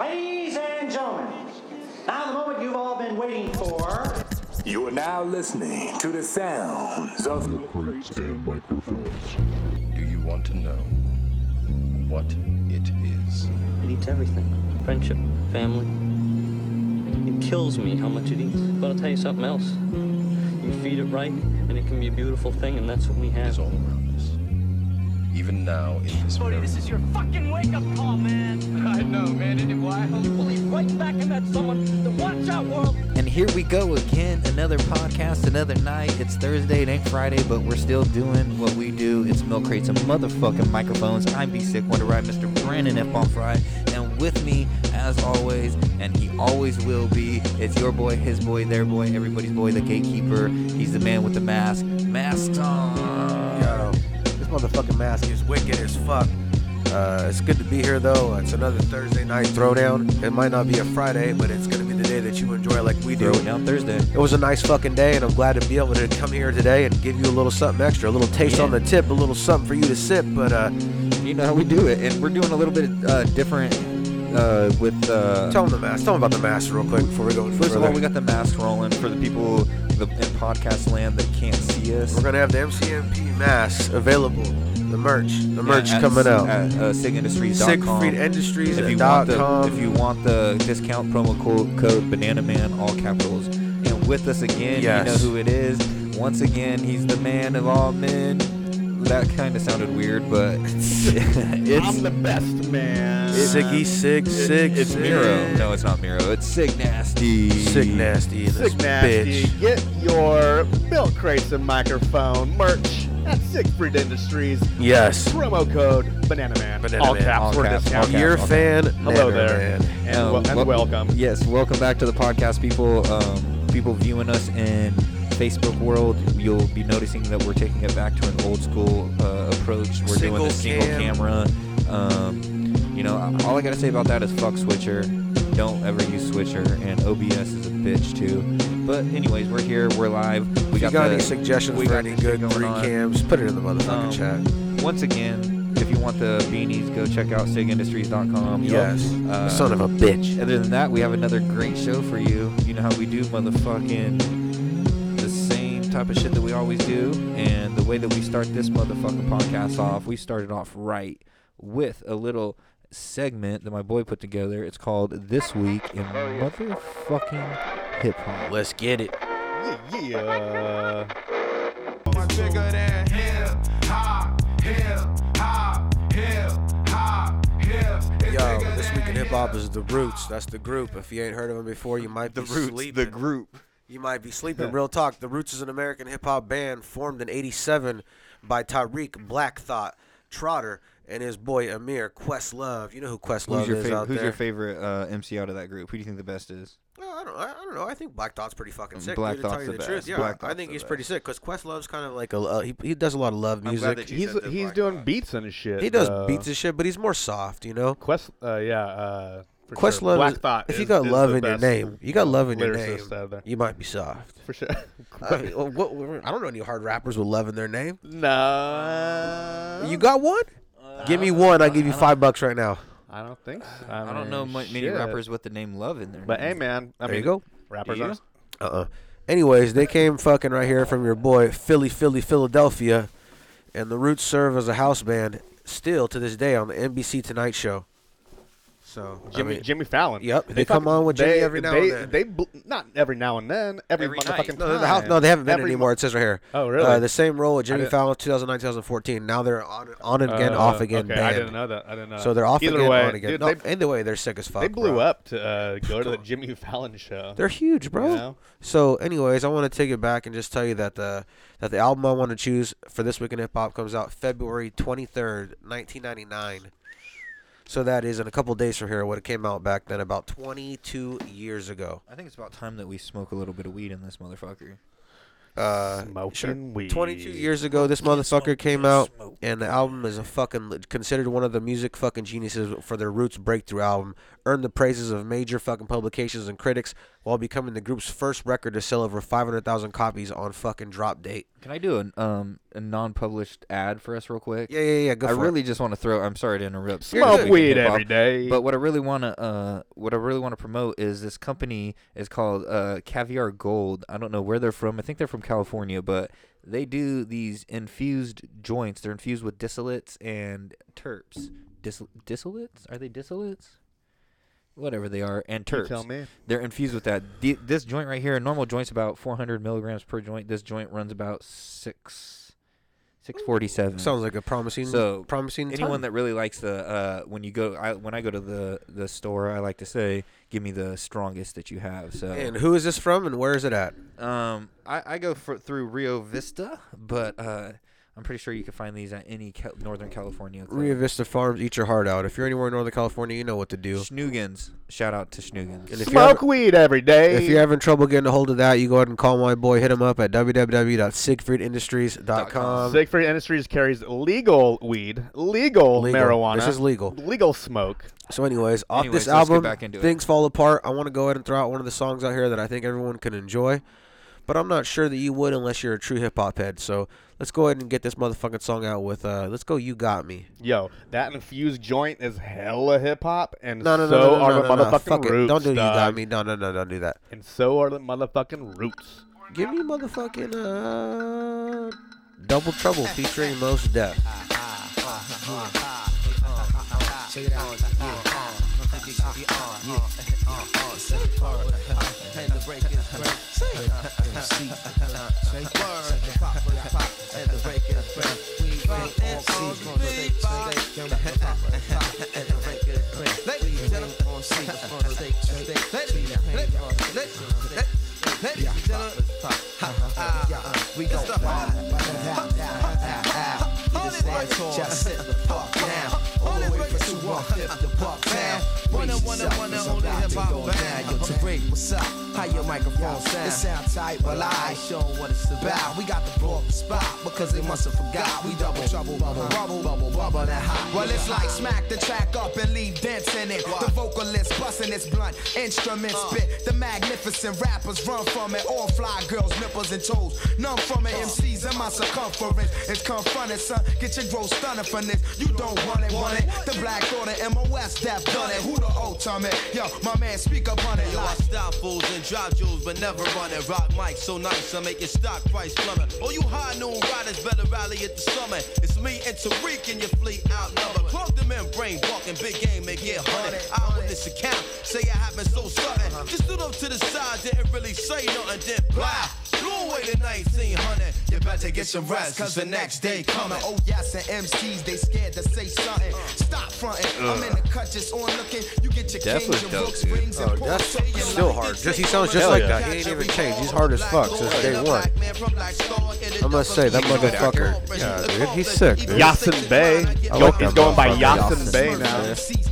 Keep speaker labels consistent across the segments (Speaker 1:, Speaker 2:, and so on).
Speaker 1: Ladies and gentlemen, now the moment you've all been waiting for.
Speaker 2: You are now listening to the sounds of
Speaker 3: Do you want to know what it is?
Speaker 4: It eats everything friendship, family. It kills me how much it eats. But I'll tell you something else. You feed it right, and it can be a beautiful thing, and that's what we
Speaker 3: It is
Speaker 4: have.
Speaker 3: all around us. Even now in this
Speaker 5: Cody,
Speaker 3: very
Speaker 5: this is your fucking wake up call, man. I know, man. Isn't it wild? Believe right back in that someone. The watch out world.
Speaker 6: And here we go again, another podcast, another night. It's Thursday, it ain't Friday, but we're still doing what we do. It's milk crates and motherfucking microphones. I'm B Sick Wonder Ride, Mr. Brandon F. on Fry, and with me, as always, and he always will be. It's your boy, his boy, their boy, everybody's boy, the gatekeeper. He's the man with the mask. Masks on.
Speaker 7: Yo, this motherfucking mask is wicked as fuck. Uh, it's good to be here though. It's another Thursday night throwdown. It might not be a Friday, but it's gonna be the day that you enjoy like we do.
Speaker 6: Throw it down Thursday.
Speaker 7: It was a nice fucking day, and I'm glad to be able to come here today and give you a little something extra, a little taste
Speaker 6: Yeah.
Speaker 7: on the tip, a little something for you to sip. But uh,
Speaker 6: You know how we do it, and we're doing a little bit uh, different uh, with. Uh,
Speaker 7: tell them the mask. Tell them about the mask real quick before we go. any
Speaker 6: First of
Speaker 7: further.
Speaker 6: all, we got the mask rolling for the people the, in podcast land that can't see us.
Speaker 7: We're gonna have the MCMP masks available. The merch, the merch
Speaker 6: at
Speaker 7: coming
Speaker 6: Sig-
Speaker 7: out.
Speaker 6: at uh, sigindustries.com.
Speaker 7: Siegfried Industries
Speaker 6: If
Speaker 7: at
Speaker 6: you want
Speaker 7: dot
Speaker 6: the
Speaker 7: com.
Speaker 6: if you want the discount promo code, code Banana Man, all capitals, and with us again,
Speaker 7: Yes.
Speaker 6: you know who it is. Once again, he's the man of all men. That kind of sounded weird, but it's
Speaker 8: I'm the best man.
Speaker 7: Siggy Sig Sig.
Speaker 6: it's
Speaker 7: Sig.
Speaker 6: Miro. No, it's not Miro. It's Sig Nasty.
Speaker 7: Sick nasty in this
Speaker 8: Sick nasty.
Speaker 7: bitch.
Speaker 8: Get your milk crates and microphone merch at Siegfried Industries.
Speaker 7: Yes.
Speaker 8: Promo code Banana Man.
Speaker 7: Banana
Speaker 8: all
Speaker 7: Man,
Speaker 8: caps
Speaker 6: all
Speaker 8: for
Speaker 6: caps,
Speaker 8: discount.
Speaker 6: all
Speaker 7: You're a
Speaker 6: okay.
Speaker 7: fan. Nana
Speaker 8: Hello there,
Speaker 7: Man.
Speaker 8: and,
Speaker 6: Um,
Speaker 8: wel- and
Speaker 6: wel-
Speaker 8: welcome.
Speaker 6: Yes, welcome back to the podcast, people. Um, people viewing us in Facebook world, you'll be noticing that we're taking it back to an old school uh, approach. We're doing
Speaker 7: Single
Speaker 6: the single
Speaker 7: cam.
Speaker 6: camera. Um, you know, I- all I gotta say about that is fuck Switcher. Don't ever use Switcher, and OBS is a bitch too. But anyways, we're here, we're live.
Speaker 7: If
Speaker 6: We
Speaker 7: you
Speaker 6: got,
Speaker 7: got
Speaker 6: the-
Speaker 7: any suggestions
Speaker 6: we
Speaker 7: for
Speaker 6: got
Speaker 7: any
Speaker 6: this shit
Speaker 7: good
Speaker 6: going
Speaker 7: three
Speaker 6: on.
Speaker 7: cams, put it in the motherfucking
Speaker 6: Um,
Speaker 7: chat.
Speaker 6: Once again, if you want the beanies, go check out sigindustries.com.
Speaker 7: Yes.
Speaker 6: Uh,
Speaker 7: Son of a bitch.
Speaker 6: Other than that, we have another great show for you. You know how we do motherfucking the same type of shit that we always do. And the way that we start this motherfucking podcast off, we started off right with a little segment that my boy put together. It's called This Week in Motherfucking Hip Hop.
Speaker 7: Let's get it.
Speaker 8: Yeah, yeah.
Speaker 7: Yo, this week in hip hop is the Roots. That's the group. If you ain't heard of them before, you might be sleeping.
Speaker 8: group.
Speaker 7: You might be sleeping. Real talk. The Roots is an American hip hop band formed in '87 by Tariq Black Thought Trotter and his boy Amir Questlove. You know who Questlove
Speaker 6: Who's your,
Speaker 7: is
Speaker 6: fav-
Speaker 7: out
Speaker 6: who's
Speaker 7: there.
Speaker 6: your favorite uh, MC out of that group? Who do you think the best is?
Speaker 7: Well, I don't, I I don't know. I think Black Thought's pretty fucking sick.
Speaker 6: Mm, Black
Speaker 7: dude, to tell
Speaker 6: Thought's
Speaker 7: you
Speaker 6: the
Speaker 7: the,
Speaker 6: best.
Speaker 7: truth. Yeah,
Speaker 6: Black
Speaker 7: I
Speaker 6: Thought's
Speaker 7: think
Speaker 6: the
Speaker 7: he's
Speaker 6: best.
Speaker 7: pretty sick because Questlove's kind of like a uh, he, he does a lot of love music.
Speaker 8: He's he's doing beats and shit.
Speaker 7: he does
Speaker 8: uh,
Speaker 7: beats and shit, but he's more soft, you know.
Speaker 8: Quest, uh, yeah. Uh, for
Speaker 7: Questlove,
Speaker 8: sure. Black
Speaker 7: is-
Speaker 8: Thought.
Speaker 7: if you
Speaker 8: is-
Speaker 7: got
Speaker 8: is
Speaker 7: love
Speaker 8: the
Speaker 7: in your
Speaker 8: best
Speaker 7: name, you got love in your name,
Speaker 8: lyricist out there.
Speaker 7: you might be soft.
Speaker 8: For sure.
Speaker 7: I, mean, well, what- what- I don't know any hard rappers with love in their name.
Speaker 8: no.
Speaker 6: Uh,
Speaker 7: You got one? give me one. I'll give you five bucks right now.
Speaker 8: I don't think so.
Speaker 6: I don't
Speaker 8: mean,
Speaker 7: Uh,
Speaker 6: know mu- many
Speaker 8: shit.
Speaker 6: rappers with the name Love in there.
Speaker 8: But hey, man. I
Speaker 7: There you
Speaker 8: mean,
Speaker 7: go.
Speaker 8: Rappers
Speaker 6: Yeah.
Speaker 8: are
Speaker 7: Uh uh Anyways, they came fucking right here from your boy Philly, Philly, Philadelphia, and the Roots serve as a house band still to this day on the NBC Tonight Show. So I
Speaker 8: Jimmy
Speaker 7: mean-
Speaker 8: Jimmy Fallon.
Speaker 7: Yep, they come on with Jimmy every now and
Speaker 8: they,
Speaker 7: then.
Speaker 8: They bl- not every now and then. Every,
Speaker 6: Every night.
Speaker 8: motherfucking time.
Speaker 7: No, they're the house, no, they haven't been
Speaker 8: Every
Speaker 7: anymore. It says right here.
Speaker 8: Oh, really?
Speaker 7: Uh, the same role with Jimmy
Speaker 8: didn't-
Speaker 7: Fallon, 2009, 2014. Now they're on, on and
Speaker 8: mo-
Speaker 7: again,
Speaker 8: Uh,
Speaker 7: off again.
Speaker 8: Okay,
Speaker 7: band.
Speaker 8: I didn't know that. I didn't know.
Speaker 7: So
Speaker 8: that.
Speaker 7: they're off
Speaker 8: Either
Speaker 7: again,
Speaker 8: way,
Speaker 7: on again. Oh,
Speaker 8: dude,
Speaker 7: no,
Speaker 8: they,
Speaker 7: either way, they're sick as fuck.
Speaker 8: they blew
Speaker 7: bro.
Speaker 8: up to uh, go to the Jimmy Fallon show.
Speaker 7: They're huge, bro.
Speaker 8: You know?
Speaker 7: So, anyways, I want to take it back and just tell you that the that the album I want to choose for this week in hip hop comes out February 23rd, 1999. So that is in a couple days from here. What it came out back then, about 22 years ago.
Speaker 6: I think it's about time that we smoke a little bit of weed in this motherfucker.
Speaker 7: Uh,
Speaker 8: Smoking
Speaker 7: sure.
Speaker 8: weed.
Speaker 7: 22 years ago, this motherfucker came out, and the album is a fucking considered one of the music fucking geniuses for their Roots breakthrough album, earned the praises of major fucking publications and critics while becoming the group's first record to sell over 500,000 copies on fucking drop date.
Speaker 6: Can I do an um a non-published ad for us real quick?
Speaker 7: Yeah, yeah, yeah. Go
Speaker 6: I
Speaker 7: for
Speaker 6: really just want to throw. I'm sorry to interrupt. so
Speaker 7: Smoke
Speaker 6: we can
Speaker 8: weed
Speaker 6: hip-hop,
Speaker 8: every day.
Speaker 6: But what I really want to, uh, what I really want to promote is this company is called uh, Caviar Gold. I don't know where they're from. I think they're from California, but they do these infused joints. They're infused with distillates and terps. Dis- distillates? Are they distillates? Whatever they are, and terps.
Speaker 8: tell me.
Speaker 6: They're infused with that. The, this joint right here, a normal joint's about 400 milligrams per joint. This joint runs about six, 647.
Speaker 7: it. Sounds like a promising,
Speaker 6: So,
Speaker 7: promising
Speaker 6: Anyone
Speaker 7: time.
Speaker 6: that really likes the uh, when you go I, when I go to the the store, I like to say, "Give me the strongest that you have." So,
Speaker 7: And who is this from and where is it at?
Speaker 6: um, I, I go for, through Rio Vista, but uh, I'm pretty sure you can find these at any Cal- Northern California. club.
Speaker 7: Rio Vista Farms, eat your heart out. If you're anywhere in Northern California, you know what to do.
Speaker 6: Schnugens, shout out to Schnugens.
Speaker 7: And if you're,
Speaker 8: Smoke
Speaker 7: having,
Speaker 8: weed every day.
Speaker 7: if you're having trouble getting a hold of that, you go ahead and call my boy. Hit him up at www.siegfriedindustries.com.
Speaker 8: Siegfried Industries carries legal weed, legal,
Speaker 7: Legal.
Speaker 8: marijuana.
Speaker 7: This is legal.
Speaker 8: Legal smoke.
Speaker 7: So, anyways, off
Speaker 6: Anyways,
Speaker 7: this
Speaker 6: let's get
Speaker 7: album,
Speaker 6: back into it.
Speaker 7: things fall apart. I want to go ahead and throw out one of the songs out here that I think everyone can enjoy, but I'm not sure that you would unless you're a true hip hop head. So let's go ahead and get this motherfucking song out with. Uh, let's go. You got me.
Speaker 8: Yo, that infused joint is hella hip hop, and
Speaker 7: No, no,
Speaker 8: so
Speaker 7: no,
Speaker 8: are
Speaker 7: no,
Speaker 8: the
Speaker 7: no, no, no.
Speaker 8: motherfucking
Speaker 7: Fuck
Speaker 8: roots.
Speaker 7: it. Don't do you got
Speaker 8: dog.
Speaker 7: me. No, no, no, don't do that.
Speaker 8: And so are the motherfucking roots.
Speaker 7: Give me motherfucking uh, double trouble featuring Most Def.
Speaker 9: What's up? How your microphone sound? It sound tight, but I show what it's about. We got the blow up the spot because they must have forgot. We double trouble, bubble, bubble, bubble, bubble, that hot. Well, it's like smack the track up and leave dents in it. The vocalist busting this blunt instrument
Speaker 10: Uh.
Speaker 9: spit. The magnificent rappers run from it. All fly girls, nipples and toes. None from it.
Speaker 10: Uh.
Speaker 9: MCs in my circumference. It's confronting, son. Get your gross stunning from this. You don't want it, want it. The black order, MOS, that done it. Who the ultimate? Yo, my man, speak up on it.
Speaker 10: Yo, I
Speaker 9: Like,
Speaker 10: stop fools and drop jewels, but never run it. Rock mics so nice, I make your stock price plummet. All you high noon riders better rally at the summit. It's me and Tariq and your fleet outnumbered. Clog the membrane, walking big game and get hunted. Eyewitness account, say it happened so sudden. Just stood up to the side, didn't really say nothing, then blah. Blew away the 1900. You better get some rest, cause the next day coming.
Speaker 9: Oh yes, and MCs they scared to say something. Stop fronting. I'm in the cut, just on looking. You get your
Speaker 6: Def was
Speaker 9: kings, your
Speaker 6: dope,
Speaker 9: books,
Speaker 6: dude.
Speaker 9: rings, and
Speaker 7: Def
Speaker 9: Say you
Speaker 7: still
Speaker 9: like
Speaker 7: hard.
Speaker 9: it,
Speaker 7: Just- he
Speaker 9: say
Speaker 7: sounds
Speaker 9: you
Speaker 7: just like
Speaker 9: like it.
Speaker 7: that. He ain't even changed. He's hard as fuck since day one. I must say, that motherfucker- Yeah, dude, he's sick, dude.
Speaker 8: Yasin Bey.
Speaker 7: I like
Speaker 8: he's
Speaker 7: that
Speaker 8: going by
Speaker 7: motherfucker,
Speaker 8: Yasin
Speaker 7: Yasin
Speaker 8: Bey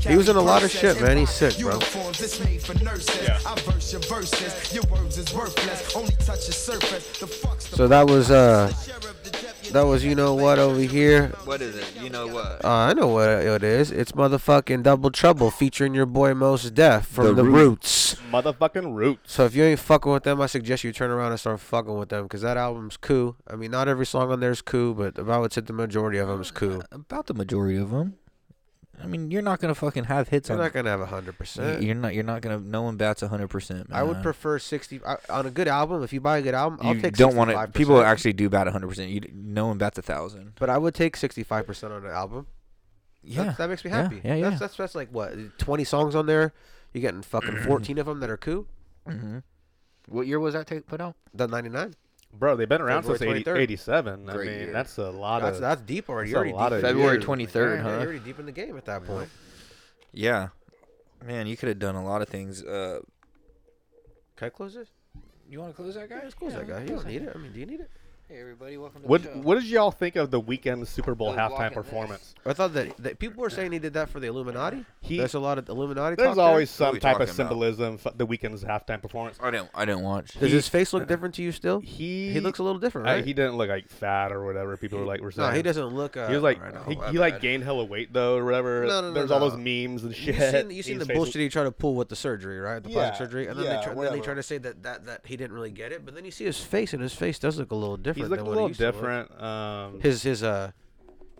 Speaker 8: now.
Speaker 7: He was in a lot of shit, man. He's sick, bro.
Speaker 9: Uniforms, it's made for nurses.
Speaker 8: Yeah.
Speaker 9: I verse your verses. Your words is worthless. Only touch the surface. The fuck's the
Speaker 7: So that was uh, that was you know what over here.
Speaker 6: What is it? You know what?
Speaker 7: Uh, I know what it is. It's motherfucking Double Trouble featuring your boy Most Def from The, Roots.
Speaker 8: Motherfucking roots.
Speaker 7: So if you ain't fucking with them, I suggest you turn around and start fucking with them because that album's cool. I mean, not every song on there is cool, but I would say the majority of them is cool.
Speaker 6: About the majority of them. I mean, you're not gonna fucking have hits
Speaker 7: They're
Speaker 6: on.
Speaker 7: not gonna have a hundred
Speaker 6: y-
Speaker 7: percent.
Speaker 6: you're not. You're not gonna. No one bats hundred percent.
Speaker 7: I would prefer sixty I, on a good album. If you buy a good album, I'll
Speaker 6: uh, you
Speaker 7: take.
Speaker 6: don't want to.
Speaker 7: 65%.
Speaker 6: People actually do bat 100%. You, d- no one bats a thousand.
Speaker 7: But I would take sixty-five percent on an album.
Speaker 6: Yeah,
Speaker 7: that, that makes me
Speaker 6: yeah,
Speaker 7: happy.
Speaker 6: Yeah, yeah.
Speaker 7: That's, that's that's like what twenty songs on there. You're getting fucking fourteen of them that are cool.
Speaker 6: what year was that take put out?
Speaker 7: The ninety-nine.
Speaker 8: Bro, they've been around
Speaker 7: February
Speaker 8: since 80,
Speaker 7: 23rd.
Speaker 8: 87. I
Speaker 6: Great
Speaker 8: mean,
Speaker 6: year.
Speaker 8: that's a lot
Speaker 7: That's
Speaker 8: of.
Speaker 7: that's deep already.
Speaker 8: that's
Speaker 7: You're
Speaker 8: a
Speaker 7: already
Speaker 8: lot
Speaker 7: deep.
Speaker 8: of
Speaker 7: in the game.
Speaker 6: February 23rd,
Speaker 7: Yeah,
Speaker 6: huh?
Speaker 7: You're already deep in the game at that point.
Speaker 6: Yeah, man, you could have done a lot of things. Uh,
Speaker 7: Can I close this?
Speaker 6: you want to close that guy? Let's
Speaker 7: Close that guy. You don't need it. I mean, do you need it?
Speaker 11: Hey everybody, welcome to
Speaker 8: What
Speaker 11: the show.
Speaker 8: What did y'all think of the weekend Super Bowl
Speaker 11: Oh, walking
Speaker 8: halftime
Speaker 11: this.
Speaker 8: performance?
Speaker 7: I thought that, that people were saying he did that for the Illuminati.
Speaker 8: He-
Speaker 7: There's a lot of Illuminati.
Speaker 8: There's
Speaker 7: talk
Speaker 8: always
Speaker 7: there.
Speaker 8: some type of symbolism. f The weekend's halftime performance.
Speaker 6: I didn't. I didn't watch.
Speaker 7: Does his face look different to you still?
Speaker 8: He
Speaker 7: he looks a little different,
Speaker 8: Uh,
Speaker 7: right?
Speaker 8: he didn't look like fat or whatever people were like were
Speaker 7: No,
Speaker 8: saying.
Speaker 7: he doesn't look, uh,
Speaker 8: he was like
Speaker 7: right now,
Speaker 8: he,
Speaker 7: my
Speaker 8: he like
Speaker 7: bad.
Speaker 8: gained hella weight though or whatever.
Speaker 7: No, no, no,
Speaker 8: There's all those
Speaker 7: no.
Speaker 8: memes and shit.
Speaker 7: You seen, you seen
Speaker 8: His
Speaker 7: the
Speaker 8: face
Speaker 7: bullshit he tried to pull with the surgery, right? The plastic
Speaker 8: Yeah,
Speaker 7: surgery, and then they
Speaker 8: yeah,
Speaker 7: try, then they
Speaker 8: whatever.
Speaker 7: try to say that, that that he didn't really get it, but then you see his face, and his face does look a little different.
Speaker 8: He's
Speaker 7: than
Speaker 8: looking a
Speaker 7: what he
Speaker 8: little
Speaker 7: used to look.
Speaker 8: different. Um,
Speaker 7: His his uh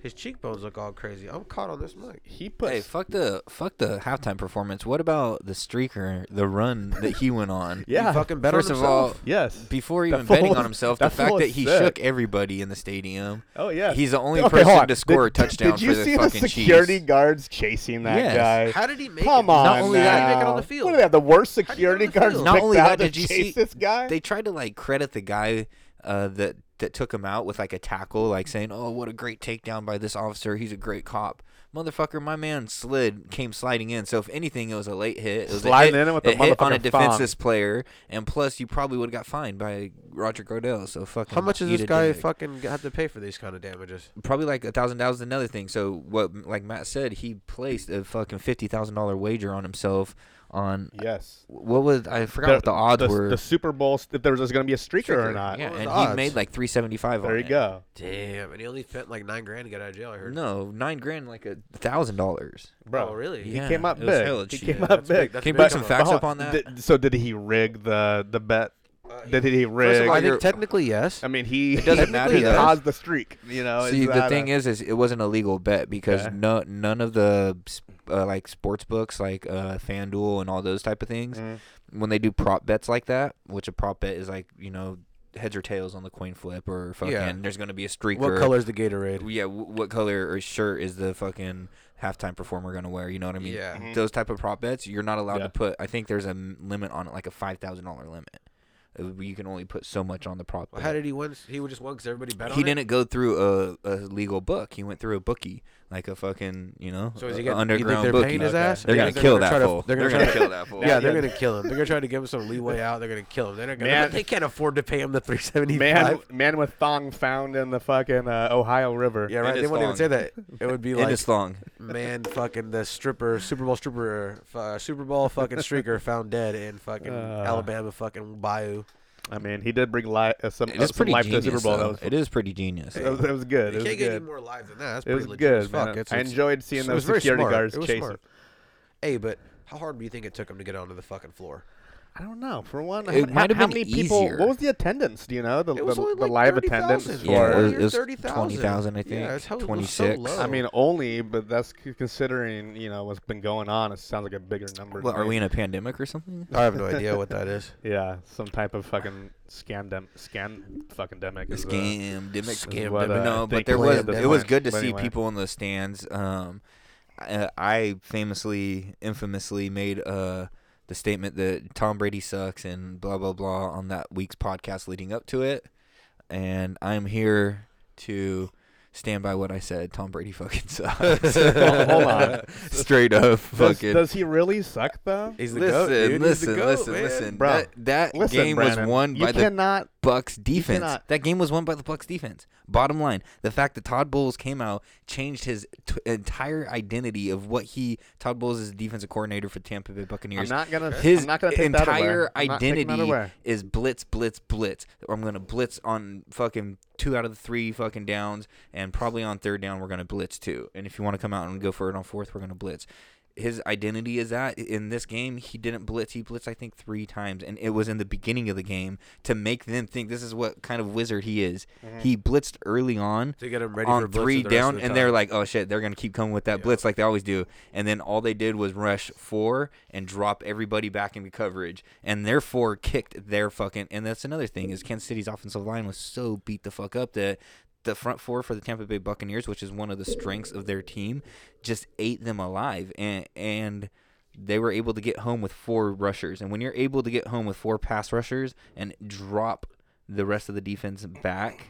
Speaker 7: his cheekbones look all crazy. I'm caught on this mic.
Speaker 8: he put
Speaker 6: Hey, fuck the fuck the halftime performance. What about the streaker, the run that he went on?
Speaker 8: yeah.
Speaker 7: fucking better
Speaker 6: First of all,
Speaker 8: Yes.
Speaker 6: Before
Speaker 8: That
Speaker 6: even betting
Speaker 8: fool-
Speaker 6: on himself,
Speaker 8: that
Speaker 6: the
Speaker 8: fool
Speaker 6: fact
Speaker 8: is
Speaker 6: that he
Speaker 8: sick.
Speaker 6: shook everybody in the stadium.
Speaker 8: Oh yeah,
Speaker 6: he's the only
Speaker 8: Okay, hold
Speaker 6: person
Speaker 8: on.
Speaker 6: to score
Speaker 8: Did-
Speaker 6: a touchdown
Speaker 8: Did you
Speaker 6: for the
Speaker 8: see
Speaker 6: fucking
Speaker 8: the security
Speaker 6: Chiefs.
Speaker 8: guards chasing that
Speaker 6: Yes.
Speaker 8: guy?
Speaker 7: How did he make
Speaker 8: Come
Speaker 7: it?
Speaker 8: on,
Speaker 6: Not only that-
Speaker 8: now.
Speaker 7: How did he make it on the field?
Speaker 8: What do they have? The worst
Speaker 7: How did he make it on
Speaker 8: security
Speaker 7: the
Speaker 8: guards
Speaker 7: field?
Speaker 6: Not
Speaker 8: picked
Speaker 6: only
Speaker 8: out
Speaker 6: that,
Speaker 8: to
Speaker 6: did you see
Speaker 8: chase this guy?
Speaker 6: They tried to like credit the guy uh, that that took him out with like a tackle, like saying, "Oh, what a great takedown by this officer. He's a great cop." Motherfucker, my man slid, came sliding in. So if anything, it was a late hit. It was
Speaker 8: Sliding
Speaker 6: a hit,
Speaker 8: in with the
Speaker 6: a hit on a
Speaker 8: motherfucking
Speaker 6: defenseless player, and plus you probably would have got fined by Roger Gordell. So fucking.
Speaker 7: How much does
Speaker 6: eat
Speaker 7: this
Speaker 6: a
Speaker 7: guy
Speaker 6: dick.
Speaker 7: fucking have to pay for these kind of damages?
Speaker 6: Probably like a thousand dollars. is Another thing. So what? Like Matt said, he placed a fucking fifty thousand dollar wager on himself. On
Speaker 8: Yes.
Speaker 6: what was I forgot what the odds
Speaker 8: the,
Speaker 6: were?
Speaker 8: The Super Bowl, if there was going to be a streaker, or not.
Speaker 6: Yeah,
Speaker 7: What were
Speaker 6: and
Speaker 7: the
Speaker 6: he
Speaker 7: odds?
Speaker 6: made like 375 on
Speaker 8: There you
Speaker 6: it.
Speaker 8: go.
Speaker 7: Damn, and he only spent like nine grand to get out of jail. I heard.
Speaker 6: No, 9 grand like a $1000.
Speaker 8: Bro,
Speaker 7: Oh, really?
Speaker 8: He
Speaker 6: Yeah,
Speaker 8: came up
Speaker 6: it was
Speaker 8: big.
Speaker 6: hella
Speaker 8: he
Speaker 6: cheap.
Speaker 8: came
Speaker 6: Yeah,
Speaker 8: up big.
Speaker 7: that's
Speaker 6: Can you
Speaker 7: big
Speaker 6: bring
Speaker 7: on
Speaker 6: some
Speaker 7: the-
Speaker 6: facts
Speaker 8: But
Speaker 6: up on that?
Speaker 8: did- so did he rig the the bet? did he
Speaker 7: Uh, First of
Speaker 8: rig?
Speaker 7: all, I
Speaker 6: you're-
Speaker 7: think technically yes.
Speaker 8: I mean, he
Speaker 6: It doesn't
Speaker 8: he
Speaker 6: matter, though.
Speaker 8: caused the streak. You
Speaker 7: Oh,
Speaker 8: know.
Speaker 6: See,
Speaker 8: is
Speaker 6: the
Speaker 8: that
Speaker 6: thing
Speaker 8: a-
Speaker 6: is, is it wasn't a legal bet because
Speaker 8: Okay.
Speaker 6: no, none of the s- uh, like sports books, like uh, FanDuel and all those type of things,
Speaker 7: Mm.
Speaker 6: when they do prop bets like that, which a prop bet is like you know heads or tails on the coin flip or fucking there's gonna be a streaker.
Speaker 7: What color's the Gatorade?
Speaker 6: yeah, w- what color or shirt is the fucking halftime performer gonna wear? You know what I mean?
Speaker 7: Yeah. Mhm.
Speaker 6: Those type of prop bets, you're not allowed
Speaker 8: Yeah.
Speaker 6: to put. I think there's a m- limit on it, like a five thousand dollar limit. Uh, You can only put so much on the prop.
Speaker 7: Well,
Speaker 6: bet.
Speaker 7: How did he win? He would just won because everybody bet on
Speaker 6: he
Speaker 7: it?
Speaker 6: didn't go through a, a legal book. He went through a bookie, like a fucking you know
Speaker 7: So is
Speaker 6: a-
Speaker 7: he getting
Speaker 6: a underground
Speaker 7: you think they're
Speaker 6: bookie.
Speaker 7: paying his
Speaker 8: Okay.
Speaker 7: ass?
Speaker 6: They're
Speaker 7: You
Speaker 6: gonna
Speaker 7: think
Speaker 6: kill
Speaker 7: gonna
Speaker 6: that
Speaker 7: try to-
Speaker 6: fool.
Speaker 7: They're
Speaker 6: They're
Speaker 7: gonna
Speaker 6: gonna
Speaker 7: try to-
Speaker 6: kill that fool.
Speaker 7: Yeah, they're
Speaker 8: Yeah.
Speaker 7: gonna kill him. They're gonna try to give him some leeway out. They're gonna kill him. They're not gonna.
Speaker 8: Man-
Speaker 7: they can't afford to pay him the three seventy
Speaker 8: man,
Speaker 7: five.
Speaker 8: man with thong found in the fucking uh, Ohio River.
Speaker 7: Yeah, right.
Speaker 6: in
Speaker 7: They
Speaker 6: his
Speaker 7: wouldn't even
Speaker 6: thong.
Speaker 7: say that. It would be
Speaker 6: In
Speaker 7: like
Speaker 6: his thong.
Speaker 7: man, fucking the stripper, Super Bowl stripper, uh, Super Bowl fucking streaker found dead in fucking
Speaker 8: Uh.
Speaker 7: Alabama fucking bayou.
Speaker 8: I mean, he did bring li- uh, some,
Speaker 6: It
Speaker 8: uh,
Speaker 6: is
Speaker 8: some
Speaker 6: pretty
Speaker 8: life to the
Speaker 6: genius.
Speaker 8: Super Bowl.
Speaker 6: though.
Speaker 8: That was,
Speaker 6: It is pretty genius.
Speaker 8: that was, that was good.
Speaker 7: You
Speaker 8: It was
Speaker 7: can't get any
Speaker 8: good.
Speaker 7: more live than that. That's
Speaker 8: It
Speaker 7: pretty
Speaker 8: was
Speaker 7: legit as
Speaker 8: good,
Speaker 7: fuck.
Speaker 8: man.
Speaker 7: It's-
Speaker 8: I
Speaker 7: it's-
Speaker 8: enjoyed seeing
Speaker 7: it
Speaker 8: those
Speaker 7: was very
Speaker 8: security
Speaker 7: smart.
Speaker 8: guards
Speaker 7: It was
Speaker 8: chasing.
Speaker 7: smart. Hey, but how hard do you think it took him to get onto the fucking floor?
Speaker 8: I don't know. For one,
Speaker 6: It
Speaker 8: how,
Speaker 6: might have
Speaker 8: how
Speaker 6: been
Speaker 8: many people?
Speaker 6: easier.
Speaker 8: What was the attendance? Do you know the,
Speaker 7: It was
Speaker 8: the,
Speaker 7: only
Speaker 8: the
Speaker 7: like
Speaker 8: live
Speaker 7: 30,000.
Speaker 8: attendance
Speaker 6: Yeah,
Speaker 8: for?
Speaker 6: it was- it was
Speaker 7: 30,000.
Speaker 6: 20,000, I think,
Speaker 7: Yeah, it's how it was so
Speaker 6: 26.
Speaker 7: low.
Speaker 8: I mean, only, but that's c- considering you know what's been going on. It sounds like a bigger number. to
Speaker 6: What, are
Speaker 8: me.
Speaker 6: we in a pandemic or something?
Speaker 7: I have no idea what that is.
Speaker 8: Yeah, some type of fucking scam dem scam fucking demic. is, uh,
Speaker 6: Scam, demic,
Speaker 8: Scam what, demic. uh,
Speaker 6: no,
Speaker 8: they
Speaker 6: but there
Speaker 8: call it
Speaker 6: was
Speaker 8: at this
Speaker 6: it was
Speaker 8: point.
Speaker 6: good to
Speaker 8: But
Speaker 6: see
Speaker 8: anyway.
Speaker 6: people in the stands. Um, I, I famously, infamously made uh the statement that Tom Brady sucks and blah blah blah on that week's podcast leading up to it, and I'm here to stand by what I said. Tom Brady fucking sucks.
Speaker 8: Hold- hold on.
Speaker 6: straight up,
Speaker 8: does,
Speaker 6: fucking.
Speaker 8: does he really suck though?
Speaker 7: He's the
Speaker 6: listen,
Speaker 7: goat, dude. He's the
Speaker 6: listen,
Speaker 7: goat,
Speaker 6: listen,
Speaker 7: man.
Speaker 6: listen.
Speaker 8: Bro,
Speaker 6: That, that
Speaker 8: Listen,
Speaker 6: game
Speaker 8: Brandon,
Speaker 6: was won
Speaker 8: you
Speaker 6: by the
Speaker 8: cannot.
Speaker 6: Bucks defense.
Speaker 8: cannot-
Speaker 6: That game was won by the Bucks defense. Bottom line, the fact that Todd Bowles came out changed his t- entire identity of what he Todd Bowles is the defensive coordinator for Tampa Bay Buccaneers.
Speaker 8: I'm not gonna-
Speaker 6: His
Speaker 8: I'm not gonna take that away.
Speaker 6: entire
Speaker 8: I'm not taking that
Speaker 6: identity
Speaker 8: away.
Speaker 6: is blitz, blitz, blitz. Or I'm gonna blitz on fucking two out of the three fucking downs, and probably on third down we're gonna blitz too. And if you want to come out and go for it on fourth, we're gonna blitz. His identity is that in this game he didn't blitz. He blitzed I think three times, and it was in the beginning of the game to make them think this is what kind of wizard he is.
Speaker 8: Mm-hmm.
Speaker 6: He blitzed early on
Speaker 7: To get 'em ready
Speaker 6: on
Speaker 7: for blitzes
Speaker 6: three
Speaker 7: the rest of
Speaker 6: down,
Speaker 7: the
Speaker 6: and
Speaker 7: time.
Speaker 6: they're like, "Oh shit, they're gonna keep coming with that blitz like they always do." And then all they did was rush four and drop everybody back into coverage, and their four kicked their fucking. And that's another thing is Kansas City's offensive line was so beat the fuck up that the front four for the Tampa Bay Buccaneers, which is one of the strengths of their team, just ate them alive, and and. They were able to get home with four rushers, and when you're able to get home with four pass rushers and drop the rest of the defense back,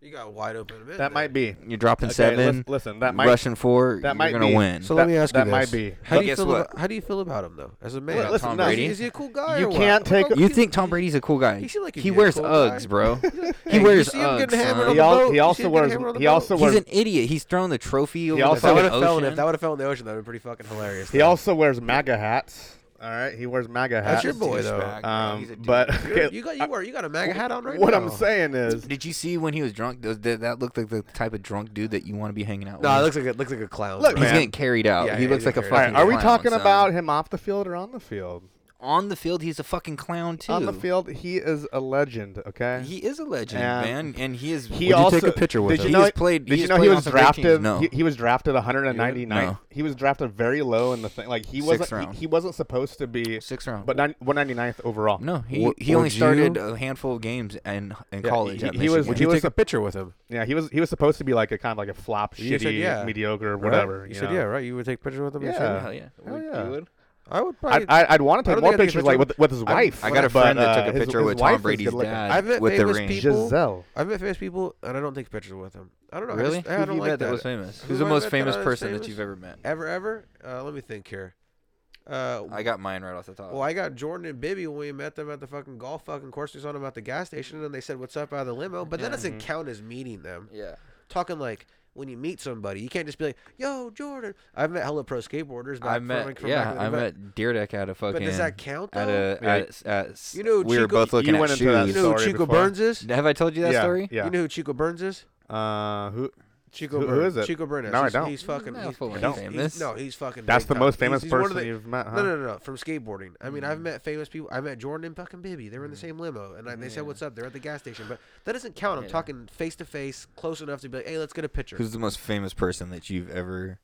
Speaker 7: You got wide open. Mid,
Speaker 8: That might be.
Speaker 6: You're dropping
Speaker 8: Okay,
Speaker 6: seven.
Speaker 8: lis- listen, that might-
Speaker 6: rushing four.
Speaker 8: that
Speaker 6: you're
Speaker 8: might
Speaker 6: gonna
Speaker 8: be-
Speaker 6: win.
Speaker 7: So let
Speaker 8: That-
Speaker 7: me ask
Speaker 8: that
Speaker 7: you
Speaker 8: might
Speaker 7: this.
Speaker 8: be.
Speaker 7: How do
Speaker 6: But
Speaker 7: you
Speaker 6: guess
Speaker 7: feel?
Speaker 6: what?
Speaker 7: About, how do you feel about him though, as a man?
Speaker 8: listen, Tom no, Brady?
Speaker 7: Is, he a cool guy?
Speaker 8: You
Speaker 7: or
Speaker 8: can't
Speaker 7: what?
Speaker 8: take a-
Speaker 6: you think Tom Brady's a cool guy?
Speaker 7: He seemed like he'd
Speaker 6: he
Speaker 7: be a
Speaker 6: wears
Speaker 7: cool guy.
Speaker 6: Uggs, bro.
Speaker 7: Hey,
Speaker 6: he
Speaker 7: you
Speaker 6: wears
Speaker 7: see him
Speaker 6: Uggs.
Speaker 7: getting hammered
Speaker 6: son.
Speaker 7: on
Speaker 8: He,
Speaker 7: the
Speaker 8: al-
Speaker 7: boat.
Speaker 8: he
Speaker 7: You
Speaker 8: also
Speaker 7: see him
Speaker 8: wears.
Speaker 7: getting hammered on the
Speaker 8: He
Speaker 7: boat.
Speaker 8: also
Speaker 7: He's
Speaker 6: He's
Speaker 8: wears.
Speaker 6: an idiot. He's thrown the trophy over
Speaker 7: If
Speaker 8: also
Speaker 6: the
Speaker 7: that
Speaker 8: wears-
Speaker 7: would
Speaker 6: fucking
Speaker 7: have fell in, if
Speaker 6: ocean.
Speaker 7: that would have fell in the ocean, that'd been pretty fucking hilarious.
Speaker 8: He
Speaker 7: though.
Speaker 8: also wears MAGA hats. All right, he wears MAGA hats.
Speaker 7: That's your boy though.
Speaker 6: Oh,
Speaker 8: Um, but
Speaker 7: You're-
Speaker 8: okay,
Speaker 7: You got you wear you got a MAGA hat on right
Speaker 8: what
Speaker 7: now.
Speaker 8: I'm saying is,
Speaker 6: Did you see when he was drunk? Those, that, that looked like the type of drunk dude that you want to be hanging out with.
Speaker 7: No, it looks like a, looks like a clown.
Speaker 8: Look,
Speaker 6: he's
Speaker 8: man.
Speaker 6: getting carried out.
Speaker 7: Yeah,
Speaker 6: he
Speaker 7: yeah,
Speaker 6: looks
Speaker 7: he's
Speaker 6: like a
Speaker 7: getting
Speaker 8: all
Speaker 7: carried
Speaker 6: fucking.
Speaker 8: right, are we
Speaker 6: clown,
Speaker 8: talking
Speaker 6: son.
Speaker 8: about him off the field or on the field?
Speaker 6: on the field? He's a fucking clown too.
Speaker 8: On the field, he is a legend. Okay.
Speaker 6: He is a legend,
Speaker 8: Yeah.
Speaker 6: man, and he is.
Speaker 8: He
Speaker 6: Would you
Speaker 8: also
Speaker 6: take a picture with
Speaker 8: did
Speaker 6: him?
Speaker 8: You
Speaker 6: He
Speaker 8: know,
Speaker 6: has played-
Speaker 8: Did
Speaker 6: he
Speaker 8: you
Speaker 6: has
Speaker 8: know
Speaker 6: played
Speaker 8: he
Speaker 6: on
Speaker 8: was
Speaker 6: some great teams.
Speaker 8: drafted?
Speaker 6: No.
Speaker 8: He, he was drafted 199.
Speaker 6: No.
Speaker 8: He was drafted very low in the thing. Like he
Speaker 6: Sixth
Speaker 8: wasn't.
Speaker 6: round.
Speaker 8: He, he wasn't supposed to be
Speaker 6: Sixth round.
Speaker 8: but nine, 199th overall.
Speaker 6: No, he,
Speaker 7: Would-
Speaker 6: he only
Speaker 7: would
Speaker 6: started
Speaker 7: you-
Speaker 6: a handful of games in in
Speaker 8: Yeah,
Speaker 6: college.
Speaker 8: he-
Speaker 6: at
Speaker 8: he was-
Speaker 6: Michigan.
Speaker 8: Would
Speaker 7: Would
Speaker 8: you
Speaker 7: you
Speaker 8: was
Speaker 7: take
Speaker 8: a-
Speaker 7: a picture with him?
Speaker 8: Yeah, he was. He was supposed to be like a kind of like a flop,
Speaker 7: You
Speaker 8: shitty,
Speaker 7: said yeah.
Speaker 8: mediocre,
Speaker 7: Right?
Speaker 8: whatever.
Speaker 7: You
Speaker 8: you
Speaker 7: said
Speaker 8: know?
Speaker 7: yeah, right? You would take a picture with him. you
Speaker 8: Yeah.
Speaker 7: said?
Speaker 6: Hell yeah.
Speaker 8: Hell yeah.
Speaker 7: I would probably.
Speaker 8: I'd, I'd, I'd want to
Speaker 7: I
Speaker 8: take
Speaker 7: don't
Speaker 8: more
Speaker 7: think I'd take a
Speaker 8: pictures like
Speaker 7: picture
Speaker 8: with, with his
Speaker 6: I-
Speaker 8: wife.
Speaker 6: I got a
Speaker 8: but,
Speaker 6: friend that took
Speaker 8: uh,
Speaker 6: a
Speaker 8: his-
Speaker 6: picture
Speaker 8: his
Speaker 6: with
Speaker 8: wife
Speaker 6: Tom
Speaker 8: is
Speaker 6: Brady's
Speaker 8: good-looking.
Speaker 6: dad
Speaker 7: I've met
Speaker 6: with the
Speaker 7: famous
Speaker 6: ring.
Speaker 7: people.
Speaker 8: Giselle.
Speaker 7: I've met famous people and I don't take pictures with them. I don't know. I,
Speaker 6: Really?
Speaker 7: just, I don't like
Speaker 6: that was famous?
Speaker 7: Who
Speaker 6: Who's the
Speaker 7: I
Speaker 6: most
Speaker 7: met
Speaker 6: famous
Speaker 7: that I was
Speaker 6: person that
Speaker 7: famous?
Speaker 6: you've ever met?
Speaker 7: Ever, ever? Uh, let me think here. Uh,
Speaker 6: I got mine right off the top.
Speaker 7: well, I got Jordan and Bibby when we met them at the fucking golf fucking course. We saw them at the gas station and they said, "What's up?" out of the limo. But that doesn't count as meeting them.
Speaker 6: Mm-hmm. yeah.
Speaker 7: Talking like when you meet somebody, you can't just be like, "Yo, Jordan." I've met hella pro skateboarders. Back
Speaker 6: I
Speaker 7: from-
Speaker 6: met,
Speaker 7: like, from back
Speaker 6: yeah,
Speaker 7: in the
Speaker 6: I
Speaker 7: day, but-
Speaker 6: met Deerdeck at a fucking.
Speaker 7: But does that count though?
Speaker 6: At a,
Speaker 8: Yeah.
Speaker 6: at, at,
Speaker 7: You know
Speaker 6: we were
Speaker 7: Chico-
Speaker 6: both
Speaker 7: you
Speaker 6: looking
Speaker 8: went
Speaker 6: at
Speaker 8: into that
Speaker 6: shoes.
Speaker 7: you know who
Speaker 8: story
Speaker 7: Chico
Speaker 8: before.
Speaker 7: Burns is?
Speaker 6: Have I told you that
Speaker 8: yeah,
Speaker 6: story?
Speaker 8: Yeah.
Speaker 7: You know who Chico Burns is?
Speaker 8: uh, who?
Speaker 7: Chico
Speaker 8: Who- who
Speaker 7: Burns.
Speaker 8: is it?
Speaker 7: Chico Burns.
Speaker 8: No, I
Speaker 7: he's,
Speaker 8: don't.
Speaker 7: He's fucking.
Speaker 6: No,
Speaker 7: he's,
Speaker 6: full of
Speaker 7: he's-
Speaker 6: fame.
Speaker 7: he's-
Speaker 6: This-
Speaker 7: no, he's fucking.
Speaker 8: That's
Speaker 7: big
Speaker 8: the
Speaker 7: time.
Speaker 8: most famous
Speaker 7: He's- he's one of
Speaker 8: person
Speaker 7: the-
Speaker 8: you've met, huh? Mm.
Speaker 7: No, no, no, no. From skateboarding. I mean, I've met famous people. I met Jordan and fucking Bibby. They were in the same limo, and I, they said, "What's up?" They're at the gas station, but that doesn't count. I'm talking face to face, close enough to be like, "Hey, let's get a picture."
Speaker 6: Who's the most famous person that you've ever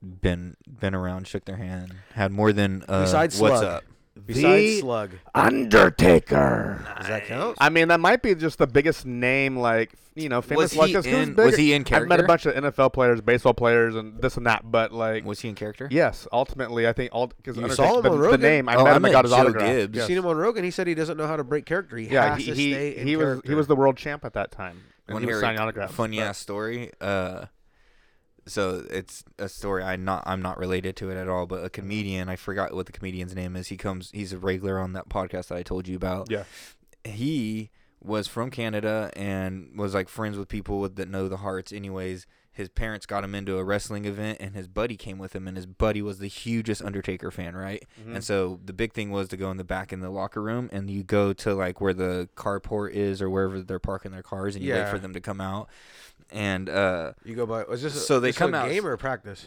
Speaker 6: been been around, shook their hand, had more than uh,
Speaker 7: Besides
Speaker 6: what's
Speaker 7: Slug.
Speaker 6: up?
Speaker 7: Besides
Speaker 8: The-
Speaker 7: Slug,
Speaker 8: Undertaker.
Speaker 7: does that count?
Speaker 8: I mean, that might be just the biggest name, like you know, famous.
Speaker 6: Was
Speaker 8: like,
Speaker 6: he
Speaker 8: 'cause who's
Speaker 6: in- was
Speaker 8: bigger-
Speaker 6: he in
Speaker 8: I've met a
Speaker 6: character?
Speaker 8: bunch of NFL players, baseball players, and this and that. But like,
Speaker 6: Was he in character?
Speaker 8: yes, ultimately, I think all because
Speaker 7: You saw him
Speaker 8: the,
Speaker 7: on
Speaker 8: the
Speaker 7: Rogan?
Speaker 8: name. I
Speaker 6: Oh,
Speaker 8: met
Speaker 6: I
Speaker 8: him. I
Speaker 6: met
Speaker 8: got his
Speaker 6: Joe
Speaker 8: autograph.
Speaker 6: Gibbs.
Speaker 7: You
Speaker 8: Yes.
Speaker 7: seen him on Rogan? He said he doesn't know how to break character. He
Speaker 8: Yeah,
Speaker 7: has
Speaker 8: he
Speaker 7: to
Speaker 8: he,
Speaker 7: stay in
Speaker 8: he was
Speaker 7: character.
Speaker 8: he was the world champ at that time. and
Speaker 6: One
Speaker 8: he was
Speaker 6: here,
Speaker 8: signing autographs.
Speaker 6: funny
Speaker 8: but-
Speaker 6: ass story. Uh, so it's a story. I not I'm not related to it at all. But a comedian, I forgot what the comedian's name is. He comes. He's a regular on that podcast that I told you about.
Speaker 8: Yeah.
Speaker 6: he was from Canada and was like friends with people with, that know the hearts. Anyways, his parents got him into a wrestling event, and his buddy came with him, and his buddy was the hugest Undertaker fan, right?
Speaker 7: Mm-hmm.
Speaker 6: And so the big thing was to go in the back in the locker room, and you go to like where the carport is or wherever they're parking their cars, and you wait
Speaker 7: Yeah.
Speaker 6: for them to come out. And uh,
Speaker 7: You go by. Was this a,
Speaker 6: So they
Speaker 7: this
Speaker 6: come
Speaker 7: a
Speaker 6: out-
Speaker 7: game or practice?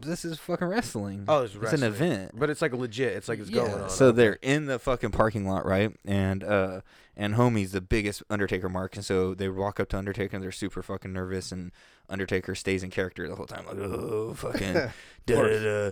Speaker 6: this is fucking wrestling.
Speaker 7: Oh, it's,
Speaker 6: an
Speaker 7: wrestling.
Speaker 6: event.
Speaker 7: but it's like legit. It's like it's going on.
Speaker 6: So they're in the fucking parking lot, right? And uh and homie's the biggest Undertaker mark, and so they walk up to Undertaker and they're super fucking nervous and Undertaker stays in character the whole time, like, oh fucking da da da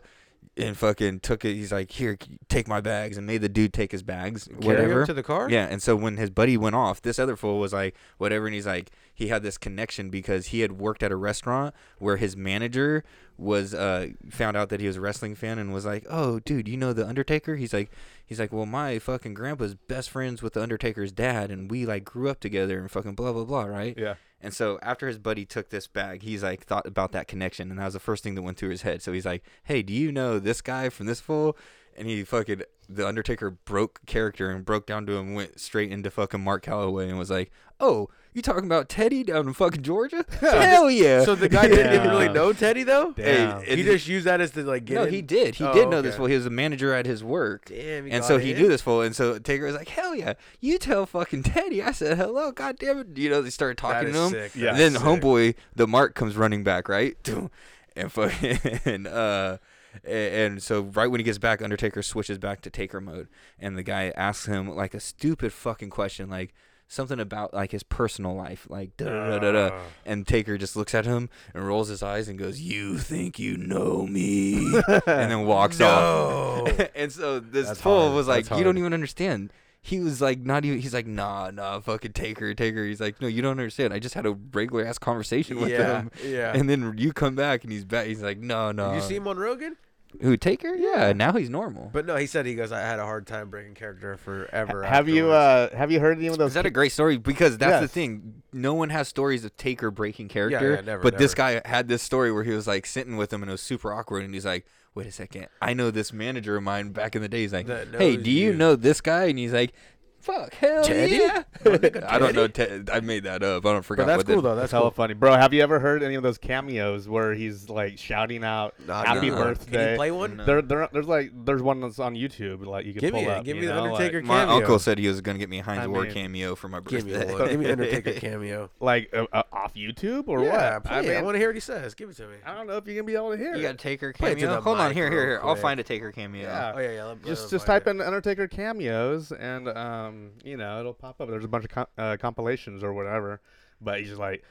Speaker 6: and fucking took it he's like, Here, c- take my bags and made the dude take his bags.
Speaker 7: Carry 'em
Speaker 6: whatever.
Speaker 7: to the car?
Speaker 6: Yeah, and so when his buddy went off, this other fool was like, whatever, and he's like, he had this connection because he had worked at a restaurant where his manager was uh found out that he was a wrestling fan and was like, oh, dude, you know the Undertaker? He's like, he's like, well, my fucking grandpa's best friends with the Undertaker's dad, and we like grew up together and fucking blah blah blah, right?
Speaker 8: Yeah.
Speaker 6: And so after his buddy took this bag, he's like thought about that connection, and that was the first thing that went through his head. So he's like, "Hey, do you know this guy from this fool?" And he fucking the Undertaker broke character and broke down to him, went straight into fucking Mark Calloway, and was like, "Oh, you talking about Teddy down in fucking Georgia? Hell yeah!"
Speaker 7: So the guy didn't even really
Speaker 8: Yeah.
Speaker 7: know Teddy though.
Speaker 8: Damn.
Speaker 7: He
Speaker 6: It-
Speaker 7: just used that as to like get.
Speaker 6: no,
Speaker 7: in-
Speaker 6: he did. He
Speaker 7: Oh,
Speaker 6: did know this
Speaker 7: okay.
Speaker 6: fool. He was a manager at his work.
Speaker 7: Damn, he
Speaker 6: and
Speaker 7: got
Speaker 6: so he
Speaker 7: in.
Speaker 6: knew this fool. And so Taker was like, "Hell yeah, you tell fucking Teddy." I said, "Hello, goddamn it!" You know, they started talking
Speaker 7: is
Speaker 6: to him.
Speaker 7: sick.
Speaker 8: Yeah.
Speaker 6: And then
Speaker 7: That is
Speaker 6: homeboy, the Mark comes running back, right? And fucking uh, a- and so right when he gets back, Undertaker switches back to Taker mode, and the guy asks him like a stupid fucking question, like. Something about like his personal life, like da da da da, da. and Taker just looks at him and rolls his eyes and goes, "You think you know me?" and then walks off. and so this fool was like, "You don't even understand." He was like, "Not even." He's like, "Nah, nah, fucking take her, take her." He's like, "No, you don't understand. I just had a regular ass conversation with
Speaker 7: Yeah,
Speaker 6: him."
Speaker 7: yeah. Uh,
Speaker 6: And then you come back and he's back. He's like, "No, no."
Speaker 7: Did you see him on Rogan?
Speaker 6: Who Taker? Yeah, now he's normal.
Speaker 7: But no, he said he goes. I had a hard time breaking character forever.
Speaker 8: Have you
Speaker 7: afterwards."
Speaker 8: uh have you heard any of those?
Speaker 6: Is that a great story? Because that's the
Speaker 8: Yes.
Speaker 6: thing. No one has stories of Taker breaking character.
Speaker 7: yeah, never,
Speaker 6: but this
Speaker 7: never.
Speaker 6: guy had this story where he was like sitting with him and it was super awkward. And he's like, wait a second. I know this manager of mine back in the day. He's like,
Speaker 7: That
Speaker 6: hey,
Speaker 7: knows
Speaker 6: do you,
Speaker 7: you."
Speaker 6: know this guy? And he's like, fuck, hell yeah. I don't know. Ted I made that up. I don't forgot
Speaker 7: But that's
Speaker 6: what
Speaker 7: cool
Speaker 6: the-
Speaker 7: though.
Speaker 8: That's
Speaker 7: That's
Speaker 8: hella
Speaker 7: cool.
Speaker 8: funny, bro. Have you ever heard any of those cameos where he's like shouting out
Speaker 7: Nah,
Speaker 8: "Happy
Speaker 6: nah. Can you
Speaker 8: Birthday"?
Speaker 7: play one?
Speaker 8: There, there, there's like there's one that's on YouTube. Like you can
Speaker 7: Give
Speaker 8: pull
Speaker 7: me it.
Speaker 8: up.
Speaker 7: Give
Speaker 8: you
Speaker 7: me the
Speaker 8: know, like-
Speaker 7: Undertaker
Speaker 6: My
Speaker 7: cameo.
Speaker 6: uncle said he was going to get me a Heinz
Speaker 8: I
Speaker 6: Ward
Speaker 8: mean-
Speaker 6: cameo for my birthday.
Speaker 7: Give me one. Oh, Give me Undertaker cameo.
Speaker 8: Like, uh, uh, off YouTube or
Speaker 7: Yeah,
Speaker 8: what?
Speaker 7: play it. I,
Speaker 8: mean,
Speaker 7: want to hear what he says. Give it to me.
Speaker 8: I don't know if you're gonna be able to hear.
Speaker 6: You
Speaker 8: it.
Speaker 6: got a Taker
Speaker 7: Play it to
Speaker 6: cameo?
Speaker 7: the
Speaker 6: Hold on.
Speaker 7: mic
Speaker 6: Here, here,
Speaker 7: real
Speaker 6: here. I'll
Speaker 7: quick.
Speaker 6: find a Taker cameo.
Speaker 8: Yeah.
Speaker 7: Oh yeah, yeah. Let,
Speaker 8: just just type in Undertaker cameos and um you know it'll pop up. There's a bunch of com- uh, compilations or whatever, but he's just like,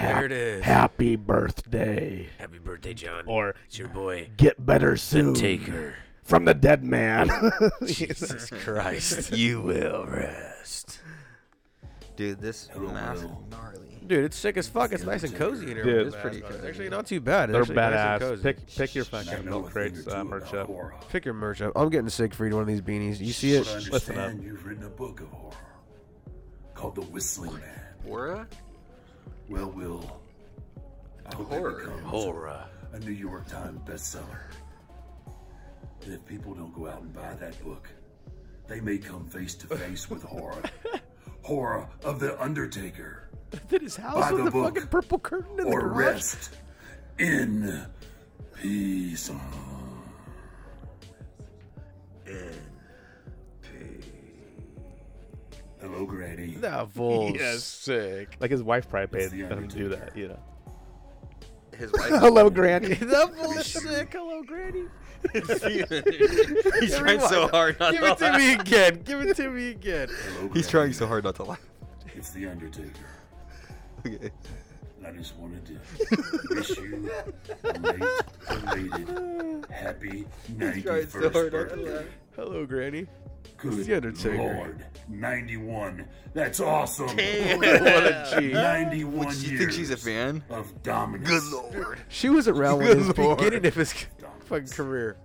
Speaker 7: There it is.
Speaker 8: "Happy birthday"
Speaker 7: Happy birthday, John.
Speaker 8: or
Speaker 7: it's your boy
Speaker 8: "Get better soon"
Speaker 7: Taker.
Speaker 8: from the dead man.
Speaker 7: Jesus Christ,
Speaker 6: You will rest. Dude, this mask is gnarly.
Speaker 7: dude, it's sick as fuck. It's nice and cozy in here.
Speaker 8: Dude,
Speaker 7: with
Speaker 8: it's
Speaker 7: this
Speaker 8: pretty
Speaker 7: mask on. It's actually not too bad. It's actually
Speaker 8: They're
Speaker 7: nice and
Speaker 8: badass.
Speaker 7: cozy.
Speaker 8: Pick pick your fucking milk crates uh, merch up.
Speaker 7: Pick your merch up. I'm getting Siegfried one of these beanies. You see it?
Speaker 8: Listen up.
Speaker 2: You've written a book of horror called The Whistling Man.
Speaker 6: Aura?
Speaker 2: Well, Will, I hope
Speaker 6: Horror.
Speaker 2: it becomes
Speaker 7: Horror.
Speaker 2: a New York Times bestseller. And if people don't go out and buy that book, they may come face to face with horror. horror of the Undertaker.
Speaker 7: Did his house
Speaker 2: Buy the
Speaker 7: with the
Speaker 2: book
Speaker 7: fucking purple curtain in the
Speaker 2: or
Speaker 7: garage?
Speaker 2: rest in peace. In peace. Hello, Grady.
Speaker 7: That fool's
Speaker 8: Yes.
Speaker 7: sick.
Speaker 8: Like his wife probably paid
Speaker 2: It's the
Speaker 8: for him to do
Speaker 2: Undertaker.
Speaker 8: that, you know.
Speaker 6: His wife.
Speaker 8: Hello, Granny.
Speaker 7: that fool is sick. Hello, Granny.
Speaker 6: He's trying so hard not
Speaker 7: Give
Speaker 6: to
Speaker 7: it to me again. Give it to me again.
Speaker 2: Hello, Grady.
Speaker 6: He's trying so hard not to laugh.
Speaker 2: It's the Undertaker.
Speaker 6: Okay.
Speaker 2: I just wanted to wish you a late, belated, happy 91st birthday.
Speaker 7: Hello, Granny.
Speaker 2: Good
Speaker 7: the Undertaker.
Speaker 2: Lord, 91. That's awesome.
Speaker 7: What a G.
Speaker 2: 91
Speaker 6: Would you
Speaker 2: years
Speaker 6: think she's a fan?
Speaker 2: of dominance.
Speaker 6: Good lord.
Speaker 7: She was around
Speaker 6: Good
Speaker 7: when his
Speaker 6: lord.
Speaker 7: beginning of his
Speaker 2: Dominance.
Speaker 7: fucking career.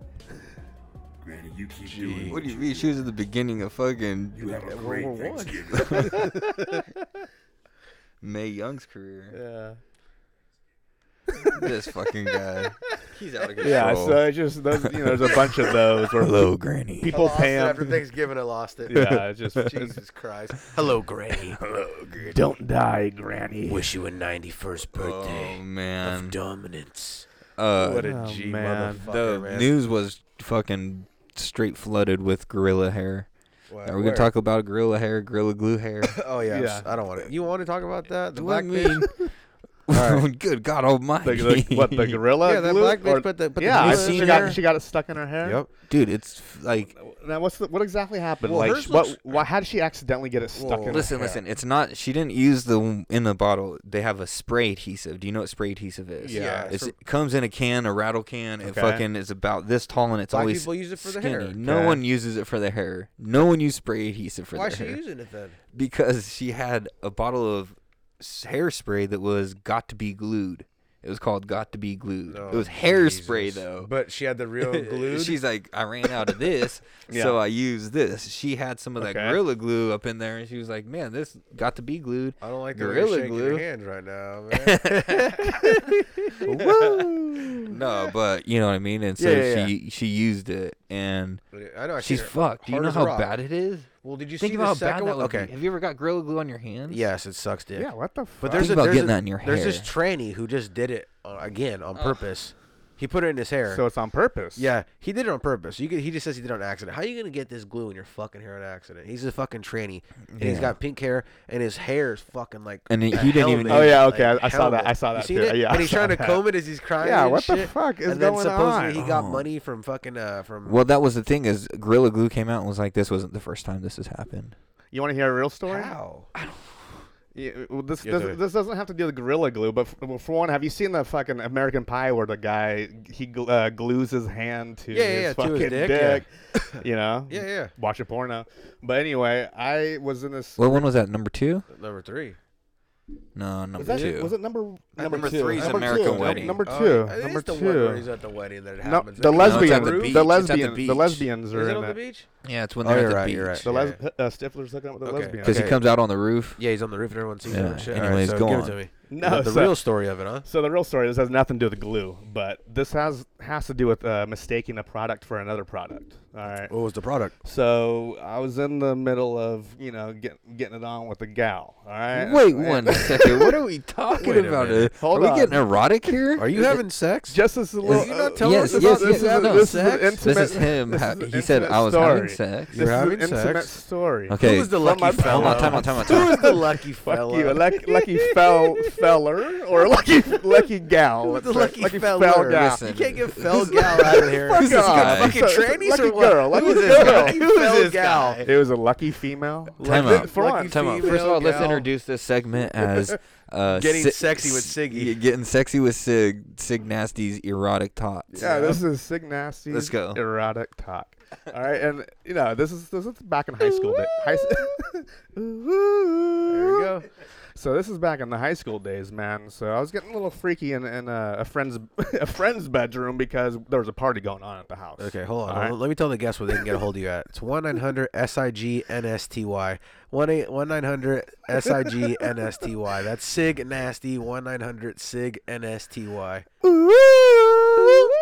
Speaker 2: Granny, you keep doing
Speaker 6: What do you mean? She was at the beginning of fucking
Speaker 2: You have a great
Speaker 7: War One.
Speaker 2: Thanksgiving.
Speaker 6: May Young's career.
Speaker 8: Yeah.
Speaker 6: This fucking guy. He's out of control.
Speaker 8: Yeah. So it's just those, you know, there's a bunch of those where
Speaker 6: Hello, Granny.
Speaker 8: people pay
Speaker 7: after
Speaker 8: him.
Speaker 7: Thanksgiving, I lost it.
Speaker 8: Yeah. It's just
Speaker 7: Jesus Christ. Hello, Granny.
Speaker 8: don't die, Granny.
Speaker 7: Wish you a 91st
Speaker 6: Oh man.
Speaker 7: dominance.
Speaker 6: Uh,
Speaker 7: What a
Speaker 8: Oh,
Speaker 7: G
Speaker 8: man.
Speaker 6: the
Speaker 7: motherfucker, man.
Speaker 6: news was fucking straight flooded with gorilla hair.
Speaker 7: Wow,
Speaker 6: Are we
Speaker 7: where?
Speaker 6: gonna talk about gorilla hair, gorilla glue hair?
Speaker 7: Oh yeah,
Speaker 8: Yeah.
Speaker 7: I don't want to. You want to talk about that? The
Speaker 6: Do I
Speaker 7: black
Speaker 6: mean?
Speaker 7: bitch. All
Speaker 6: Good God
Speaker 8: The,
Speaker 6: Almighty!
Speaker 8: the, what the gorilla?
Speaker 7: Yeah, that
Speaker 8: glue?
Speaker 7: black bitch
Speaker 8: Or-
Speaker 7: put the- put the
Speaker 8: yeah, I-
Speaker 6: glue in
Speaker 8: she
Speaker 6: her.
Speaker 8: got she got it stuck in her hair.
Speaker 7: Yep.
Speaker 6: dude, it's f- like
Speaker 8: Now what's the, what exactly happened?
Speaker 7: Well,
Speaker 8: like
Speaker 7: hers
Speaker 8: what?
Speaker 7: looks-
Speaker 8: Why? How did she accidentally get it stuck
Speaker 7: Whoa.
Speaker 8: in?
Speaker 6: listen,
Speaker 8: her
Speaker 6: listen. It's not. She didn't use the w- in the bottle. They have a spray adhesive. Do you know what spray adhesive is?
Speaker 7: Yeah, it's
Speaker 6: It's,
Speaker 7: from-
Speaker 6: it comes in a can, a rattle can. It
Speaker 8: Okay.
Speaker 6: fucking is about this tall, and it's
Speaker 7: Black
Speaker 6: always
Speaker 7: people use it for the
Speaker 6: skinny.
Speaker 7: hair.
Speaker 6: No
Speaker 8: Okay.
Speaker 6: one uses it for the hair. No one used spray adhesive for
Speaker 7: Why
Speaker 6: the
Speaker 7: is she
Speaker 6: hair.
Speaker 7: using it then?
Speaker 6: because she had a bottle of s- hairspray that was got to be glued. It was called got to be glued. it was hairspray though.
Speaker 7: Oh, But she had the real glue.
Speaker 6: She's like, I ran out of this, so I used this. She had some of that
Speaker 8: Okay.
Speaker 6: gorilla glue up in there, and she was like, "Man, this got to be glued."
Speaker 7: I don't like the gorilla way you're
Speaker 6: gorilla
Speaker 7: glue. Your
Speaker 6: glue.
Speaker 7: hands right now, man.
Speaker 6: No, but you know what I mean. And so
Speaker 7: Yeah, yeah,
Speaker 6: she she used it, and
Speaker 7: I know. I
Speaker 6: she's
Speaker 7: can't-
Speaker 6: fucked. Do you
Speaker 7: hard
Speaker 6: know
Speaker 7: as a
Speaker 6: how
Speaker 7: rock.
Speaker 6: bad it is?
Speaker 7: Well, did you
Speaker 6: Think
Speaker 7: see
Speaker 6: about
Speaker 7: the
Speaker 6: how
Speaker 7: second
Speaker 6: bad
Speaker 7: one?
Speaker 6: that would
Speaker 7: Okay.
Speaker 6: be. Have you ever got gorilla glue on your hands?
Speaker 7: Yes, it sucks dick.
Speaker 8: Yeah. What the? Fuck?
Speaker 7: But there's
Speaker 6: Think
Speaker 7: a,
Speaker 6: about
Speaker 7: there's
Speaker 6: getting
Speaker 7: a-
Speaker 6: that in your
Speaker 7: There's this
Speaker 6: hair.
Speaker 7: tranny who just did it uh, again on purpose. He put it in his hair.
Speaker 8: so it's on purpose.
Speaker 7: yeah, he did it on purpose. You could, he just says he did it on accident. How you gonna get this glue in your fucking hair on accident? He's a fucking tranny, and he's
Speaker 6: Yeah.
Speaker 7: got pink hair, and his hair is fucking like.
Speaker 6: And he-
Speaker 7: a
Speaker 6: he didn't even-
Speaker 7: helmet,
Speaker 8: Oh, yeah, okay,
Speaker 7: like
Speaker 8: I- I saw that-
Speaker 7: helmet.
Speaker 8: I saw
Speaker 7: You
Speaker 8: that
Speaker 7: seen
Speaker 8: too.
Speaker 7: it?
Speaker 8: Yeah,
Speaker 7: And
Speaker 8: I
Speaker 7: he's
Speaker 8: saw
Speaker 7: trying to
Speaker 8: that.
Speaker 7: comb it as he's crying.
Speaker 8: Yeah,
Speaker 7: and
Speaker 8: what the
Speaker 7: shit.
Speaker 8: fuck is
Speaker 7: and then
Speaker 8: going
Speaker 7: supposedly
Speaker 8: on?
Speaker 7: He got
Speaker 6: Oh.
Speaker 7: money from fucking uh from.
Speaker 6: Well, that was the thing is Gorilla Glue came out and was like, "This wasn't the first time this has happened."
Speaker 8: You want to hear a real story?
Speaker 7: How?
Speaker 8: Yeah, well, this,
Speaker 7: Yeah,
Speaker 8: does,
Speaker 7: do it.
Speaker 8: this doesn't have to do with Gorilla Glue, but for, well, for one, have you seen the fucking American Pie where the guy he gl- uh, glues his hand to
Speaker 7: Yeah, yeah,
Speaker 8: his
Speaker 7: yeah, to
Speaker 8: fucking
Speaker 7: his dick,
Speaker 8: You know?
Speaker 7: Yeah, yeah.
Speaker 8: Watch a porno. But anyway, I was in this.
Speaker 6: What one was that? Number two?
Speaker 7: Number three.
Speaker 6: No, number
Speaker 8: was that
Speaker 6: two.
Speaker 8: was it number?
Speaker 11: Number
Speaker 7: number
Speaker 11: two.
Speaker 7: three is
Speaker 11: Number
Speaker 7: American
Speaker 11: two.
Speaker 7: Wedding.
Speaker 8: Number two.
Speaker 11: Oh, it is
Speaker 8: number
Speaker 11: the one
Speaker 8: two.
Speaker 11: where he's at the wedding that it
Speaker 8: no,
Speaker 11: happens
Speaker 8: the
Speaker 11: at. No, it's at
Speaker 8: lesbian.
Speaker 11: the beach.
Speaker 8: the
Speaker 11: It's at the
Speaker 8: lesbian. The,
Speaker 11: beach.
Speaker 8: lesbians are
Speaker 11: Is it
Speaker 8: in
Speaker 11: on the
Speaker 7: uh,
Speaker 8: that.
Speaker 11: beach?
Speaker 6: Yeah, it's when
Speaker 7: Oh,
Speaker 6: they're
Speaker 7: you're
Speaker 6: at the
Speaker 7: right.
Speaker 6: beach.
Speaker 7: You're right.
Speaker 8: The les- uh, Stifler's hooking up with the
Speaker 11: Okay.
Speaker 8: lesbian.
Speaker 6: Because
Speaker 7: Okay.
Speaker 6: he comes out on the roof.
Speaker 7: Yeah, he's on the roof and everyone sees
Speaker 6: Yeah.
Speaker 7: him. and shit. All right,
Speaker 6: Anyways,
Speaker 7: so
Speaker 6: go
Speaker 7: give
Speaker 6: on.
Speaker 7: it to me.
Speaker 8: No,
Speaker 7: But the
Speaker 8: so-
Speaker 7: real story of it, huh?
Speaker 8: So the real story. This has nothing to do with glue, but this has has to do with uh, mistaking a product for another product. All right.
Speaker 7: What was the product?
Speaker 8: So I was in the middle of you know get, getting it on with a gal. All right.
Speaker 6: Wait
Speaker 8: And-
Speaker 6: one second. What are we talking
Speaker 7: Wait a
Speaker 6: about?
Speaker 7: minute.
Speaker 8: Hold
Speaker 6: are we
Speaker 8: on.
Speaker 6: getting erotic here?
Speaker 7: Are you having sex?
Speaker 8: Just as a little.
Speaker 7: you not
Speaker 8: uh,
Speaker 7: telling
Speaker 6: Yes,
Speaker 8: this
Speaker 6: yes,
Speaker 8: is- this
Speaker 6: yes,
Speaker 8: is-
Speaker 6: no,
Speaker 8: this is an
Speaker 7: sex?
Speaker 8: intimate-
Speaker 6: This is him.
Speaker 8: this
Speaker 6: Ha-
Speaker 8: is an
Speaker 6: he said,
Speaker 8: intimate
Speaker 6: "I was having
Speaker 8: story.
Speaker 6: sex."
Speaker 8: This is an
Speaker 7: having
Speaker 8: intimate
Speaker 7: sex?
Speaker 8: story.
Speaker 6: Okay.
Speaker 11: Who was the
Speaker 8: From my-
Speaker 11: lucky fella?
Speaker 6: Time out, time out, time out,
Speaker 11: Who
Speaker 6: time
Speaker 11: was the lucky
Speaker 8: Fuck
Speaker 11: fella?
Speaker 8: you, luck, lucky fell feller or lucky lucky gal.
Speaker 11: Who was
Speaker 8: let's
Speaker 11: the
Speaker 8: say.
Speaker 11: lucky,
Speaker 8: fell
Speaker 11: fella?
Speaker 8: gal.
Speaker 6: Listen.
Speaker 11: You can't get fell gal out of here.
Speaker 8: Fuck
Speaker 11: Who's this
Speaker 8: off.
Speaker 11: guy?
Speaker 8: So
Speaker 11: Fucking
Speaker 8: it's
Speaker 11: trannies
Speaker 8: lucky
Speaker 11: or what?
Speaker 8: girl, lucky
Speaker 11: Who is
Speaker 8: girl.
Speaker 11: this guy?
Speaker 8: Who
Speaker 11: Who is
Speaker 8: is
Speaker 11: this guy?
Speaker 8: It was a lucky female.
Speaker 6: Time
Speaker 8: Lucky-
Speaker 6: out.
Speaker 8: for
Speaker 11: Lucky
Speaker 8: once.
Speaker 6: Time out. First of all, let's introduce this segment as uh,
Speaker 11: Getting sexy with Siggy.
Speaker 6: yeah, Getting sexy with Sig. Sig Nasty's erotic tots.
Speaker 8: Yeah, this is Sig Nasty's
Speaker 6: Let's go.
Speaker 8: erotic talk. All right, and you know this is this is back in high school. da- high s- there we go. So this is back in the high school days, man. So I was getting a little freaky in, in a, a friend's a friend's bedroom because there was a party going on at the house.
Speaker 7: Okay, hold on.
Speaker 8: All
Speaker 7: hold
Speaker 8: right.
Speaker 7: on. Let me tell the guests where they can get a hold of you at. It's 1 900 SIG NSTY. 1 900 SIG NSTY. That's SIG Nasty 1 900 SIG NSTY.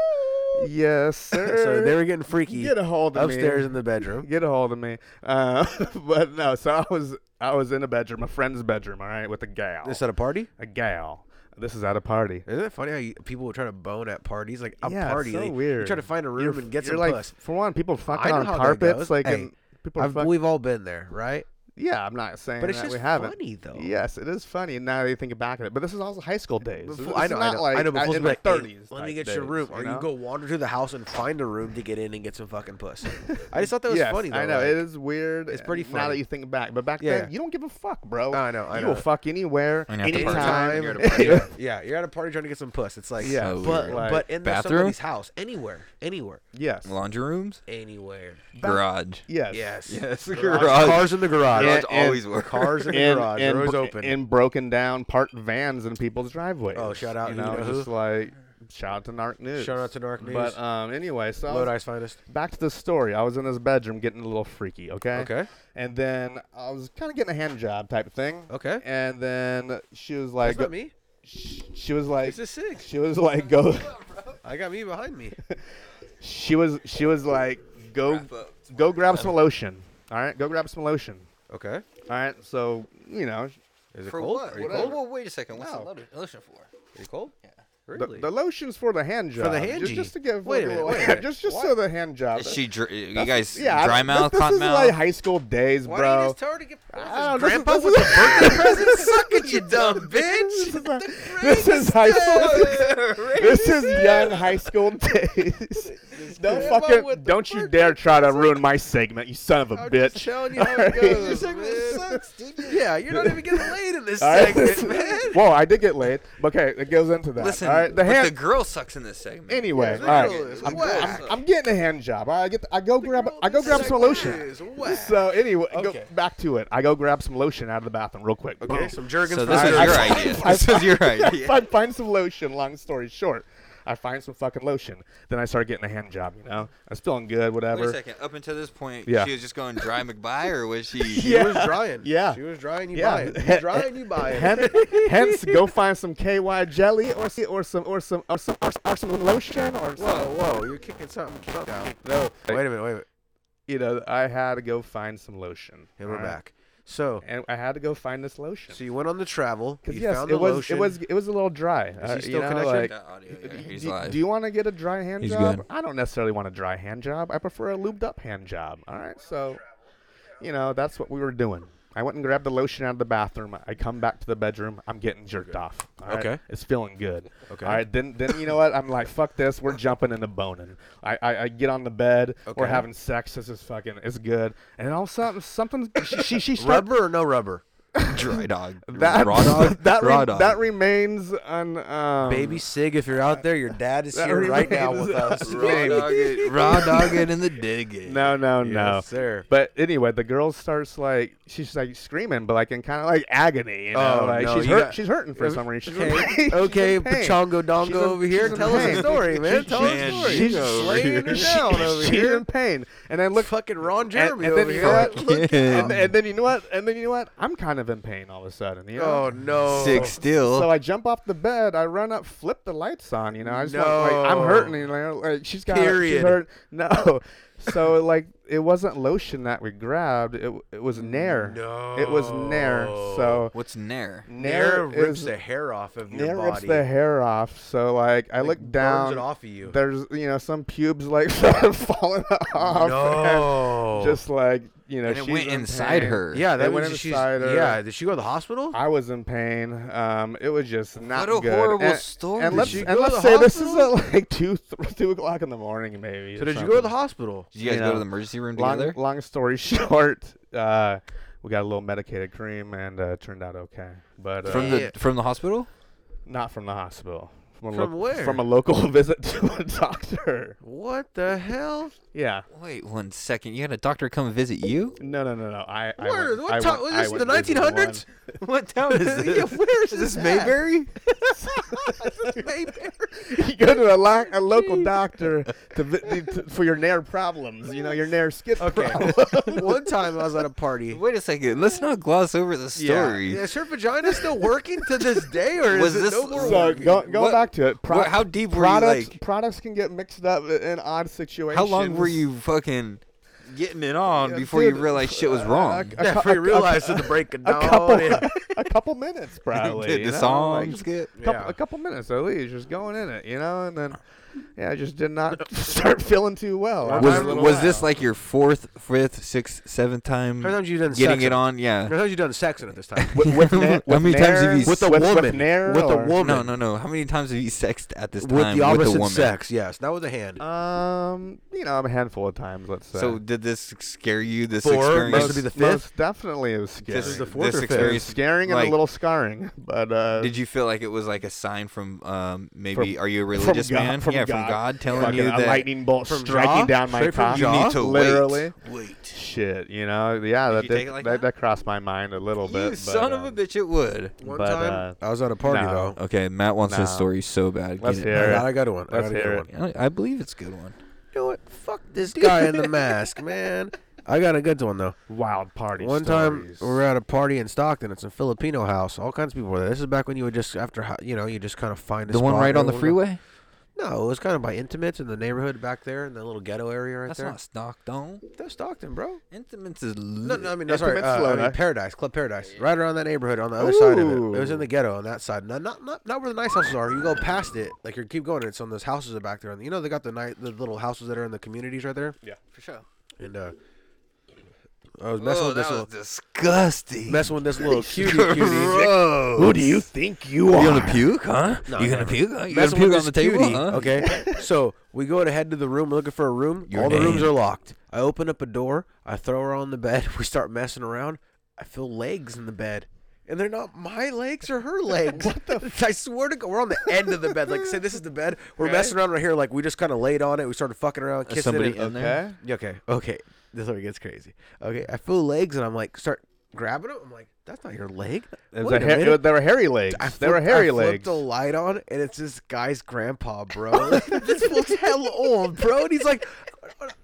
Speaker 8: Yes, sir.
Speaker 7: So they were getting freaky
Speaker 8: Get a hold of me.
Speaker 7: upstairs in the bedroom.
Speaker 8: Get a hold of me. Uh, but no, so I was I was in a bedroom, a friend's bedroom, all right, with a gal.
Speaker 7: Is that a party?
Speaker 8: a gal. This is at a party.
Speaker 7: Isn't it funny how you, people would try to bone at parties? Like, a
Speaker 8: Yeah, it's
Speaker 7: party.
Speaker 8: so
Speaker 7: like, You
Speaker 8: weird.
Speaker 7: try to find a room
Speaker 8: You're-
Speaker 7: and get
Speaker 8: you're
Speaker 7: some
Speaker 8: like,
Speaker 7: puss.
Speaker 8: For one, people fucking
Speaker 7: know
Speaker 8: on
Speaker 7: how that
Speaker 8: carpets,
Speaker 7: goes.
Speaker 8: like
Speaker 7: Hey,
Speaker 8: and people are
Speaker 7: I've,
Speaker 8: fuck-
Speaker 7: we've all been there, right?
Speaker 8: Yeah, I'm not saying
Speaker 7: But it's
Speaker 8: that
Speaker 7: just
Speaker 8: we haven't.
Speaker 7: funny, though.
Speaker 8: Yes, it is funny. And now they think back at it, but this is also high school days.
Speaker 7: Before-
Speaker 8: This
Speaker 7: I
Speaker 8: is
Speaker 7: know,
Speaker 8: not
Speaker 7: I know,
Speaker 8: like
Speaker 7: I know.
Speaker 8: uh,
Speaker 7: Before
Speaker 8: in
Speaker 7: it's
Speaker 8: my
Speaker 7: like, hey,
Speaker 8: thirties.
Speaker 7: Let me get your room, or you, go wander to the house and find a room to get in and get some fucking puss. I just thought that was
Speaker 8: yes,
Speaker 7: funny. Though,
Speaker 8: I know
Speaker 7: like-
Speaker 8: it is weird.
Speaker 7: it's pretty
Speaker 8: Now that
Speaker 7: funny.
Speaker 8: you think back, but back
Speaker 7: Yeah.
Speaker 8: then you don't give a fuck, bro.
Speaker 7: I know, I
Speaker 8: you
Speaker 7: know.
Speaker 8: will fuck anywhere,
Speaker 6: And at the party.
Speaker 8: anytime.
Speaker 7: You're at a party. yeah, yeah, you're at a party trying to get some puss. It's like,
Speaker 8: Yeah.
Speaker 6: So
Speaker 7: but
Speaker 6: weird.
Speaker 8: Like-
Speaker 7: but in the,
Speaker 6: Bathroom?
Speaker 7: somebody's house, anywhere, anywhere,
Speaker 8: yes,
Speaker 6: Laundry rooms,
Speaker 7: anywhere.
Speaker 6: garage.
Speaker 8: yes,
Speaker 7: Yes,
Speaker 6: Yes,
Speaker 7: Cars in the garage.
Speaker 8: Yeah,
Speaker 6: Garage
Speaker 8: Oh, and-
Speaker 6: always works.
Speaker 7: Cars in the
Speaker 8: in,
Speaker 7: garage.
Speaker 8: in,
Speaker 7: Doors
Speaker 8: bro-
Speaker 7: open.
Speaker 8: in broken down parked vans in people's driveways.
Speaker 7: Oh, shout out
Speaker 8: You
Speaker 7: who
Speaker 8: know,
Speaker 7: to who?
Speaker 8: just like shout out to Narc News.
Speaker 7: Shout out to Narc News.
Speaker 8: But um, anyway, so I was-
Speaker 7: Lodi's finest.
Speaker 8: back to the story. I was in this bedroom getting a little freaky. Okay.
Speaker 7: Okay.
Speaker 8: And then I was kind of getting a hand job type of thing.
Speaker 7: Okay.
Speaker 8: And then she was like,
Speaker 7: That's not me.
Speaker 8: She, she was like,
Speaker 7: This is sick.
Speaker 8: she was like, go.
Speaker 7: I got me behind me.
Speaker 8: She was she was like, go, go grab some lotion. All right, go grab some lotion.
Speaker 7: Okay.
Speaker 8: All right, so you know
Speaker 7: Is it
Speaker 11: For
Speaker 7: cold?
Speaker 11: what?
Speaker 7: Are you
Speaker 11: Whoa,
Speaker 7: cold?
Speaker 11: whoa, wait a second. What's
Speaker 8: No.
Speaker 11: the the lotion for?
Speaker 7: Are you cold? Yeah.
Speaker 8: The,
Speaker 7: Really?
Speaker 8: the lotion's for the hand job.
Speaker 7: the
Speaker 8: Just,
Speaker 7: handy.
Speaker 8: just to give.
Speaker 7: Wait a
Speaker 8: like,
Speaker 7: minute,
Speaker 8: little-
Speaker 7: wait a minute.
Speaker 8: Just, just so the hand job.
Speaker 11: Is she? Dr- you guys
Speaker 8: yeah, I-
Speaker 11: dry mouth,
Speaker 8: This, this
Speaker 11: cotton
Speaker 8: is
Speaker 11: mouth.
Speaker 8: like high school days,
Speaker 11: Why
Speaker 8: bro.
Speaker 11: don't you just tell her to get
Speaker 8: I don't know,
Speaker 11: grandpa
Speaker 8: this is-
Speaker 11: with a birthday present? Suck it, you dumb bitch!
Speaker 8: this is high school. This is young high school days. don't
Speaker 11: grandma
Speaker 8: fucking.
Speaker 11: with the
Speaker 8: Don't you
Speaker 11: birthday
Speaker 8: dare try to ruin my segment, you son
Speaker 7: Oh,
Speaker 8: of a bitch.
Speaker 7: telling you how
Speaker 8: All
Speaker 7: it
Speaker 8: right.
Speaker 11: This
Speaker 7: goes.
Speaker 11: segment sucks, dude.
Speaker 7: yeah, you're not even getting laid in this
Speaker 8: All right.
Speaker 7: segment, man.
Speaker 8: Whoa, I did get laid. But okay, it goes into that.
Speaker 11: Listen,
Speaker 8: all right, the
Speaker 11: but
Speaker 8: hand.
Speaker 11: the girl sucks in this segment.
Speaker 8: Anyway,
Speaker 11: Yeah,
Speaker 8: all
Speaker 11: the girl
Speaker 8: right.
Speaker 11: is
Speaker 8: I'm,
Speaker 11: whack.
Speaker 8: I'm, I'm getting a hand job. all right? I get. I go grab. I go grab some lotion. So anyway,
Speaker 7: Okay.
Speaker 8: go back to it. I go grab some lotion out of the bathroom real quick.
Speaker 7: Okay, some jerkins.
Speaker 11: So
Speaker 7: for
Speaker 11: this
Speaker 7: the
Speaker 11: is
Speaker 7: girls.
Speaker 11: your idea.
Speaker 8: I-
Speaker 11: This is your idea.
Speaker 8: I find some lotion. Long story short, I find some fucking lotion. Then I start getting a hand job. You know, I was feeling good. Whatever.
Speaker 11: Wait a second. Up until this point,
Speaker 8: Yeah.
Speaker 11: she was just going dry McBye, or was she?
Speaker 7: She
Speaker 8: Yeah.
Speaker 7: was drying.
Speaker 8: Yeah.
Speaker 7: She was drying. You
Speaker 8: Yeah.
Speaker 7: buy it. You drying. You buy it.
Speaker 8: Hen- Hence, go find some KY jelly or see or some or some or some or some, or some lotion or
Speaker 7: Whoa,
Speaker 8: some,
Speaker 7: whoa! You're kicking something down.
Speaker 8: no.
Speaker 7: Wait a minute. Wait a minute.
Speaker 8: You know, I had to go find some lotion.
Speaker 7: And we're
Speaker 8: alright?
Speaker 7: back. So,
Speaker 8: And I had to go find this lotion.
Speaker 7: so you went on the travel.
Speaker 8: Because
Speaker 7: You
Speaker 8: yes,
Speaker 7: found
Speaker 8: it
Speaker 7: the
Speaker 8: was
Speaker 7: lotion.
Speaker 8: it was it was a little dry. Is
Speaker 7: he still
Speaker 8: you know,
Speaker 7: connected?
Speaker 8: like,
Speaker 11: That audio, yeah,
Speaker 8: d-
Speaker 11: he's
Speaker 8: do,
Speaker 11: live.
Speaker 8: do you want to get a dry hand
Speaker 6: He's
Speaker 8: job?
Speaker 6: good.
Speaker 8: I don't necessarily want a dry hand job. I prefer a lubed up hand job. All right, so you know that's what we were doing. I went and grabbed the lotion out of the bathroom. I come back to the bedroom. I'm getting jerked off. all right?
Speaker 7: Okay.
Speaker 8: it's feeling good.
Speaker 7: Okay.
Speaker 8: all right. Then then you know what? I'm like, fuck this. We're jumping into boning. I I, I get on the bed. We're
Speaker 7: Okay.
Speaker 8: having sex. This is fucking. It's good. And all of a sudden, something. she she, she starts
Speaker 7: rubber or no rubber.
Speaker 6: Dry dog.
Speaker 8: That
Speaker 6: raw dog.
Speaker 8: that re-
Speaker 6: raw dog.
Speaker 8: that remains on um,
Speaker 7: Baby Sig, if you're out there, your dad is
Speaker 8: That
Speaker 7: here right now
Speaker 8: remains
Speaker 7: with us.
Speaker 8: Raw Baby. dog it-
Speaker 6: raw dog it in the digging.
Speaker 8: No, no, no,
Speaker 7: sir.
Speaker 8: But anyway, the girl starts like she's like screaming, but like in kind of like agony. You know?
Speaker 7: Oh,
Speaker 8: like
Speaker 7: no,
Speaker 8: she's
Speaker 7: you
Speaker 8: hurt.
Speaker 7: got-
Speaker 8: she's hurting for some reason. She's
Speaker 7: Okay,
Speaker 8: in pain.
Speaker 7: okay
Speaker 8: She's in pain.
Speaker 7: Pachongo Dongo
Speaker 8: She's in-
Speaker 7: over here.
Speaker 8: she's in
Speaker 7: Tell us
Speaker 8: pain.
Speaker 7: a story, man.
Speaker 8: She-
Speaker 7: Tell us a
Speaker 8: man,
Speaker 7: story.
Speaker 8: She's
Speaker 7: She's
Speaker 8: slaying her down over here. She's in pain. And then look,
Speaker 7: fucking Ron
Speaker 8: and,
Speaker 7: Jeremy
Speaker 8: and then
Speaker 7: over
Speaker 8: you
Speaker 7: here.
Speaker 8: know what?
Speaker 6: Fuck yeah.
Speaker 8: and, and then you know what? And then you know what? I'm kind of in pain all of a sudden. You know?
Speaker 7: Oh no.
Speaker 6: Sig still.
Speaker 8: So I jump off the bed, I run up, flip the lights on, you know. I just want, like I'm
Speaker 7: No.
Speaker 8: hurting, you know. Like she's got
Speaker 7: Period.
Speaker 8: She's hurt. No. So like it wasn't lotion that we grabbed. It w- it was nair. It was nair. So
Speaker 6: What's Nair?
Speaker 8: nair, is,
Speaker 7: hair off of
Speaker 8: nair rips the hair off. So like I look down.
Speaker 7: off of you.
Speaker 8: There's you know some pubes like falling off.
Speaker 7: No.
Speaker 8: and Just like you know,
Speaker 6: And it
Speaker 8: she's
Speaker 6: went
Speaker 8: in
Speaker 6: inside
Speaker 8: pain.
Speaker 6: her.
Speaker 7: yeah, that
Speaker 8: It was
Speaker 7: was she's,
Speaker 8: inside her.
Speaker 7: yeah. Did she go to the hospital?
Speaker 8: I was in pain. Um, it was just not
Speaker 6: a
Speaker 8: good.
Speaker 6: horrible
Speaker 8: and,
Speaker 6: story.
Speaker 8: And
Speaker 6: Did
Speaker 8: let's,
Speaker 7: you go
Speaker 8: and
Speaker 7: to
Speaker 8: let's
Speaker 7: the
Speaker 8: say this is
Speaker 7: hospital?
Speaker 8: at like two th- two o'clock in the morning, maybe.
Speaker 7: so
Speaker 8: or
Speaker 7: did you go to the
Speaker 8: something.
Speaker 7: hospital?
Speaker 6: Did you guys
Speaker 8: you
Speaker 6: go
Speaker 8: know,
Speaker 6: to the emergency room
Speaker 8: Long,
Speaker 6: together?
Speaker 8: long story short, uh, we got a little medicated cream and uh, it turned out okay, but uh,
Speaker 6: from the from the hospital?
Speaker 8: not from the hospial. From, a
Speaker 7: From
Speaker 8: lo-
Speaker 7: where?
Speaker 8: From a local visit to a doctor.
Speaker 7: What the hell?
Speaker 8: Yeah.
Speaker 6: Wait one second. You had a doctor come visit you?
Speaker 8: No, no, no, no. I. I
Speaker 7: Where?
Speaker 8: went-
Speaker 7: What
Speaker 8: I
Speaker 7: town-
Speaker 8: went-
Speaker 7: was
Speaker 8: I
Speaker 7: this
Speaker 8: went
Speaker 7: the
Speaker 8: visit
Speaker 7: 1900s?
Speaker 8: one.
Speaker 7: What town is this? Yeah, where is, this Mayberry?
Speaker 8: you go to a, lo- a local doctor to, vi- to for your nair problems. You know your nair skid problems.
Speaker 7: One time I was at a party.
Speaker 6: Wait a second. Let's not gloss over the story.
Speaker 7: Is her vagina still working to this day, or
Speaker 6: Was
Speaker 7: is
Speaker 6: this-
Speaker 7: it no more
Speaker 6: So,
Speaker 8: So
Speaker 7: working?
Speaker 8: go, going
Speaker 6: What-
Speaker 8: back to it,
Speaker 6: what- how deep were you,
Speaker 8: products,
Speaker 6: like-
Speaker 8: Products can get mixed up in odd situations.
Speaker 6: How long were you fucking getting it on
Speaker 8: Yeah,
Speaker 6: before
Speaker 8: dude,
Speaker 6: you realized shit was
Speaker 8: uh,
Speaker 6: wrong?
Speaker 8: a
Speaker 7: Yeah,
Speaker 8: cou-
Speaker 7: before you
Speaker 8: a- a-
Speaker 7: realized that the break of
Speaker 8: A
Speaker 7: dawn.
Speaker 8: couple,
Speaker 7: yeah.
Speaker 8: a couple minutes, probably.
Speaker 6: Did
Speaker 8: you
Speaker 6: the
Speaker 8: know,
Speaker 6: song
Speaker 8: like,
Speaker 6: skip?
Speaker 8: couple,
Speaker 7: Yeah.
Speaker 8: A couple minutes at least, just going in it, you know, and then yeah, I just did not start feeling too well. after
Speaker 6: Was
Speaker 8: a little
Speaker 6: was this
Speaker 8: while.
Speaker 6: like your fourth, fifth, sixth, seventh time
Speaker 7: Sometimes you done
Speaker 6: getting
Speaker 7: sex
Speaker 6: it
Speaker 7: on-
Speaker 6: on? Yeah.
Speaker 7: Sometimes you've done sex in it this time.
Speaker 8: with, with, na-
Speaker 6: How
Speaker 8: with
Speaker 6: many times have
Speaker 8: Nair-
Speaker 6: you
Speaker 8: with a
Speaker 7: with
Speaker 8: woman? With, Nair
Speaker 7: With a
Speaker 8: or-
Speaker 7: woman.
Speaker 6: No, no, no. How many times have you sexed at this
Speaker 7: With
Speaker 6: time
Speaker 7: the
Speaker 6: with a
Speaker 7: opposite
Speaker 6: woman?
Speaker 7: sex, yes. Not with a hand.
Speaker 8: Um, you know, a handful of times. Let's say.
Speaker 6: So did this scare you? This
Speaker 7: Four,
Speaker 6: experience?
Speaker 7: must be the fifth?
Speaker 8: Most definitely, it was scary.
Speaker 6: this,
Speaker 7: This is the fourth or
Speaker 6: this
Speaker 7: fifth?
Speaker 8: It was
Speaker 6: experience
Speaker 8: scaring and
Speaker 6: like,
Speaker 8: a little scarring, but uh,
Speaker 6: Did you feel like it was like a sign from um, maybe? are you a
Speaker 8: from
Speaker 6: religious
Speaker 8: God-
Speaker 6: man?
Speaker 8: from
Speaker 6: yeah,
Speaker 8: God.
Speaker 6: from God telling
Speaker 8: Fucking
Speaker 6: you
Speaker 8: a
Speaker 6: that
Speaker 8: lightning bolt
Speaker 7: From
Speaker 8: striking
Speaker 7: Jaw?
Speaker 8: down my
Speaker 7: Straight from
Speaker 8: top.
Speaker 6: you need to
Speaker 8: literally.
Speaker 6: wait. Wait.
Speaker 8: Shit, you know, yeah, that
Speaker 6: you
Speaker 8: did,
Speaker 6: take it like
Speaker 8: that,
Speaker 6: that?
Speaker 8: crossed my mind a little bit. uh,
Speaker 6: You son of a bitch! It would.
Speaker 7: One
Speaker 8: but,
Speaker 7: time,
Speaker 8: uh,
Speaker 7: I was at a party
Speaker 8: no.
Speaker 7: though.
Speaker 6: Okay, Matt wants
Speaker 8: Nah.
Speaker 6: his story so bad.
Speaker 8: Let's
Speaker 6: Get
Speaker 8: hear
Speaker 6: it.
Speaker 8: it.
Speaker 7: I, gotta- I got to one. I
Speaker 8: Let's
Speaker 7: gotta get
Speaker 8: hear
Speaker 7: one.
Speaker 8: it.
Speaker 6: I I believe it's a good one.
Speaker 7: You know what? Fuck this guy in the mask, man. I got a good one though.
Speaker 8: Wild party.
Speaker 7: One time we were at a party in Stockton. It's a Filipino house. All kinds of people were there. This is back when you would just after ho- you know you just kind of find a
Speaker 6: The one
Speaker 7: spot
Speaker 6: right on the
Speaker 7: everyone-
Speaker 6: freeway.
Speaker 7: No, it was kind of by intimates in the neighborhood back there in the little ghetto area right
Speaker 6: That's
Speaker 7: there.
Speaker 6: not Stockton.
Speaker 7: That's Stockton, bro.
Speaker 6: Intimates is
Speaker 7: No,
Speaker 6: lit.
Speaker 7: no, I mean, no, sorry,
Speaker 8: Intimates,
Speaker 7: uh, I mean,
Speaker 8: Florida.
Speaker 7: Paradise Club Paradise, right around that neighborhood on the other side of it. It was
Speaker 8: Ooh.
Speaker 7: in the ghetto on that side. Not, not, not, not where the nice houses are. You go past it, like you keep going. It's on those houses that are back there. And you know they got the night, the little houses that are in the communities right there.
Speaker 8: Yeah,
Speaker 7: for sure. And uh, I oh, was messing with this little,
Speaker 6: disgusting.
Speaker 7: messing with this little cutie cutie.
Speaker 6: Who do you
Speaker 8: think you
Speaker 6: You gonna puke, huh?
Speaker 7: No,
Speaker 6: you gonna
Speaker 7: never.
Speaker 6: puke? Huh? You gonna
Speaker 7: messing with
Speaker 6: puke on
Speaker 7: this
Speaker 6: the table?
Speaker 7: cutie,
Speaker 6: huh?
Speaker 7: Okay. so we go to head to the room looking for a room.
Speaker 6: Your
Speaker 7: All the rooms
Speaker 6: name.
Speaker 7: are locked. I open up a door. I throw her on the bed. We start messing around. I feel legs in the bed. And they're not my legs or her legs. what the? I swear to God, we're on the end of the bed. Like, say this is the bed. We're messing around right here. Like, we just kind of laid on it. We started fucking around, kissing
Speaker 6: Is Uh, somebody
Speaker 7: it.
Speaker 6: in there?
Speaker 7: Yeah, Okay, okay. This is where it gets crazy. Okay, I feel legs, and I'm like, start grabbing them. I'm like, that's not your leg.
Speaker 8: It was
Speaker 7: Wait
Speaker 8: a
Speaker 7: a
Speaker 8: hair-
Speaker 7: minute.
Speaker 8: they were hairy legs.
Speaker 7: I
Speaker 8: they were
Speaker 7: flipped-
Speaker 8: hairy
Speaker 7: I flipped
Speaker 8: legs.
Speaker 7: the light on, and it's this guy's grandpa, bro. this fool's hella old, bro. And he's like,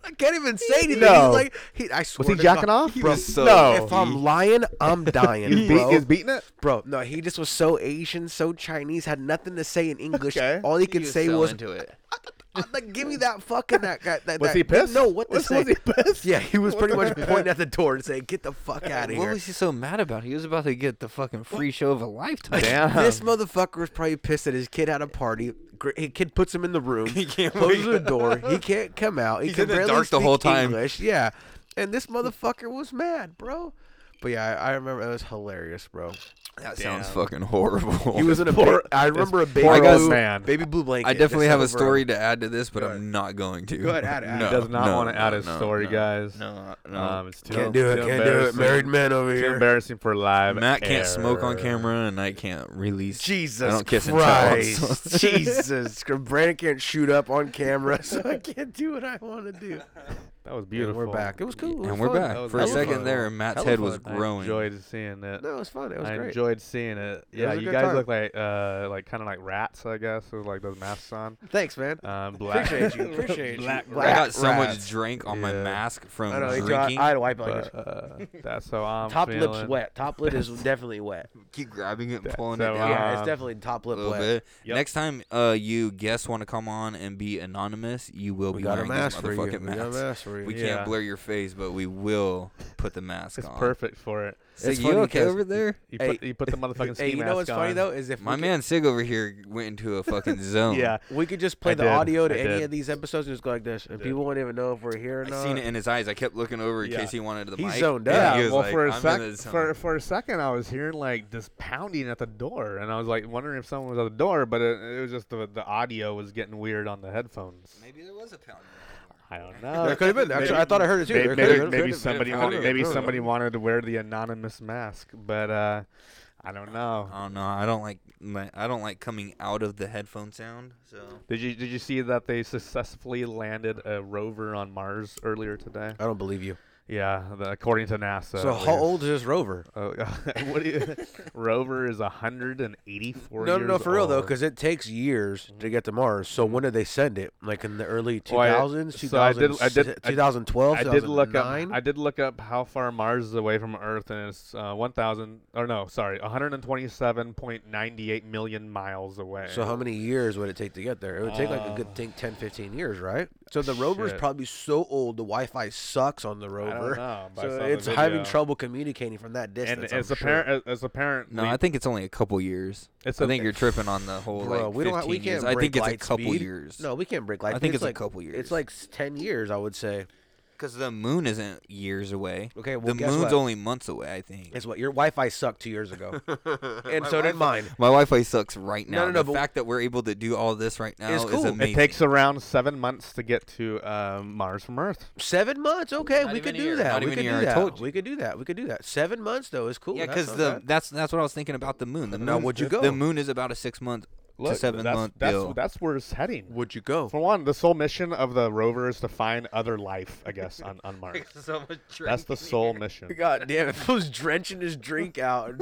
Speaker 7: I can't even say anything.
Speaker 8: No.
Speaker 7: He's like, he, I swear
Speaker 8: Was he
Speaker 7: to
Speaker 8: jacking
Speaker 7: God,
Speaker 8: off?
Speaker 7: Bro,
Speaker 6: was so
Speaker 8: no.
Speaker 7: if I'm lying, I'm dying,
Speaker 8: He's, beat,
Speaker 7: bro.
Speaker 8: he's beating it.
Speaker 7: bro, no, he just was so Asian, so Chinese, had nothing to say in English.
Speaker 8: Okay.
Speaker 7: All he could say was,
Speaker 6: into it.
Speaker 7: like, give me that fucking that guy. That,
Speaker 8: Was
Speaker 7: that-
Speaker 8: he pissed?
Speaker 7: No, what the
Speaker 8: was, was he pissed?
Speaker 7: Yeah, he was pretty much pointing at the door and saying, "Get the fuck out of
Speaker 6: What
Speaker 7: here."
Speaker 6: was he so mad about? He was about to get the fucking free show of a lifetime.
Speaker 8: Damn.
Speaker 7: This motherfucker was probably pissed that his kid had a party. Gr- His kid puts him in the room, he
Speaker 6: can't
Speaker 7: closes
Speaker 6: wake
Speaker 7: the door. He can't come out. He
Speaker 6: He's
Speaker 7: can
Speaker 6: in the
Speaker 7: barely
Speaker 6: dark the
Speaker 7: speak
Speaker 6: whole time.
Speaker 7: English. Yeah, and this motherfucker was mad, bro. But yeah, I, I remember it was hilarious, bro.
Speaker 6: That sounds fucking horrible.
Speaker 12: He was in a
Speaker 8: Poor-
Speaker 12: big- I remember a
Speaker 8: this
Speaker 12: baby
Speaker 8: poor
Speaker 12: blue,
Speaker 8: old man.
Speaker 12: Baby blue blanket.
Speaker 6: I definitely
Speaker 12: That's
Speaker 6: have a
Speaker 12: over-
Speaker 6: story to add to this, but
Speaker 12: Go ahead.
Speaker 6: I'm not going to.
Speaker 12: Go ahead, add it, add it.
Speaker 6: No,
Speaker 8: Does not
Speaker 6: no,
Speaker 8: want to
Speaker 6: no,
Speaker 8: add his
Speaker 6: no,
Speaker 8: story,
Speaker 6: no.
Speaker 8: guys.
Speaker 6: No, no.
Speaker 8: Um, it's too,
Speaker 6: Can't do it,
Speaker 8: too
Speaker 6: can't do it.
Speaker 8: embarrassing.
Speaker 6: Married man over
Speaker 8: Too
Speaker 6: here.
Speaker 8: embarrassing for live.
Speaker 6: Matt can't smoke on
Speaker 8: air.
Speaker 6: camera, and I can't release.
Speaker 12: Jesus
Speaker 6: I don't kiss
Speaker 12: Christ.
Speaker 6: and tell. so-
Speaker 12: Jesus. Brandon can't shoot up on camera, so I can't do what I want to do.
Speaker 8: That was beautiful.
Speaker 7: We're back. It was cool. It was
Speaker 6: And we're
Speaker 7: fun.
Speaker 6: back.
Speaker 7: That was
Speaker 6: For a
Speaker 7: hella
Speaker 6: second
Speaker 7: fun.
Speaker 6: there, Matt's
Speaker 7: Hella
Speaker 6: head was
Speaker 7: fun.
Speaker 6: growing.
Speaker 8: I enjoyed seeing that.
Speaker 7: No, it was fun. It was
Speaker 8: I
Speaker 7: great.
Speaker 8: enjoyed seeing it.
Speaker 7: It
Speaker 8: Yeah,
Speaker 7: was a
Speaker 8: you
Speaker 7: good
Speaker 8: guys
Speaker 7: time.
Speaker 8: look like uh, like kind of like rats, I guess, with like those masks on.
Speaker 7: Thanks, man.
Speaker 8: Um, black.
Speaker 12: Appreciate you. Appreciate you.
Speaker 8: black,
Speaker 6: I
Speaker 8: black
Speaker 6: got so
Speaker 8: rats.
Speaker 6: much drink on my
Speaker 8: Yeah.
Speaker 6: mask from
Speaker 12: I know, he tried-
Speaker 6: drinking.
Speaker 12: I had a wipe like
Speaker 8: But, uh, that's how I'm
Speaker 12: Top
Speaker 8: feeling.
Speaker 12: lip's wet. Top lip is definitely wet.
Speaker 6: keep grabbing it and
Speaker 8: That's
Speaker 6: pulling it
Speaker 8: how
Speaker 6: down.
Speaker 8: I-
Speaker 12: Yeah, it's
Speaker 8: Um,
Speaker 12: definitely top lip
Speaker 6: little
Speaker 12: wet.
Speaker 6: bit.
Speaker 8: Yep.
Speaker 6: Next time uh, you guests want to come on and be anonymous, you will
Speaker 7: We
Speaker 6: be
Speaker 7: got a
Speaker 6: wearing
Speaker 7: mask
Speaker 6: these
Speaker 7: for you.
Speaker 6: motherfucking
Speaker 7: We got a
Speaker 6: masks.
Speaker 7: mask for you.
Speaker 6: We
Speaker 8: Yeah.
Speaker 6: can't blur your face, but we will put the mask
Speaker 8: It's
Speaker 6: on.
Speaker 8: perfect for it.
Speaker 6: Sig,
Speaker 7: It's
Speaker 6: you
Speaker 7: funny
Speaker 6: okay
Speaker 7: 'cause
Speaker 6: over there?
Speaker 8: You
Speaker 7: Hey,
Speaker 8: put, you put the motherfucking ski
Speaker 12: Hey, you
Speaker 8: mask
Speaker 12: know what's funny
Speaker 8: on.
Speaker 12: though is if
Speaker 6: My
Speaker 12: we
Speaker 6: man Sig over here went into a fucking zone.
Speaker 8: Yeah.
Speaker 12: could, we could just play
Speaker 8: I
Speaker 12: the
Speaker 8: did.
Speaker 12: audio to
Speaker 8: I
Speaker 12: any
Speaker 8: did.
Speaker 12: of these episodes and just go like this, and
Speaker 8: did.
Speaker 12: people wouldn't even know if we're here or
Speaker 6: I
Speaker 12: not.
Speaker 6: seen it in his eyes. I kept looking over in
Speaker 8: Yeah.
Speaker 6: case he wanted the
Speaker 12: He's
Speaker 6: mic.
Speaker 12: zoned
Speaker 6: and
Speaker 12: out.
Speaker 6: he
Speaker 8: Yeah,
Speaker 6: was
Speaker 8: well,
Speaker 6: like,
Speaker 8: for a
Speaker 6: "I'm in
Speaker 8: sec,
Speaker 6: the zone."
Speaker 8: for, for a second, I was hearing like this pounding at the door, and I was like wondering if someone was at the door, but it, it was just the the audio was getting weird on the headphones.
Speaker 6: Maybe there was a pound.
Speaker 8: I don't know.
Speaker 7: There could have been. Actually, I thought I heard it too.
Speaker 8: Maybe,
Speaker 7: There
Speaker 8: maybe,
Speaker 7: could've been.
Speaker 8: maybe somebody
Speaker 6: I
Speaker 8: wanted,
Speaker 6: don't
Speaker 8: maybe
Speaker 7: know.
Speaker 8: somebody wanted to wear the anonymous mask, but uh, I don't know.
Speaker 7: Um,
Speaker 6: I don't know. I don't like my, I don't like coming out of the headphone sound. So
Speaker 8: Did you did you see that they successfully landed a rover on Mars earlier today?
Speaker 7: I don't believe you.
Speaker 8: Yeah, the, according to NASA.
Speaker 7: Uh, So
Speaker 8: at
Speaker 7: how
Speaker 8: least.
Speaker 7: old is this rover?
Speaker 8: Oh, what do you, rover is 184
Speaker 7: No,
Speaker 8: years
Speaker 7: no, no, for real though,
Speaker 8: old.
Speaker 7: because it takes years to get to Mars. So when did they send it? Like in the early
Speaker 8: Well, Oh, I- uh,
Speaker 7: 2000s,
Speaker 8: so I did- I did-
Speaker 7: 2000 2012,
Speaker 8: I did look up.
Speaker 7: 2009?
Speaker 8: I did look up how far Mars is away from Earth, and it's uh, 1,000 or no, sorry, 127.98 million miles away.
Speaker 7: So how many years would it take to get there? It would take like a good think 10, 15 years, right? So the rover's
Speaker 8: Uh, Shit.
Speaker 7: probably so old the Wi-Fi sucks on the rover.
Speaker 8: don't know, but I
Speaker 7: so
Speaker 8: saw the
Speaker 7: it's having
Speaker 8: video.
Speaker 7: trouble communicating from that distance.
Speaker 8: And
Speaker 7: I'm
Speaker 8: as
Speaker 7: sure.
Speaker 8: apparent, as, as apparent,
Speaker 6: no, I think it's only a couple years.
Speaker 8: It's
Speaker 6: I
Speaker 8: a-
Speaker 6: think you're tripping on the whole
Speaker 7: Bro,
Speaker 6: like
Speaker 7: we don't.
Speaker 6: 15
Speaker 7: ha- We
Speaker 6: years.
Speaker 7: can't.
Speaker 6: I
Speaker 7: break
Speaker 6: think it's a
Speaker 7: light
Speaker 6: couple
Speaker 7: speed.
Speaker 6: years.
Speaker 7: No, we can't break light.
Speaker 6: I
Speaker 7: speed.
Speaker 6: think
Speaker 7: It's
Speaker 6: it's a
Speaker 7: like-
Speaker 6: couple years.
Speaker 7: It's like s- ten years, I would say.
Speaker 6: Because the moon isn't years away.
Speaker 7: Okay, well,
Speaker 6: the
Speaker 7: guess
Speaker 6: moon's
Speaker 7: what?
Speaker 6: only months away. I think.
Speaker 7: Is what your Wi-Fi sucked two years ago, and so did mine.
Speaker 6: My Wi-Fi sucks right now.
Speaker 7: No, no, no,
Speaker 6: the
Speaker 7: but-
Speaker 6: fact that we're able to do all this right now
Speaker 7: It's
Speaker 6: is
Speaker 7: cool. It
Speaker 6: amazing.
Speaker 8: it takes around seven months to get to um, Mars from Earth.
Speaker 7: Seven months, okay,
Speaker 6: Not
Speaker 7: we
Speaker 6: even
Speaker 7: could
Speaker 6: a year.
Speaker 7: do that.
Speaker 6: Not
Speaker 7: We
Speaker 6: even
Speaker 7: could
Speaker 6: a year,
Speaker 7: do
Speaker 6: I
Speaker 7: that.
Speaker 6: told you.
Speaker 7: We could do that. We could do that. Seven months though is cool.
Speaker 6: yeah,
Speaker 7: That's
Speaker 6: because
Speaker 7: not
Speaker 6: the
Speaker 7: bad.
Speaker 6: that's that's what I was thinking about the moon. The
Speaker 7: Now,
Speaker 6: moon-
Speaker 7: would you go?
Speaker 6: The moon is about a six month to seven
Speaker 8: that's,
Speaker 6: month
Speaker 8: that's,
Speaker 6: deal.
Speaker 8: that's where it's heading.
Speaker 7: would you go?
Speaker 6: Oh
Speaker 8: For one, the sole mission of the rover is to find other life, I guess, on, on Mars. That's the sole mission.
Speaker 12: God damn it! Phil's drenching his drink out.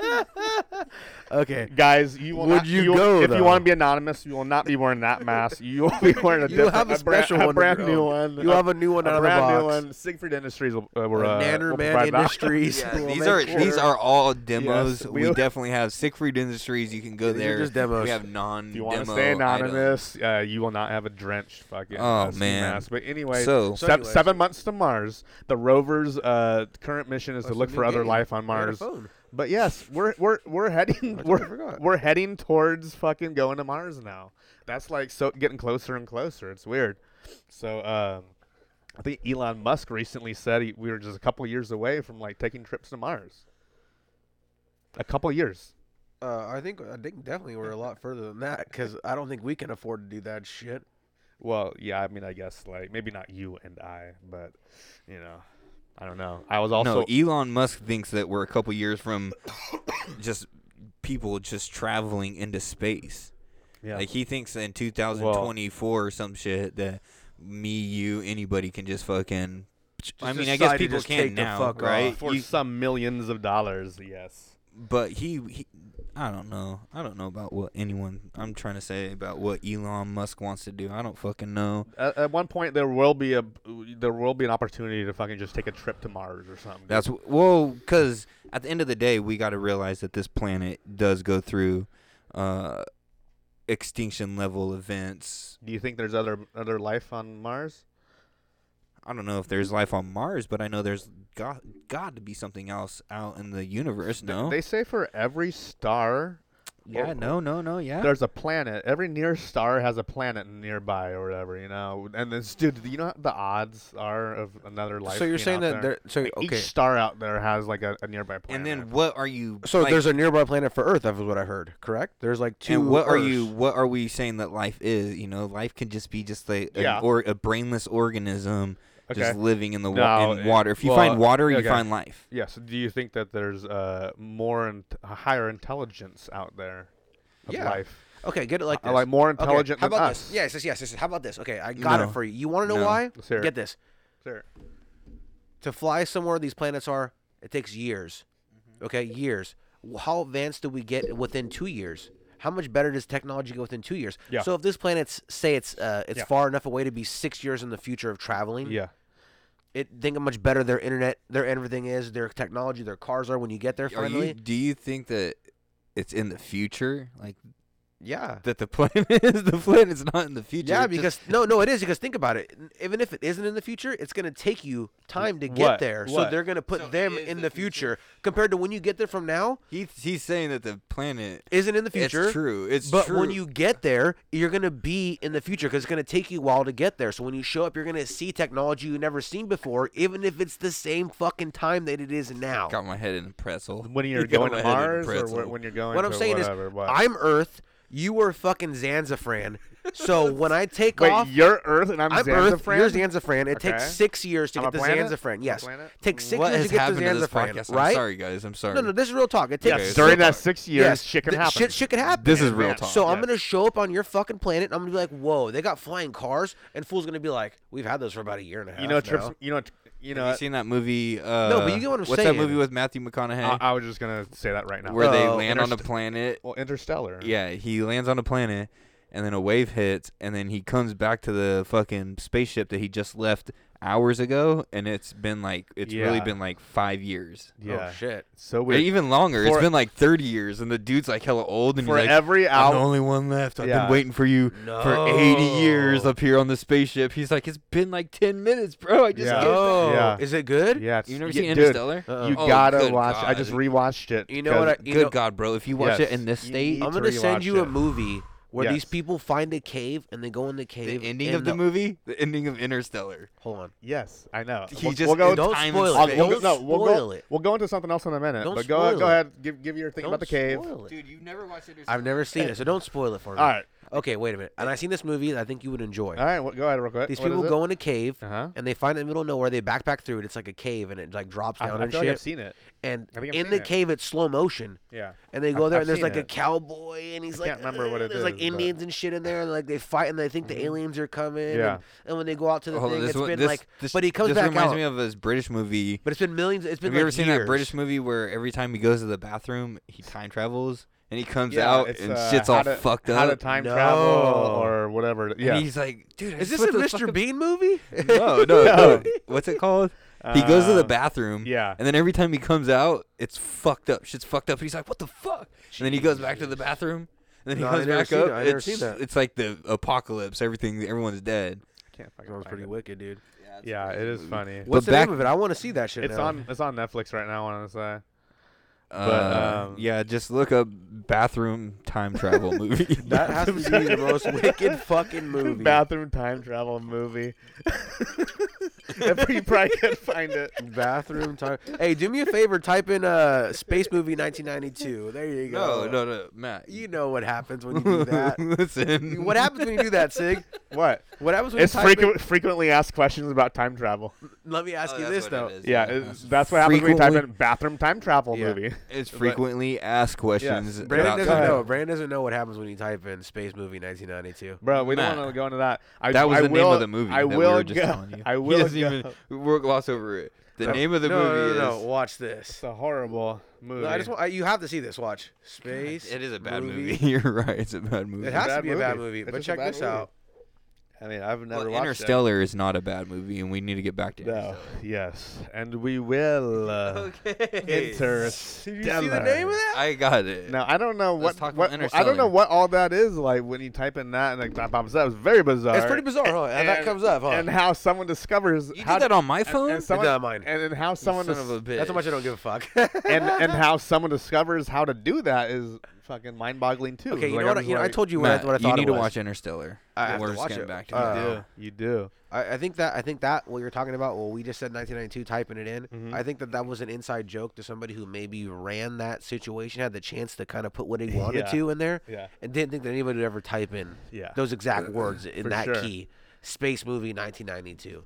Speaker 12: okay.
Speaker 8: Guys, you will
Speaker 12: Would
Speaker 8: not,
Speaker 12: you
Speaker 8: will-
Speaker 12: go,
Speaker 8: if you
Speaker 12: though?
Speaker 8: want to be anonymous? You will not be wearing that mask. You will be wearing a
Speaker 12: You'll
Speaker 8: different-
Speaker 12: have a
Speaker 8: brand-
Speaker 12: special
Speaker 8: a
Speaker 12: one of
Speaker 8: brand
Speaker 12: your
Speaker 8: new
Speaker 12: own.
Speaker 8: one.
Speaker 12: You'll have a new one
Speaker 8: a
Speaker 12: out of the
Speaker 8: brand new
Speaker 12: box.
Speaker 8: one. Signature Industries will, uh, will,
Speaker 12: Uh,
Speaker 8: uh,
Speaker 12: Nanner
Speaker 8: will
Speaker 12: Man
Speaker 8: provide that.
Speaker 12: Industries.
Speaker 6: Yeah,
Speaker 12: will
Speaker 6: these
Speaker 12: make
Speaker 6: are
Speaker 12: sure.
Speaker 6: these are all demos. we
Speaker 8: we'll-
Speaker 6: definitely have Siegfried Industries. You can go
Speaker 7: These are
Speaker 6: there.
Speaker 7: just demos.
Speaker 6: We have non.
Speaker 8: If you want to
Speaker 6: demo
Speaker 8: stay
Speaker 6: items.
Speaker 8: anonymous, uh, you will not have a drenched fucking
Speaker 6: Oh,
Speaker 8: uh, ski
Speaker 6: man.
Speaker 8: mask. But anyway,
Speaker 6: So-
Speaker 8: se-
Speaker 7: So anyways.
Speaker 8: seven months to Mars. The rover's uh, current mission is to
Speaker 7: That's
Speaker 8: look
Speaker 7: a
Speaker 8: for
Speaker 7: new
Speaker 8: other
Speaker 7: game.
Speaker 8: life on
Speaker 7: We had a
Speaker 8: Mars.
Speaker 7: phone.
Speaker 8: But yes, we're we're we're heading
Speaker 7: what I
Speaker 8: we're,
Speaker 7: forgot.
Speaker 8: we're heading towards fucking going to Mars now. That's like so getting closer and closer. It's weird. So um, I think Elon Musk recently said he, we were just a couple years away from like taking trips to Mars. A couple years.
Speaker 7: Uh, I think I think definitely we're a lot further than that because I don't think we can afford to do that shit.
Speaker 8: Well, yeah, I mean, I guess like maybe not you and I, but you know, I don't know. I was also
Speaker 6: no, Elon Musk thinks that we're a couple years from just people just traveling into space.
Speaker 8: yeah.
Speaker 6: Like he thinks in 2024 or some shit that me, you, anybody can just fucking. I mean, I guess
Speaker 7: decide to
Speaker 6: people
Speaker 7: just
Speaker 6: can
Speaker 7: take the
Speaker 6: now,
Speaker 7: fuck off.
Speaker 6: right?
Speaker 8: for
Speaker 6: You-
Speaker 8: some millions of dollars, yes.
Speaker 6: but he, he, I don't know. I don't know about what anyone. I'm trying to say about what Elon Musk wants to do. I don't fucking know.
Speaker 8: At, at one point, there will be a there will be an opportunity to fucking just take a trip to Mars or something.
Speaker 6: That's wh- well, because at the end of the day, we got to realize that this planet does go through uh, extinction level events.
Speaker 8: Do you think there's other other life on Mars?
Speaker 6: I don't know if
Speaker 8: Mm-hmm.
Speaker 6: there's life on Mars, but I know there's got got to be something else out in the universe.
Speaker 8: Th-
Speaker 6: No,
Speaker 8: They say for every star
Speaker 6: Yeah, no, no, no, yeah.
Speaker 8: There's a planet. Every near star has a planet nearby or whatever, you know. And this dude, you know how the odds are of another life.
Speaker 7: So you're
Speaker 8: being
Speaker 7: saying that
Speaker 8: out there?
Speaker 7: there- so,
Speaker 8: Like,
Speaker 7: okay.
Speaker 8: each star out there has like a, a nearby planet.
Speaker 6: And then what are you?
Speaker 7: So
Speaker 6: like-
Speaker 7: there's a nearby planet for Earth. That was what I heard. Correct? There's like two.
Speaker 6: And what are
Speaker 7: Earths.
Speaker 6: you? What are we saying that life is? You know, life can just be just like an
Speaker 8: Yeah.
Speaker 6: or a brainless organism just
Speaker 8: Okay.
Speaker 6: living in the wa-
Speaker 8: No,
Speaker 6: in
Speaker 8: it-
Speaker 6: water. If you
Speaker 8: well,
Speaker 6: find water, you
Speaker 8: okay.
Speaker 6: find life.
Speaker 8: Yes. Do you think that there's uh, more and higher intelligence out there of
Speaker 7: Yeah.
Speaker 8: life?
Speaker 7: Okay, get it like
Speaker 8: Uh,
Speaker 7: this.
Speaker 8: like more
Speaker 7: Okay,
Speaker 8: intelligent
Speaker 7: How
Speaker 8: than
Speaker 7: about
Speaker 8: us.
Speaker 7: this? Yes, yes, yes, yes. How about this? Okay, I got
Speaker 6: No.
Speaker 7: it for you. You want to know
Speaker 6: No.
Speaker 7: why?
Speaker 8: Let's hear it.
Speaker 7: Get this.
Speaker 8: Sure.
Speaker 7: To fly somewhere these planets are, it takes years.
Speaker 8: Mm-hmm.
Speaker 7: Okay, years. W- How advanced do we get within two years? How much better does technology go within two years?
Speaker 8: Yeah.
Speaker 7: So if this planet's say it's uh, it's
Speaker 8: Yeah.
Speaker 7: far enough away to be six years in the future of traveling,
Speaker 8: Yeah.
Speaker 7: it think how much better their internet, their everything is, their technology, their cars are when you get there
Speaker 6: Are
Speaker 7: finally.
Speaker 6: you? Do you think that it's in the future? Like
Speaker 7: yeah.
Speaker 6: that the planet is the planet's not in the future.
Speaker 7: Yeah,
Speaker 6: it's just-
Speaker 7: because no, no, it is because think about it. N- Even if it isn't in the future, it's going to take you time to get
Speaker 8: What?
Speaker 7: there. So
Speaker 8: What?
Speaker 7: they're going to put them in the future. compared to when you get there from now.
Speaker 6: He he's saying that the planet
Speaker 7: Isn't in the
Speaker 6: It's
Speaker 7: future.
Speaker 6: true, it's
Speaker 7: but when
Speaker 6: true.
Speaker 7: you get there, you're going to be in the future because it's going to take you a while to get there. So when you show up, you're going to see technology you've never seen before, even if it's the same fucking time that it is now.
Speaker 6: got my head in a pretzel.
Speaker 8: When you're
Speaker 6: Got
Speaker 8: going
Speaker 6: my
Speaker 8: to
Speaker 6: head in a
Speaker 8: Mars or
Speaker 6: pretzel.
Speaker 8: wh- when you're going
Speaker 7: What I'm
Speaker 8: to
Speaker 7: saying
Speaker 8: whatever,
Speaker 7: is,
Speaker 8: what?
Speaker 7: I'm Earth. You were fucking Zanzafran. So when I take
Speaker 8: Wait,
Speaker 7: off,
Speaker 8: you're Earth and I'm,
Speaker 7: I'm Earth.
Speaker 8: Zanzafran?
Speaker 7: You're Zanzafran. It
Speaker 8: Okay.
Speaker 7: takes six years to
Speaker 8: I'm a
Speaker 7: get the
Speaker 8: planet? I'm
Speaker 7: Zanzafran.
Speaker 8: a
Speaker 7: Yes,
Speaker 8: planet?
Speaker 7: takes six
Speaker 6: what
Speaker 7: years to
Speaker 6: has
Speaker 7: get the
Speaker 6: happened to this
Speaker 7: Zanzafran.
Speaker 6: podcast?
Speaker 7: right?
Speaker 6: I'm sorry, guys. I'm sorry.
Speaker 7: No, no, this is real talk. It
Speaker 6: Yeah,
Speaker 7: takes
Speaker 6: Okay,
Speaker 8: During
Speaker 6: so
Speaker 8: that six years,
Speaker 7: yes,
Speaker 8: shit can
Speaker 7: th-
Speaker 8: happen.
Speaker 7: Shit, shit can happen.
Speaker 6: This is real
Speaker 8: Man.
Speaker 6: talk.
Speaker 7: So I'm
Speaker 8: Yes.
Speaker 7: gonna show up on your fucking planet. and I'm gonna be like, "Whoa, they got flying cars," and fool's gonna be like, "We've had those for about a year and a half."
Speaker 8: You know, trips.
Speaker 7: now."
Speaker 8: You know, t- you know.
Speaker 6: Have you seen that movie? Uh,
Speaker 7: No, but you get what I'm
Speaker 6: what's
Speaker 7: saying.
Speaker 6: that movie with Matthew
Speaker 8: I,
Speaker 6: McConaughey?
Speaker 8: I was just gonna say that right now.
Speaker 6: where they
Speaker 7: Oh,
Speaker 6: land on a
Speaker 8: Interst-
Speaker 6: planet.
Speaker 8: well, Interstellar.
Speaker 6: Yeah, he lands on a planet, and then a wave hits, and then he comes back to the fucking spaceship that he just left hours ago, and it's been like it's really
Speaker 8: Yeah.
Speaker 6: been like five years.
Speaker 8: Yeah.
Speaker 7: Oh shit.
Speaker 8: So
Speaker 6: Or
Speaker 8: weird.
Speaker 6: even longer. it's
Speaker 8: for-
Speaker 6: been like thirty years, and the dude's like hella old, and
Speaker 8: for
Speaker 6: he's like,
Speaker 8: every
Speaker 6: "I'm
Speaker 8: hour,
Speaker 6: the only one left. I've
Speaker 8: Yeah.
Speaker 6: been waiting for you for eighty years
Speaker 7: No.
Speaker 6: up here on the spaceship." He's like, "It's been like ten minutes, bro. I just
Speaker 8: Yeah.
Speaker 6: came back."
Speaker 7: Oh,
Speaker 8: Yeah.
Speaker 7: is it good?
Speaker 8: yeah, it's-
Speaker 6: You've never
Speaker 8: yeah,
Speaker 6: seen
Speaker 8: dude,
Speaker 6: Interstellar?
Speaker 7: Uh-uh.
Speaker 8: You
Speaker 6: Oh,
Speaker 8: gotta
Speaker 6: good
Speaker 8: watch. I
Speaker 6: God.
Speaker 8: just rewatched it.
Speaker 7: You know what? I,
Speaker 8: 'cause-
Speaker 7: you
Speaker 6: Good
Speaker 7: know,
Speaker 6: God, bro! If you watch
Speaker 8: Yes.
Speaker 6: it in this
Speaker 8: You
Speaker 6: send
Speaker 8: need
Speaker 7: I'm
Speaker 8: to
Speaker 7: gonna send
Speaker 8: rewatch
Speaker 7: you a
Speaker 8: it.
Speaker 7: movie where these
Speaker 8: Yes.
Speaker 7: people find a cave and they go in the cave.
Speaker 6: the ending
Speaker 7: and
Speaker 6: of the movie, the ending of Interstellar.
Speaker 7: Hold on.
Speaker 8: Yes, I know.
Speaker 6: He
Speaker 8: we'll,
Speaker 6: just-
Speaker 8: we'll go.
Speaker 6: and
Speaker 7: Don't
Speaker 6: time and
Speaker 7: spoil
Speaker 8: I'll-
Speaker 7: it.
Speaker 6: space.
Speaker 8: we'll,
Speaker 7: Don't
Speaker 8: no, we'll
Speaker 7: spoil
Speaker 8: go,
Speaker 7: it.
Speaker 8: We'll go into something else in a minute.
Speaker 7: Don't
Speaker 8: but go,
Speaker 7: spoil
Speaker 8: go
Speaker 7: it.
Speaker 8: ahead. Give, give your thing
Speaker 7: Don't
Speaker 8: about the cave.
Speaker 7: spoil it.
Speaker 6: Dude, you've never watched Interstellar.
Speaker 7: I've never seen it, so don't spoil it for me.
Speaker 8: All right.
Speaker 7: Okay, wait a minute. And I seen this movie that I think you would enjoy.
Speaker 8: All right, well, go ahead real quick.
Speaker 7: These
Speaker 8: What
Speaker 7: people
Speaker 8: is it?
Speaker 7: go in a cave
Speaker 8: Uh-huh.
Speaker 7: and they find it in the middle of nowhere. They backpack through it. It's like a cave and it like drops
Speaker 8: I,
Speaker 7: down
Speaker 8: I
Speaker 7: and
Speaker 8: feel
Speaker 7: shit.
Speaker 8: like I've seen it.
Speaker 7: and
Speaker 8: I think I've
Speaker 7: in
Speaker 8: seen
Speaker 7: the
Speaker 8: it.
Speaker 7: cave, it's slow motion.
Speaker 8: Yeah.
Speaker 7: And they go
Speaker 8: I've-
Speaker 7: there
Speaker 8: I've
Speaker 7: and there's
Speaker 8: seen
Speaker 7: like a
Speaker 8: it.
Speaker 7: cowboy and he's like
Speaker 8: can't remember what
Speaker 7: "Ugh,"
Speaker 8: it
Speaker 7: there's like
Speaker 8: is, but- Mm-hmm.
Speaker 7: Indians and shit in there and like they fight and they think the aliens are coming.
Speaker 8: Yeah.
Speaker 7: And, and when they go out to the
Speaker 6: Hold on,
Speaker 7: thing,
Speaker 6: this
Speaker 7: it's
Speaker 6: one-
Speaker 7: been
Speaker 6: this-
Speaker 7: like.
Speaker 6: this-
Speaker 7: but he comes
Speaker 6: this
Speaker 7: back
Speaker 6: reminds
Speaker 7: out.
Speaker 6: me of this British movie.
Speaker 7: but it's been millions. It's been
Speaker 6: Have you
Speaker 7: like
Speaker 6: ever seen that
Speaker 7: years.
Speaker 6: British movie where every time he goes to the bathroom, he time travels and he comes
Speaker 8: Yeah,
Speaker 6: out
Speaker 8: it's,
Speaker 6: and
Speaker 8: uh,
Speaker 6: shit's
Speaker 8: how
Speaker 6: all
Speaker 8: to-
Speaker 6: fucked
Speaker 8: How to
Speaker 6: up?
Speaker 8: time
Speaker 7: No.
Speaker 8: travel or whatever. Yeah.
Speaker 6: And he's like, dude, I
Speaker 7: Is
Speaker 6: just
Speaker 7: this
Speaker 6: put
Speaker 7: a
Speaker 6: the
Speaker 7: Mr.
Speaker 6: fucking-
Speaker 7: Bean movie?
Speaker 6: No, no, no. What's it called? He goes to the
Speaker 8: Uh,
Speaker 6: bathroom.
Speaker 8: yeah.
Speaker 6: And then every time he comes out, it's fucked up. Shit's fucked up. He's like, what the fuck? And then he goes back to the bathroom. And then he
Speaker 7: No, I
Speaker 6: comes
Speaker 7: never
Speaker 6: back
Speaker 7: seen
Speaker 6: up.
Speaker 7: that. I
Speaker 6: it's,
Speaker 7: never seen that.
Speaker 6: it's like the apocalypse. Everything, everyone's dead.
Speaker 8: Can't fucking
Speaker 7: That was
Speaker 8: find
Speaker 7: pretty
Speaker 8: it.
Speaker 7: wicked, dude.
Speaker 8: Yeah, it is funny.
Speaker 7: What's the
Speaker 6: back-
Speaker 7: name of it? I want to see that shit.
Speaker 8: It's
Speaker 7: now.
Speaker 8: on. It's on Netflix right now. I want to say.
Speaker 6: Uh,
Speaker 8: um,
Speaker 6: yeah, just look up bathroom time travel movie.
Speaker 7: That has to be the most wicked fucking movie.
Speaker 8: Bathroom time travel movie. you probably could find it.
Speaker 7: Bathroom time. Hey, do me a favor. Type in uh, space movie 1992. There you go.
Speaker 6: no, no, no, Matt.
Speaker 7: You know what happens when you do that.
Speaker 6: Listen.
Speaker 7: what happens when you do that, Sig?
Speaker 8: What?
Speaker 7: What happens when
Speaker 8: It's
Speaker 7: you type in-
Speaker 8: frequent, frequently asked questions about time travel.
Speaker 7: Let me ask
Speaker 6: Oh,
Speaker 7: you
Speaker 6: that's
Speaker 7: this
Speaker 6: what it
Speaker 7: though.
Speaker 6: is.
Speaker 8: Yeah,
Speaker 6: Yeah.
Speaker 8: it's- that's what happens when you type
Speaker 6: Frequently-
Speaker 8: in bathroom time travel
Speaker 7: Yeah.
Speaker 8: movie.
Speaker 6: It's frequently asked questions.
Speaker 7: Brandon
Speaker 6: about
Speaker 7: doesn't
Speaker 6: time.
Speaker 8: that.
Speaker 7: know. Brandon doesn't know what happens when you type in space movie 1992.
Speaker 8: Bro, we don't
Speaker 6: Nah.
Speaker 8: want to go into that. I,
Speaker 6: That was
Speaker 8: I
Speaker 6: the
Speaker 8: will,
Speaker 6: name of the movie.
Speaker 8: I
Speaker 6: that
Speaker 8: will
Speaker 6: we were just
Speaker 8: go-
Speaker 6: telling you.
Speaker 8: I
Speaker 6: He
Speaker 8: will
Speaker 6: doesn't
Speaker 8: go-
Speaker 6: even. We'll gloss over it. The name of the
Speaker 7: no,
Speaker 6: movie
Speaker 7: no, no,
Speaker 6: is.
Speaker 7: no. Watch this.
Speaker 8: It's a horrible movie.
Speaker 7: No, I just want, I, you have to see this. Watch space.
Speaker 6: It is a bad movie. You're right. It's a bad movie.
Speaker 7: It has to
Speaker 8: bad
Speaker 7: be a bad
Speaker 8: movie.
Speaker 7: movie.
Speaker 8: It's
Speaker 7: but
Speaker 8: just a
Speaker 7: check
Speaker 8: bad
Speaker 7: this
Speaker 8: movie.
Speaker 7: out.
Speaker 8: I mean, I've never
Speaker 6: Well,
Speaker 8: watched
Speaker 6: Interstellar is not a bad movie, and we need to get back to
Speaker 8: It. No. Yes, and we will. Uh,
Speaker 6: Okay.
Speaker 8: Interstellar.
Speaker 7: You see the name of that?
Speaker 6: I got it.
Speaker 8: Now I don't know
Speaker 6: Let's
Speaker 8: what,
Speaker 6: talk
Speaker 8: what
Speaker 6: about
Speaker 8: I don't know
Speaker 6: Interstellar.
Speaker 8: what all that is like when you type in that and like that pops up. It's very bizarre.
Speaker 7: It's pretty bizarre, huh? And, that comes up, huh?
Speaker 8: And how someone discovers
Speaker 6: you
Speaker 8: how
Speaker 6: did that on my phone?
Speaker 8: and someone,
Speaker 7: not mine.
Speaker 8: And, and how someone
Speaker 6: Son
Speaker 8: dis-
Speaker 6: of a bitch.
Speaker 7: That's how much I don't give a fuck.
Speaker 8: and and how someone discovers how to do that is fucking mind-boggling too.
Speaker 7: Okay, you
Speaker 8: Like,
Speaker 7: know
Speaker 8: I'm
Speaker 7: what I-
Speaker 8: just
Speaker 7: you know, I
Speaker 8: like-
Speaker 7: told you what I- Matt, what I you thought it
Speaker 6: need to was. watch Interstellar.
Speaker 8: I have
Speaker 6: We're
Speaker 8: to
Speaker 6: just
Speaker 8: watch
Speaker 6: getting
Speaker 8: it.
Speaker 6: back to
Speaker 8: Uh,
Speaker 6: that.
Speaker 8: You do.
Speaker 7: I, I think that I think that what you're talking about, what we just said, 1992, typing it in. I think that that was an inside joke to somebody who maybe ran that situation, had the chance to kind of put what he wanted
Speaker 8: Yeah.
Speaker 7: to in there,
Speaker 8: Yeah.
Speaker 7: and didn't think that anybody would ever type in
Speaker 8: Yeah.
Speaker 7: those exact words in
Speaker 8: For
Speaker 7: that
Speaker 8: sure.
Speaker 7: key. Space movie 1992.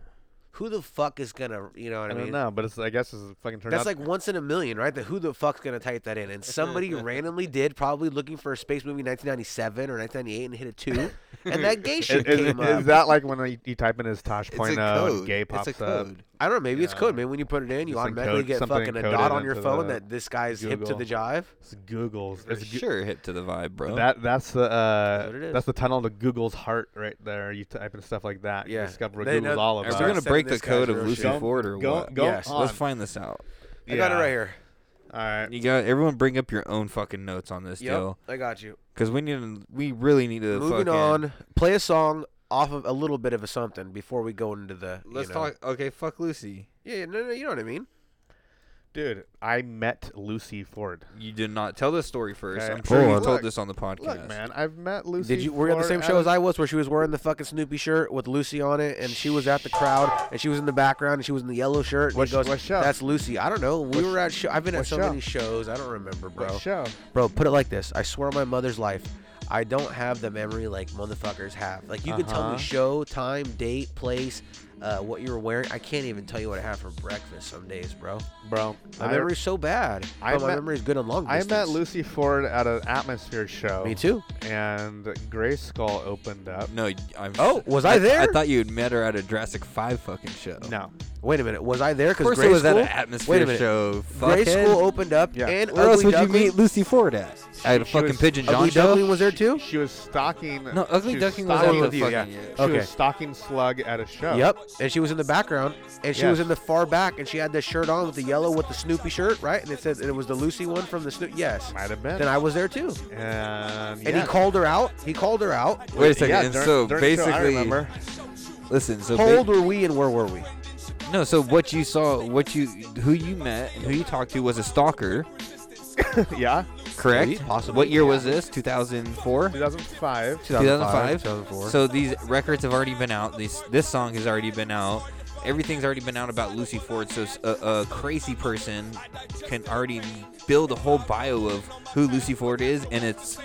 Speaker 7: Who the fuck is gonna, you know what I,
Speaker 8: I
Speaker 7: mean?
Speaker 8: don't know, but it's I guess it's fucking turned
Speaker 7: That's like
Speaker 8: out.
Speaker 7: once in a million, right? The who the fuck's gonna type that in? And somebody randomly did, probably looking for a space movie 1997 or 1998, and hit a two, and that gay
Speaker 8: Is-
Speaker 7: shit
Speaker 8: is,
Speaker 7: came
Speaker 8: is
Speaker 7: up.
Speaker 8: that like when you, you type in his Tosh
Speaker 7: It's a
Speaker 8: point uh,
Speaker 7: code.
Speaker 8: gay
Speaker 7: It's a
Speaker 8: pops up?
Speaker 7: code. I don't know. Maybe it's code. Maybe when you put it in, you
Speaker 8: Just
Speaker 7: automatically
Speaker 8: encode-
Speaker 7: get
Speaker 8: something
Speaker 7: fucking a
Speaker 8: encoded
Speaker 7: dot on your
Speaker 8: into
Speaker 7: phone
Speaker 8: the
Speaker 7: that this guy's hip to the
Speaker 8: Google.
Speaker 7: jive.
Speaker 8: It's Google's.
Speaker 6: It's sure hip to the vibe, bro.
Speaker 8: That that's the uh,
Speaker 7: what it is.
Speaker 8: that's the tunnel to Google's heart right there. You type in stuff like that.
Speaker 7: Yeah.
Speaker 8: you discover what
Speaker 7: They
Speaker 8: Google's
Speaker 7: know-
Speaker 8: all
Speaker 7: Are we
Speaker 8: about.
Speaker 7: gonna Start break
Speaker 6: the code of Lucy Ford or
Speaker 8: go,
Speaker 6: what?
Speaker 8: Go
Speaker 6: yes, let's
Speaker 8: on.
Speaker 6: find this out.
Speaker 7: I got it
Speaker 8: Yeah.
Speaker 7: right here.
Speaker 8: All right.
Speaker 6: You got everyone bring up your own fucking notes on this
Speaker 7: Yep,
Speaker 6: deal.
Speaker 7: I got you.
Speaker 6: Because we need, to, we really need to.
Speaker 7: Moving
Speaker 6: fucking-
Speaker 7: on, play a song off of a little bit of a something before we go into the. you
Speaker 6: Let's
Speaker 7: know.
Speaker 6: talk. Okay, fuck Lucy.
Speaker 7: Yeah, no, no, you know what I mean.
Speaker 8: Dude, I met Lucy Ford.
Speaker 6: You did not tell this story first.
Speaker 8: Okay.
Speaker 6: I'm sure you
Speaker 8: Hold
Speaker 6: told
Speaker 8: on.
Speaker 6: this on the podcast.
Speaker 8: Look, man, I've met Lucy.
Speaker 7: Did you? Were you at the
Speaker 8: Ford
Speaker 7: same
Speaker 8: at
Speaker 7: show
Speaker 8: a-
Speaker 7: as I was, where she was wearing the fucking Snoopy shirt with Lucy on it, and she was at the crowd, and she was in the background, and she was in the yellow shirt. And
Speaker 8: What
Speaker 7: he
Speaker 8: sh-
Speaker 7: goes,
Speaker 8: what show?
Speaker 7: "That's Lucy." I don't know. We were at. Show- I've been at
Speaker 8: what
Speaker 7: so
Speaker 8: show?
Speaker 7: many shows. I don't remember, bro.
Speaker 8: What show?
Speaker 7: Bro, put it like this. I swear on my mother's life, I don't have the memory like motherfuckers have. Like you can tell me
Speaker 8: Uh-huh.
Speaker 7: show, time, date, place, uh, what you were wearing. I can't even tell you what I had for breakfast some days, bro.
Speaker 8: bro.
Speaker 7: My
Speaker 8: I-
Speaker 7: memory's so bad.
Speaker 8: I
Speaker 7: but my
Speaker 8: met-
Speaker 7: memory's good on long
Speaker 8: I
Speaker 7: distance.
Speaker 8: met Lucy Ford at an Atmosphere show.
Speaker 7: Me too.
Speaker 8: And Gray Skull opened up.
Speaker 6: No, I'm.
Speaker 7: Oh, was I
Speaker 6: I
Speaker 7: there?
Speaker 6: thought you had met her at a Jurassic Five fucking show.
Speaker 8: No.
Speaker 7: Wait a minute, was I there?
Speaker 6: Of
Speaker 7: Because
Speaker 6: course
Speaker 7: grade
Speaker 6: it was at
Speaker 7: school.
Speaker 6: an atmosphere
Speaker 7: Wait a minute.
Speaker 6: show,
Speaker 7: Grade
Speaker 6: fuckhead.
Speaker 7: school opened up,
Speaker 8: Yeah.
Speaker 7: and
Speaker 6: Where else
Speaker 7: Ugly
Speaker 6: would
Speaker 7: Duckling-
Speaker 6: you meet Lucy Ford at? At a
Speaker 8: She
Speaker 6: fucking
Speaker 8: was-
Speaker 6: Pigeon John
Speaker 7: Ugly
Speaker 6: show.
Speaker 7: Duckling was there too.
Speaker 8: She was stalking.
Speaker 6: No, Ugly
Speaker 8: she
Speaker 6: Ducking was
Speaker 8: stalking-
Speaker 6: at the fucking-
Speaker 8: She
Speaker 7: Okay.
Speaker 8: was stalking Slug at a show.
Speaker 7: Yep, and she was in the background, and she was
Speaker 8: Yes.
Speaker 7: in the far back, and she had this shirt on with the yellow with the Snoopy shirt, right? And it said and it was the Lucy one from the Snoopy. Yes,
Speaker 8: Might have been.
Speaker 7: then I was there too.
Speaker 8: and
Speaker 7: And he
Speaker 8: yeah.
Speaker 7: called her out. He called her out.
Speaker 6: Uh, Wait a second.
Speaker 8: Yeah,
Speaker 6: and
Speaker 8: during-
Speaker 6: so
Speaker 8: during the show, I
Speaker 6: basically,
Speaker 8: remember.
Speaker 6: listen. So
Speaker 7: How
Speaker 6: ba-
Speaker 7: old were we and where were we?
Speaker 6: No, so what you saw, what you, who you met, and who you talked to was a stalker,
Speaker 8: yeah,
Speaker 6: correct?
Speaker 7: Maybe, possibly,
Speaker 6: What year
Speaker 7: yeah.
Speaker 6: was this? 2004,
Speaker 8: 2005.
Speaker 6: 2005.
Speaker 7: 2004.
Speaker 6: So these records have already been out. These, this song has already been out. Everything's already been out about Lucy Ford. So s- a, a crazy person can already build a whole bio of who Lucy Ford is, and it's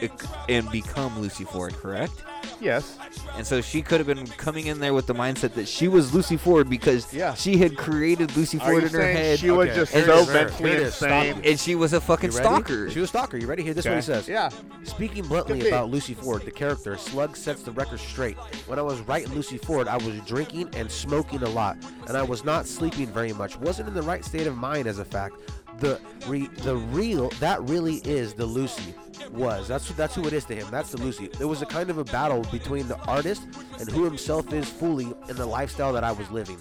Speaker 6: and become Lucy Ford, correct?
Speaker 8: Yes.
Speaker 6: And so she could have been coming in there with the mindset that she was Lucy Ford because
Speaker 8: Yeah.
Speaker 6: she had created Lucy
Speaker 8: Are
Speaker 6: Ford
Speaker 8: you
Speaker 6: in her
Speaker 8: saying
Speaker 6: head.
Speaker 8: she was
Speaker 7: Okay.
Speaker 8: just
Speaker 6: And
Speaker 8: so
Speaker 6: it's-
Speaker 8: mentally
Speaker 7: Here it is. Stop
Speaker 8: insane?
Speaker 6: and she was a fucking
Speaker 7: You ready?
Speaker 6: stalker.
Speaker 7: She was a stalker. You ready? Here, this is what he
Speaker 8: Okay.
Speaker 7: says.
Speaker 8: Yeah.
Speaker 7: Speaking bluntly
Speaker 8: Could be.
Speaker 7: about Lucy Ford, the character, Slug sets the record straight. When I was writing Lucy Ford, I was drinking and smoking a lot, and I was not sleeping very much. Wasn't in the right state of mind, as a fact. The re, the real that really is the Lucy was. That's that's who it is to him. That's the Lucy. It was a kind of a battle between the artist and who himself is fully in the lifestyle that I was living.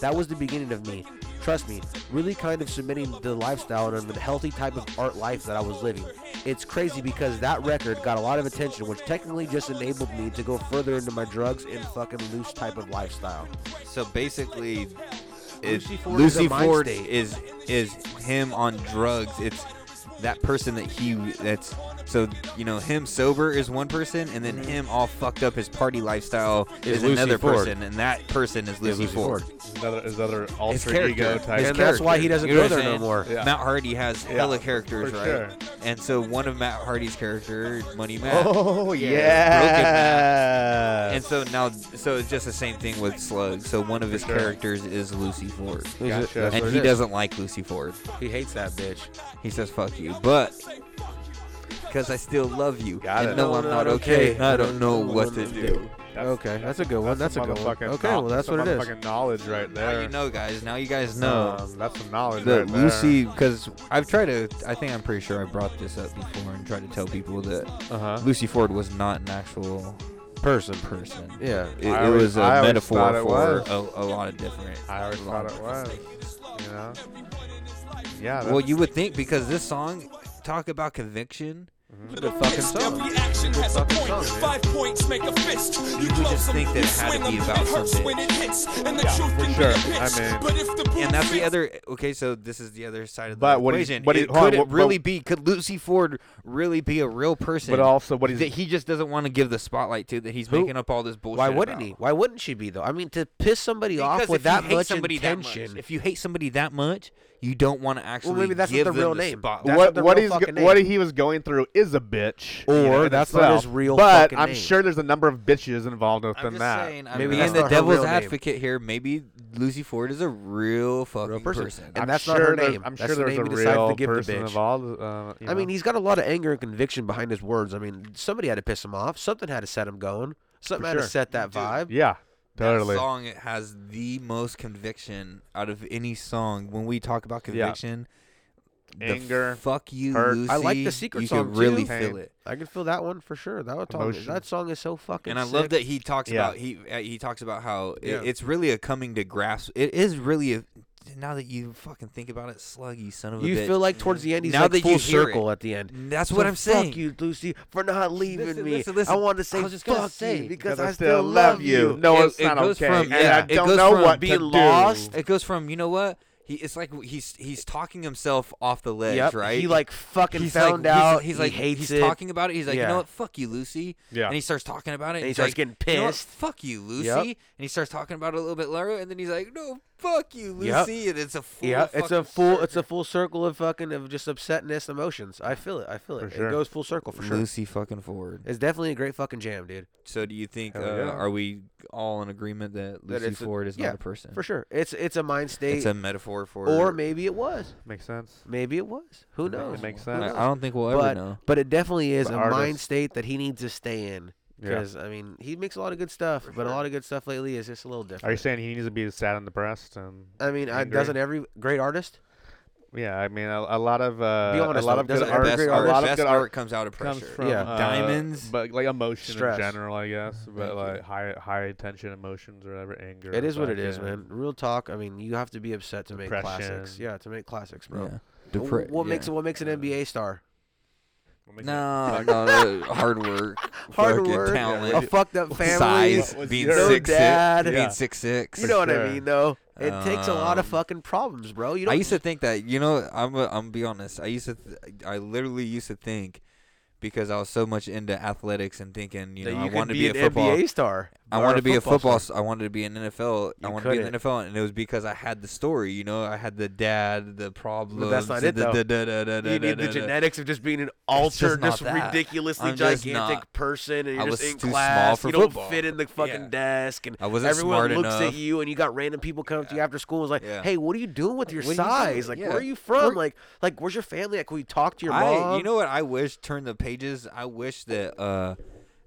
Speaker 7: That was the beginning of me. Trust me, really kind of submitting the lifestyle and the healthy type of art life that I was living. It's crazy because that record got a lot of attention, which technically just enabled me to go further into my drugs and fucking loose type of lifestyle.
Speaker 6: so basically, it,
Speaker 7: Lucy
Speaker 6: Lucy
Speaker 7: Ford
Speaker 6: Ford,
Speaker 7: is a mind state.
Speaker 6: is is him on drugs. It's that person that he that's so you know him sober is one person, and then him all fucked up his party lifestyle
Speaker 7: Mm-hmm. Is
Speaker 6: is,
Speaker 7: Lucy
Speaker 6: another
Speaker 7: Ford.
Speaker 6: person, and that person is Lucy, Ford.
Speaker 8: His other, his other
Speaker 6: His
Speaker 8: alter ego
Speaker 6: character.
Speaker 8: type.
Speaker 6: His
Speaker 7: And that's why he doesn't
Speaker 6: You know
Speaker 7: go
Speaker 6: what I'm
Speaker 7: there no
Speaker 6: saying?
Speaker 7: more.
Speaker 8: Yeah.
Speaker 6: Matt Hardy has hella characters,
Speaker 8: for
Speaker 6: right?
Speaker 8: sure.
Speaker 6: And so one of Matt Hardy's character, Money Matt.
Speaker 8: Oh
Speaker 6: Yeah.
Speaker 8: yeah.
Speaker 6: Broken Matt. And so now, so it's just the same thing with Slug. So one of his
Speaker 8: sure.
Speaker 6: characters is Lucy Ford,
Speaker 8: Gotcha. That's
Speaker 6: and
Speaker 8: what
Speaker 6: he
Speaker 8: it is.
Speaker 6: doesn't like Lucy Ford.
Speaker 7: He hates that bitch.
Speaker 6: He says "fuck you," but because I still love you,
Speaker 8: Got
Speaker 6: and
Speaker 8: it.
Speaker 6: no, I'm not okay. I don't know what to do.
Speaker 7: Okay, that's a good one. That's a
Speaker 8: some
Speaker 7: good one.
Speaker 8: motherfucking
Speaker 7: Okay,
Speaker 8: knowl-
Speaker 7: well that's
Speaker 8: some
Speaker 7: what it is.
Speaker 8: motherfucking knowledge right there.
Speaker 6: Now you know, guys. Now you guys know.
Speaker 8: Um, that's some knowledge
Speaker 6: the
Speaker 8: right there.
Speaker 6: Lucy, because I've tried to, I think I'm pretty sure I brought this up before and tried to tell people that
Speaker 8: Uh-huh.
Speaker 6: Lucy Ford was not an actual
Speaker 7: Person.
Speaker 6: person.
Speaker 7: Yeah.
Speaker 6: It,
Speaker 8: I
Speaker 6: it
Speaker 8: always-
Speaker 6: was a
Speaker 8: I always
Speaker 6: metaphor
Speaker 8: thought
Speaker 6: for
Speaker 8: it was.
Speaker 6: A, a lot of different.
Speaker 8: I always
Speaker 6: a lot
Speaker 8: thought it
Speaker 6: of different
Speaker 8: was.
Speaker 6: things.
Speaker 8: You know. Yeah.
Speaker 6: Well, you would think because this song talk about conviction.
Speaker 8: Mm-hmm.
Speaker 7: Good fucking song.
Speaker 13: Every action has a point. Five points make a fist. You
Speaker 6: just
Speaker 13: close 'em,
Speaker 6: think that
Speaker 13: you
Speaker 6: it had to
Speaker 13: swing
Speaker 6: be
Speaker 13: 'em,
Speaker 6: about
Speaker 13: it hurts
Speaker 6: something.
Speaker 13: when it hits, and the
Speaker 6: Yeah,
Speaker 13: truth
Speaker 6: for
Speaker 13: can
Speaker 6: sure.
Speaker 13: be a bitch.
Speaker 6: I mean-
Speaker 13: but if the
Speaker 6: And that's the
Speaker 13: other.
Speaker 6: other. Okay, so this is the other side of the
Speaker 8: But what he-
Speaker 6: equation.
Speaker 8: but he-
Speaker 6: it,
Speaker 8: hold on,
Speaker 6: could
Speaker 8: what-
Speaker 6: it really
Speaker 8: but-
Speaker 6: be? Could Lucy Ford really be a real person?
Speaker 8: But also what he's-
Speaker 6: that he just doesn't want to give the spotlight to. That he's making up all this bullshit.
Speaker 7: Why wouldn't
Speaker 6: about.
Speaker 7: he? Why wouldn't she be though? I mean, to piss somebody off
Speaker 6: Because
Speaker 7: with
Speaker 6: if you
Speaker 7: that
Speaker 6: hate
Speaker 7: much
Speaker 6: somebody that much-
Speaker 7: intention.
Speaker 6: if you hate somebody that much, you don't want to actually.
Speaker 7: maybe that's what
Speaker 6: give
Speaker 7: the
Speaker 6: them
Speaker 7: real
Speaker 6: the
Speaker 7: name-
Speaker 6: spot-
Speaker 7: that's
Speaker 8: what
Speaker 7: their
Speaker 8: what
Speaker 7: real
Speaker 8: he's
Speaker 7: fucking
Speaker 8: go- what
Speaker 7: name.
Speaker 8: he was going through is a bitch,
Speaker 7: Or
Speaker 8: you know, in
Speaker 7: that's not his
Speaker 8: itself.
Speaker 7: real
Speaker 8: But
Speaker 7: fucking
Speaker 8: I'm
Speaker 7: name.
Speaker 8: sure there's a number of bitches involved within
Speaker 6: I'm just
Speaker 8: that.
Speaker 6: saying. I'm being the devil's advocate here. Maybe Lucy Ford is a real fucking person.
Speaker 7: And that's not her name.
Speaker 8: I'm
Speaker 7: That's
Speaker 8: sure
Speaker 7: the
Speaker 8: there's
Speaker 7: name
Speaker 8: a
Speaker 7: he decided
Speaker 8: real
Speaker 7: to give the
Speaker 8: person
Speaker 7: bitch.
Speaker 8: involved. Uh, you
Speaker 7: I mean,
Speaker 8: know.
Speaker 7: he's got a lot of anger and conviction behind his words. I mean, somebody had to piss him off. Something had to set him going. Something
Speaker 8: For
Speaker 7: had to
Speaker 8: sure.
Speaker 7: set that vibe.
Speaker 8: yeah,
Speaker 6: That
Speaker 8: totally.
Speaker 6: song it has the most conviction out of any song. When we talk about conviction, the
Speaker 8: Anger,
Speaker 6: fuck you,
Speaker 8: hurt.
Speaker 6: Lucy.
Speaker 7: I like the secret
Speaker 6: you
Speaker 7: song
Speaker 6: can really
Speaker 7: too.
Speaker 6: feel it.
Speaker 7: I can feel that one for sure. That one song,
Speaker 8: Emotion.
Speaker 7: that song is so fucking.
Speaker 6: And I love
Speaker 7: sick.
Speaker 6: that he talks
Speaker 8: Yeah.
Speaker 6: about he uh, he talks about how i-
Speaker 7: Yeah.
Speaker 6: it's really a coming to grasp. It is really a now that you fucking think about it, slug you son of a
Speaker 7: You
Speaker 6: bitch.
Speaker 7: feel like towards the end he's
Speaker 6: now
Speaker 7: like
Speaker 6: that
Speaker 7: full
Speaker 6: you hear
Speaker 7: circle
Speaker 6: it.
Speaker 7: at the end.
Speaker 6: That's
Speaker 7: So
Speaker 6: what I'm saying.
Speaker 7: Fuck you, Lucy, for not leaving
Speaker 6: Listen,
Speaker 7: me.
Speaker 6: listen, listen.
Speaker 7: I wanted to say
Speaker 6: I was just gonna
Speaker 7: fuck
Speaker 6: say,
Speaker 7: you because
Speaker 6: because
Speaker 7: I still love you.
Speaker 8: No,
Speaker 6: It-
Speaker 8: it's
Speaker 6: it
Speaker 8: not
Speaker 6: goes
Speaker 8: okay.
Speaker 6: from-
Speaker 8: and I
Speaker 6: yeah, it
Speaker 8: don't
Speaker 6: goes
Speaker 8: know
Speaker 6: from
Speaker 8: what
Speaker 6: being
Speaker 8: to
Speaker 6: lost-
Speaker 8: do.
Speaker 6: It goes from you know what he it's like he's he's talking himself off the ledge,
Speaker 7: Yep,
Speaker 6: right?
Speaker 7: he, like, fucking
Speaker 6: he's
Speaker 7: found
Speaker 6: like,
Speaker 7: out,
Speaker 6: He's, he's
Speaker 7: he
Speaker 6: like
Speaker 7: hates
Speaker 6: he's
Speaker 7: it.
Speaker 6: talking about it. He's like, you
Speaker 7: Yeah.
Speaker 6: know what? Fuck you, Lucy.
Speaker 7: Yeah.
Speaker 6: And he starts talking about it.
Speaker 7: And he
Speaker 6: he's
Speaker 7: starts
Speaker 6: like,
Speaker 7: getting
Speaker 6: you know what?
Speaker 7: pissed.
Speaker 6: Fuck you, Lucy.
Speaker 7: Yep.
Speaker 6: And he starts talking about it a little bit longer, and then he's like, no, fuck you, Lucy.
Speaker 7: Yep.
Speaker 6: And it's a full
Speaker 7: yeah, it's
Speaker 6: fucking
Speaker 7: a full, it's a full circle of fucking of just upsetness, emotions. I feel it. I feel it.
Speaker 6: For sure.
Speaker 7: It goes full circle for sure.
Speaker 6: Lucy fucking Ford.
Speaker 7: It's definitely a great fucking jam, dude.
Speaker 6: So do you think uh,
Speaker 7: Hell yeah.
Speaker 6: are we all in agreement that
Speaker 7: That
Speaker 6: Lucy
Speaker 7: it's a-
Speaker 6: Ford is
Speaker 7: yeah,
Speaker 6: not a person?
Speaker 7: for sure. It's it's a mind state.
Speaker 6: It's a metaphor for
Speaker 7: or maybe it was.
Speaker 8: Makes sense.
Speaker 7: Maybe it was. Who
Speaker 8: It ma- it
Speaker 7: knows?
Speaker 8: makes
Speaker 7: Who
Speaker 8: sense. I-
Speaker 7: knows?
Speaker 6: I don't think we'll ever
Speaker 7: But-
Speaker 6: know.
Speaker 7: But it definitely is
Speaker 8: The
Speaker 7: a mind
Speaker 8: artist.
Speaker 7: state that he needs to stay in.
Speaker 8: Yeah.
Speaker 7: Because I mean, he makes a lot of good stuff, but a lot of good stuff lately is just a little
Speaker 8: Are you
Speaker 7: different.
Speaker 8: saying he needs to be sad and depressed? And
Speaker 7: I mean, I,
Speaker 8: angry?
Speaker 7: doesn't every great artist?
Speaker 8: Yeah, I mean, a, a lot of uh,
Speaker 7: Be honest,
Speaker 8: a lot
Speaker 7: though,
Speaker 8: of good
Speaker 7: doesn't
Speaker 8: art,
Speaker 7: every
Speaker 8: a
Speaker 7: artist-
Speaker 8: lot of
Speaker 6: best
Speaker 8: good
Speaker 6: art
Speaker 8: art
Speaker 6: comes out of pressure.
Speaker 8: from,
Speaker 7: Yeah.
Speaker 8: uh,
Speaker 6: Diamonds,
Speaker 8: but like emotion
Speaker 7: stress.
Speaker 8: in general, I guess. But
Speaker 6: Thank you.
Speaker 8: like high high tension emotions or whatever, anger.
Speaker 7: It is what it is,
Speaker 8: fucking-
Speaker 7: man. Real talk. I mean, you have to be upset to make classics.
Speaker 8: Depression.
Speaker 7: Yeah, to make classics, bro.
Speaker 6: Yeah.
Speaker 7: Wh-
Speaker 6: Depre-
Speaker 7: what makes
Speaker 6: yeah.
Speaker 7: what makes an NBA star?
Speaker 8: What makes
Speaker 6: No, no, no, hard work,
Speaker 7: Hard
Speaker 6: fucking
Speaker 7: work,
Speaker 6: talent,
Speaker 7: a fucked up family,
Speaker 6: size,
Speaker 8: was
Speaker 6: being
Speaker 8: your
Speaker 7: no
Speaker 6: six,
Speaker 7: dad.
Speaker 6: six,
Speaker 8: Yeah.
Speaker 6: being six six.
Speaker 7: You know what
Speaker 8: sure.
Speaker 7: I mean, though. It takes a lot of
Speaker 6: Um,
Speaker 7: fucking problems, bro. You
Speaker 6: I
Speaker 7: don't
Speaker 6: used to think that you know I'm a, I'm be honest. I used to th- I literally used to think because I was so much into athletics and thinking you know
Speaker 7: that
Speaker 6: I
Speaker 7: you could
Speaker 6: wanted to
Speaker 7: be
Speaker 6: be
Speaker 7: an
Speaker 6: a football.
Speaker 7: NBA star.
Speaker 6: I
Speaker 7: or
Speaker 6: wanted to be a football.
Speaker 7: star.
Speaker 6: s- I wanted to be an NFL. I
Speaker 7: You
Speaker 6: wanted to be in the
Speaker 7: couldn't.
Speaker 6: NFL, and it was because I had the story. You know, I had the dad, the problems.
Speaker 7: not
Speaker 6: the
Speaker 7: it, though.
Speaker 6: da- da- da- da- da-
Speaker 7: You need the
Speaker 6: da- da-
Speaker 7: genetics of just being an
Speaker 6: It's just
Speaker 7: altered,
Speaker 6: not
Speaker 7: just,
Speaker 6: that.
Speaker 7: ridiculously
Speaker 6: I'm just
Speaker 7: gigantic
Speaker 6: not-
Speaker 7: person, and
Speaker 6: I
Speaker 7: you're just
Speaker 6: was
Speaker 7: in
Speaker 6: too small
Speaker 7: class.
Speaker 6: for
Speaker 7: you don't
Speaker 6: football.
Speaker 7: fit in the fucking
Speaker 6: Yeah.
Speaker 7: desk, and
Speaker 6: I wasn't
Speaker 7: everyone
Speaker 6: smart
Speaker 7: looks at
Speaker 6: enough.
Speaker 7: you, and you got random people coming to you after school. and was like,
Speaker 6: Yeah.
Speaker 7: "Hey, what are you doing with your
Speaker 6: What are you doing?
Speaker 7: size? Like,
Speaker 6: Yeah.
Speaker 7: where are you from? like, like, where's your family? Like, can we talk to your mom?
Speaker 6: I, you know what I wish? Turn the pages. I wish that uh,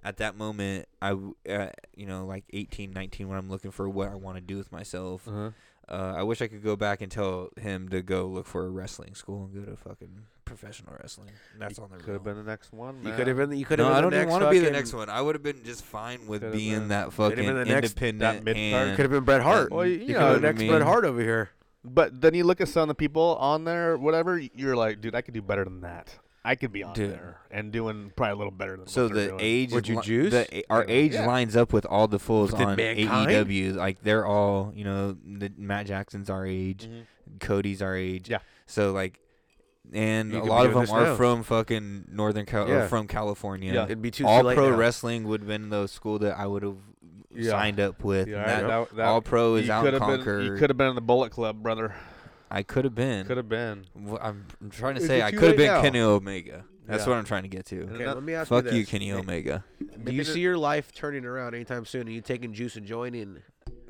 Speaker 6: at that moment, I, w- uh, you know, like 18, 19, when I'm looking for what I want to do with myself,
Speaker 7: Uh-huh.
Speaker 6: uh I wish I could go back and tell him to go look for a wrestling school and go to fucking professional wrestling. That's on the
Speaker 8: Could
Speaker 6: real.
Speaker 8: have been the next one.
Speaker 7: you
Speaker 8: man.
Speaker 7: could have been, you could have
Speaker 6: No,
Speaker 7: been
Speaker 6: I don't
Speaker 7: the
Speaker 6: even
Speaker 7: next
Speaker 6: want to be the
Speaker 7: fucking-
Speaker 6: next one. I would have been just fine with
Speaker 8: Could've
Speaker 6: being
Speaker 8: been-
Speaker 6: that
Speaker 7: Could've
Speaker 6: fucking
Speaker 7: been the next- that
Speaker 6: independent.
Speaker 8: mid-card.
Speaker 6: and-
Speaker 7: Could have been Bret Hart.
Speaker 8: Well, you
Speaker 7: you
Speaker 8: know
Speaker 7: could have been
Speaker 8: what I
Speaker 7: the next Bret
Speaker 6: mean.
Speaker 7: Hart over here.
Speaker 8: But then you look at some of the people on there, whatever. You're like, dude, I could do better than that. I could be on
Speaker 6: Dude.
Speaker 8: there and doing probably a little better than.
Speaker 6: So
Speaker 8: what they're
Speaker 6: the
Speaker 8: doing.
Speaker 6: age,
Speaker 7: Would
Speaker 6: is
Speaker 7: you
Speaker 6: li-
Speaker 7: juice?
Speaker 6: The, our age
Speaker 8: Yeah.
Speaker 6: lines up with all the fools
Speaker 7: Within
Speaker 6: on
Speaker 7: mankind?
Speaker 6: AEW. Like they're all, you know, the, Matt Jackson's our age, Cody's our age.
Speaker 8: Yeah.
Speaker 6: So like, and
Speaker 7: Mm-hmm. You
Speaker 6: a
Speaker 7: could
Speaker 6: lot
Speaker 7: be doing
Speaker 6: of them
Speaker 7: this
Speaker 6: are
Speaker 7: now.
Speaker 6: from fucking Northern Cal-
Speaker 7: Yeah.
Speaker 6: or from California.
Speaker 8: Yeah.
Speaker 7: It'd be too
Speaker 6: all
Speaker 7: too late
Speaker 6: pro
Speaker 7: now.
Speaker 6: wrestling would have been the school that I would have
Speaker 8: Yeah.
Speaker 6: signed up with.
Speaker 8: Yeah,
Speaker 6: and
Speaker 8: I-
Speaker 6: that-
Speaker 8: that- that-
Speaker 6: all pro is
Speaker 8: you
Speaker 6: out
Speaker 8: could
Speaker 6: in
Speaker 8: have been. You
Speaker 6: Concord.
Speaker 8: could have been in the Bullet Club, brother.
Speaker 6: I could have been.
Speaker 8: Could have been.
Speaker 6: Wh- I'm, I'm trying to
Speaker 8: Is
Speaker 6: say
Speaker 8: it
Speaker 6: I
Speaker 8: too
Speaker 6: could have
Speaker 8: late
Speaker 6: been
Speaker 8: now?
Speaker 6: Kenny Omega. That's
Speaker 8: Yeah.
Speaker 6: what I'm trying to get to.
Speaker 8: And
Speaker 7: Okay,
Speaker 8: that-
Speaker 7: let me ask
Speaker 6: Fuck
Speaker 7: you,
Speaker 6: you,
Speaker 7: this.
Speaker 6: Kenny Omega.
Speaker 7: Do you see your life turning around anytime soon? Are you taking juice and joining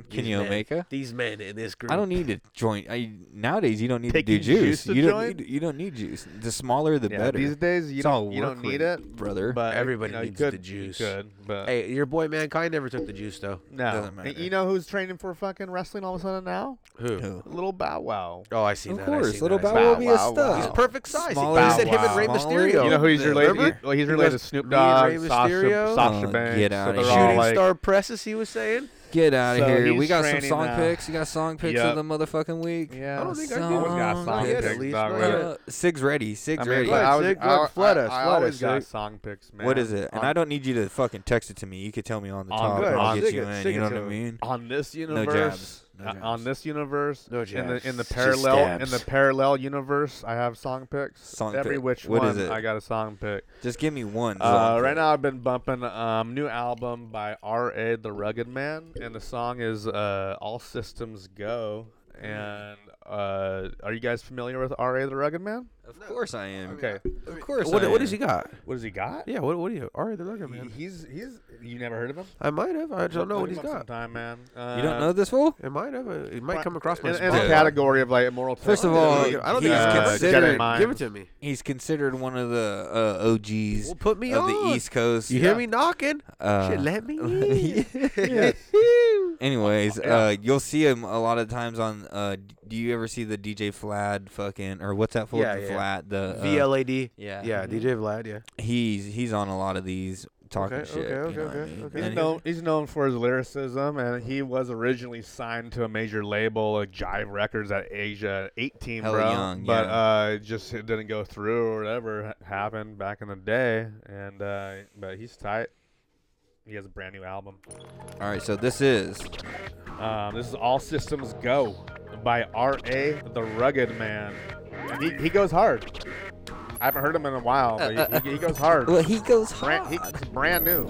Speaker 6: Kenny
Speaker 7: these men-
Speaker 6: Omega?
Speaker 7: These men in this group.
Speaker 6: I don't need to join. I nowadays you don't need
Speaker 8: Taking
Speaker 6: to do
Speaker 8: juice
Speaker 6: juice.
Speaker 8: to
Speaker 6: you
Speaker 8: join?
Speaker 6: don't need. You don't need juice. The smaller, the
Speaker 8: Yeah,
Speaker 6: better.
Speaker 8: These days, you
Speaker 6: It's all
Speaker 8: don't, you don't
Speaker 6: work
Speaker 8: need
Speaker 6: rate,
Speaker 8: it,
Speaker 6: brother.
Speaker 8: But
Speaker 7: Everybody
Speaker 8: you know, you
Speaker 7: needs the
Speaker 8: could, you
Speaker 7: juice.
Speaker 8: could, but
Speaker 7: Hey, your boy Mankind never took the juice though.
Speaker 8: no.
Speaker 6: doesn't
Speaker 8: And
Speaker 6: matter.
Speaker 8: you know who's training for fucking wrestling all of a sudden now?
Speaker 7: Who?
Speaker 6: Who?
Speaker 8: Little Bow Wow.
Speaker 7: Oh, I see
Speaker 6: Of
Speaker 7: that. I
Speaker 6: course,
Speaker 7: see
Speaker 6: little
Speaker 7: that. I see
Speaker 6: Bow
Speaker 7: that.
Speaker 6: Wow will be a
Speaker 8: Wow,
Speaker 6: stud.
Speaker 8: wow.
Speaker 7: He's perfect size.
Speaker 6: Smaller-
Speaker 7: he said him
Speaker 8: Bow
Speaker 7: and Rey
Speaker 6: wow.
Speaker 7: Mysterio.
Speaker 8: You know who he's
Speaker 6: Yeah,
Speaker 8: related?
Speaker 7: Remember?
Speaker 8: Well, he's
Speaker 7: He
Speaker 8: related
Speaker 7: goes,
Speaker 8: to Snoop
Speaker 7: "Me and
Speaker 8: Dogg,
Speaker 7: Rey
Speaker 8: Sasha,
Speaker 7: Mysterio?"
Speaker 8: Sasha
Speaker 6: Oh,
Speaker 8: Banks.
Speaker 6: get
Speaker 8: so
Speaker 6: outta
Speaker 8: they're
Speaker 6: here.
Speaker 8: all
Speaker 7: Shooting
Speaker 8: like,
Speaker 7: star presses, he was saying.
Speaker 6: Get out of
Speaker 8: So
Speaker 6: here.
Speaker 8: he's
Speaker 6: We got some
Speaker 8: training
Speaker 6: song
Speaker 8: now.
Speaker 6: picks. You got song picks
Speaker 8: Yep.
Speaker 6: of the motherfucking week.
Speaker 8: Yeah, I don't think I did.
Speaker 6: song
Speaker 8: Always got song picks,
Speaker 6: at least
Speaker 8: dog,
Speaker 6: one.
Speaker 8: right?
Speaker 6: Uh, Sig's ready. Sig's
Speaker 8: I mean,
Speaker 6: ready.
Speaker 8: look, I was- Sig, I- look, flood I- us, I flood always us, got Sig. song picks, man.
Speaker 6: What is it? And
Speaker 8: On-
Speaker 6: I don't need you to fucking text it to me. You could tell me on the
Speaker 8: On
Speaker 6: top.
Speaker 8: good.
Speaker 6: and I'll
Speaker 8: On-
Speaker 6: get
Speaker 8: Sig
Speaker 6: you
Speaker 8: it-
Speaker 6: in.
Speaker 8: Sig
Speaker 6: You
Speaker 8: it
Speaker 6: know
Speaker 8: to
Speaker 6: what I
Speaker 8: him.
Speaker 6: mean?
Speaker 8: On this
Speaker 6: No
Speaker 8: universe,
Speaker 6: jabs.
Speaker 8: uh, on this universe,
Speaker 12: No
Speaker 8: in
Speaker 12: jabs.
Speaker 8: the in the
Speaker 12: Just
Speaker 8: parallel in
Speaker 12: stabs.
Speaker 8: the parallel universe, I have song picks.
Speaker 6: Song
Speaker 8: Every
Speaker 6: pick.
Speaker 8: which
Speaker 6: What
Speaker 8: one,
Speaker 6: is it?
Speaker 8: I got a song pick.
Speaker 6: Just give me one.
Speaker 8: Uh,
Speaker 6: song
Speaker 8: right
Speaker 6: pick.
Speaker 8: now, I've been bumping um new album by R.A. the Rugged Man, and the song is uh, "All Systems Go." And uh, are you guys familiar with R.A. the Rugged Man?
Speaker 6: Of course I am.
Speaker 8: Okay.
Speaker 6: Of course.
Speaker 8: What-
Speaker 6: I
Speaker 8: what
Speaker 6: am.
Speaker 8: does he got? What does he got?
Speaker 7: Yeah, what what do you? All right, the Rugged Man.
Speaker 8: He's he's. You never heard of him?
Speaker 7: I might have. I don't know
Speaker 8: Look
Speaker 7: what
Speaker 8: him
Speaker 7: he's
Speaker 8: up
Speaker 7: got.
Speaker 8: Sometime, man. Uh,
Speaker 6: You don't know this fool?
Speaker 7: It might have. uh, It might come across my
Speaker 8: in, in
Speaker 7: spot.
Speaker 8: the category of like immoral.
Speaker 6: First of all,
Speaker 8: technology.
Speaker 7: I don't
Speaker 6: he's
Speaker 7: think it's
Speaker 8: Uh,
Speaker 7: considered-
Speaker 8: Jedi
Speaker 6: considered.
Speaker 8: mind.
Speaker 7: Give it to me.
Speaker 6: He's considered one of the uh, OGs
Speaker 7: Well, put me
Speaker 6: of
Speaker 7: on.
Speaker 6: the East Coast.
Speaker 7: You hear me knocking?
Speaker 6: Uh,
Speaker 7: Shit, let me. in.
Speaker 6: Anyways,
Speaker 7: Yeah.
Speaker 6: uh, you'll see him a lot of times on. Uh, d- do you ever see the DJ Flad fucking or what's that for?
Speaker 12: Yeah,
Speaker 6: the
Speaker 12: yeah.
Speaker 6: Flad the uh,
Speaker 12: VLAD.
Speaker 6: Yeah,
Speaker 12: Yeah, DJ Vlad. Yeah.
Speaker 6: He's he's on a lot of these talking
Speaker 12: Okay,
Speaker 6: shit.
Speaker 12: okay,
Speaker 6: you
Speaker 12: okay,
Speaker 6: know what I
Speaker 12: okay,
Speaker 6: mean?
Speaker 12: okay.
Speaker 8: He's
Speaker 6: And
Speaker 8: known, he's known for his lyricism, and he was originally signed to a major label like Jive Records at Asia at 18,
Speaker 6: Hella
Speaker 8: bro.
Speaker 6: young,
Speaker 8: but
Speaker 6: yeah.
Speaker 8: uh, it just it didn't go through or whatever ha- happened back in the day. And uh, but he's tight. He has a brand new album.
Speaker 6: All right, so this is
Speaker 8: Um, this is All Systems Go by R.A. the Rugged Man. And he, he goes hard. I haven't heard him in a while, but he- he, he goes hard.
Speaker 6: Well, he goes
Speaker 8: Brand, he, it's brand new.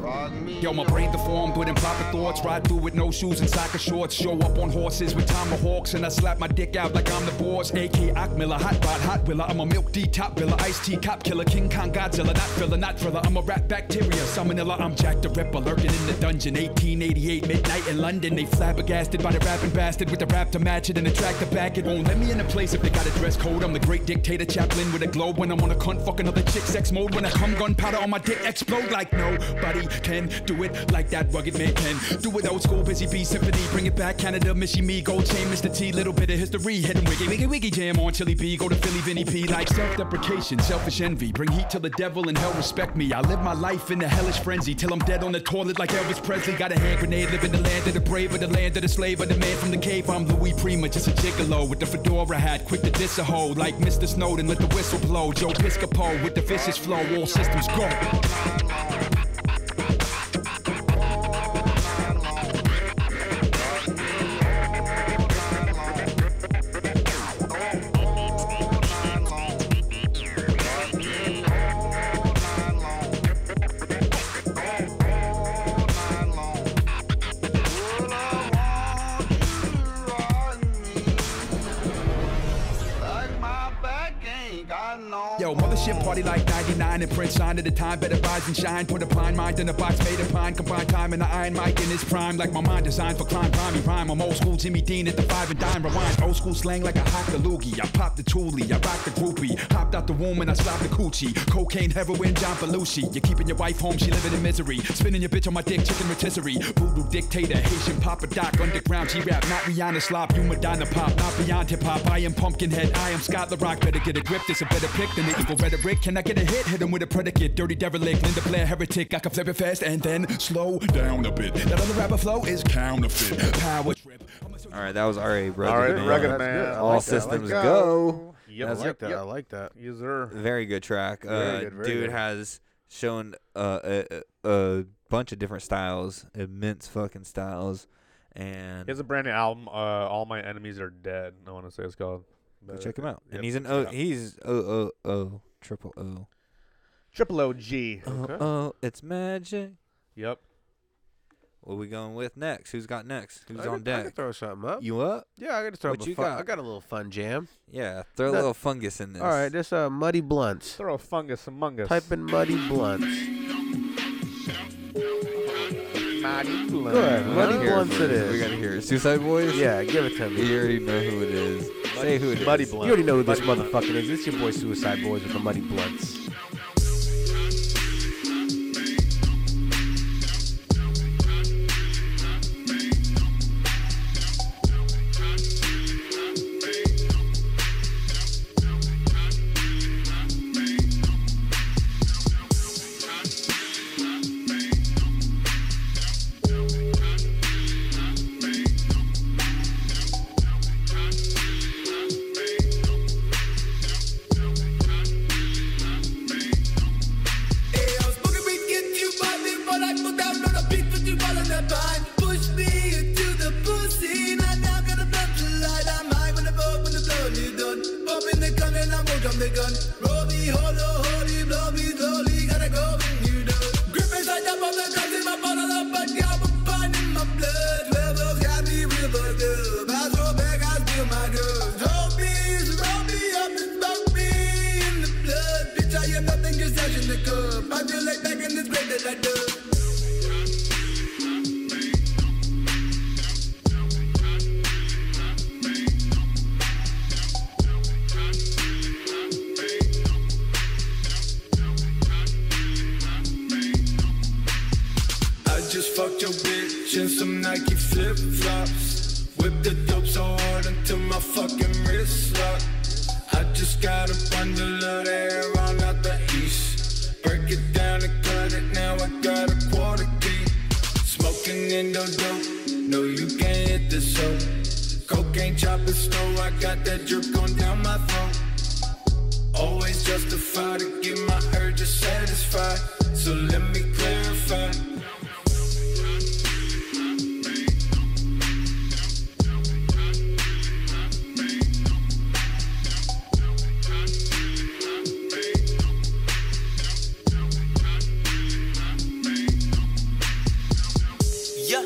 Speaker 14: Yo, my brain deformed with improper thoughts. Ride through with no shoes and soccer shorts. Show up on horses with tomahawks, and I slap my dick out like I'm the boss. AK Akmiller, hot bod, hot willer. I'm a milk D top biller, iced tea cop killer, King Kong Godzilla, not filler, not thriller. I'm a rat bacteria, salmonella. I'm Jack the Ripper, lurking in the dungeon. 1888 midnight in London, they flabbergasted by the rapping bastard with the rap to match it and attract the back. It won't let me in the place if they got a dress code. I'm the great dictator chaplain with a globe when I'm on a cunt fuck another chick sex mode. When I come gunpowder on my dick explode like nobody can do it like that rugged man can. Do it old school, busy bee symphony. Bring it back, Canada, Missy Me, Gold Chain, Mr. T, little bit of history. Hidden wiggy, wiggy, wiggy jam on Chili B. Go to Philly, Vinny P. Like self deprecation, selfish envy. Bring heat to the devil and hell respect me. I live my life in a hellish frenzy till I'm dead on the toilet like Elvis Presley. Got a hand grenade, live in the land of the brave, or the land of the slave, or the man from the cave. I'm Louis Prima, just a gigolo with the fedora hat, quick to diss a hoe. Like Mr. Snowden, let the whistle blow. Joe Piscopo with the vicious flow, all systems go. Yo, mothership party like 99 and Prince on at the time. Better rise and shine. Put a blind mind in a box made of pine. Combine time and the iron mic in its prime. Like my mind designed for climb, rhymey rhyme. I'm old school Jimmy Dean at the five and dime. Rewind old school slang like I hock the loogie. I pop the toolie, I rock the groupie. Hopped out the womb and I slapped the coochie. Cocaine, heroin, John Belushi. You're keeping your wife home, she living in misery. Spinning your bitch on my dick, chicken rotisserie. Voodoo dictator, Haitian Papa Doc. Underground G-Rap, not Rihanna Slop. You Madonna Pop, not beyond hip hop. I am Pumpkinhead, I am Scott LaRock. Better get a grip, this a better pick than the evil rhetoric. Can I get a hit? Hit him with a predicate. Dirty derelict, Linda Blair heretic. I can flip it fast and then slow down a bit. That other rapper flow is counterfeit. Power trip.
Speaker 6: then- all right, that was R.A. Rugged
Speaker 8: All right,
Speaker 6: Man.
Speaker 8: Rugged Man. I
Speaker 6: All
Speaker 8: like that, I like
Speaker 6: systems
Speaker 8: that.
Speaker 6: go.
Speaker 8: Yep,
Speaker 6: That's
Speaker 8: I like
Speaker 6: it.
Speaker 8: that. I
Speaker 7: like that.
Speaker 8: Yes, sir.
Speaker 6: Very good track.
Speaker 8: Very
Speaker 6: uh,
Speaker 8: good, very
Speaker 6: dude
Speaker 8: good.
Speaker 6: has shown uh, a, a, a bunch of different styles, immense fucking styles, and
Speaker 8: He has a brand new album. Uh, All my enemies are dead. I want to say it's called.
Speaker 6: go
Speaker 8: But,
Speaker 6: check him out.
Speaker 8: yep,
Speaker 6: And he's an
Speaker 8: check
Speaker 6: O.
Speaker 8: it out.
Speaker 6: He's O O O triple O.
Speaker 8: Triple OG.
Speaker 6: Oh, oh, it's magic.
Speaker 8: Yep.
Speaker 6: What we going with next? Who's got next? Who's
Speaker 7: I
Speaker 6: on
Speaker 7: could- I could
Speaker 6: deck?
Speaker 7: throw something up.
Speaker 6: You up?
Speaker 7: Yeah, I got to throw
Speaker 6: What
Speaker 7: up a
Speaker 6: you
Speaker 7: fun,
Speaker 6: got?
Speaker 7: I got a little fun jam.
Speaker 6: Yeah, throw a
Speaker 7: That-
Speaker 6: little fungus in this.
Speaker 7: All right, this uh, Muddy Blunts.
Speaker 8: Throw a fungus among us.
Speaker 7: Type in Muddy Blunts.
Speaker 8: Mighty Blue.
Speaker 7: Good.
Speaker 6: We
Speaker 7: Muddy
Speaker 6: gotta hear
Speaker 7: Blunts it
Speaker 6: first.
Speaker 7: is.
Speaker 6: We gotta hear it. Suicide Boys?
Speaker 7: Yeah, give it to me.
Speaker 6: You already know who it is. Say who it is.
Speaker 7: Muddy Blunts. You already know who this motherfucker is. It's your boy Suicide Boys with the Muddy Blunts.
Speaker 15: the gun. Roll me, hollow, holy, blow me slowly, gotta go when you do. Grip is like the mother, cause in my bottle of but I'm a bun in my blood. Whoever got me with a dub, I throw back, I steal my drugs. Homies, roll me up and smoke me in the blood. Bitch, I am nothing, just ash in the cup. I feel like back in this bed that I dug.
Speaker 16: I just fucked your bitch in some Nike flip flops. Whipped the dope so hard until my fucking wrist lock. I just got a bundle of the air on out the east. Break it down and cut it, now I got a quarter deep. Smoking in the dope, no you can't hit the soap. Cocaine chopping slow, I got that drip going down my throat. Always justified to get my urges satisfied. So let me clarify.
Speaker 17: Yeah,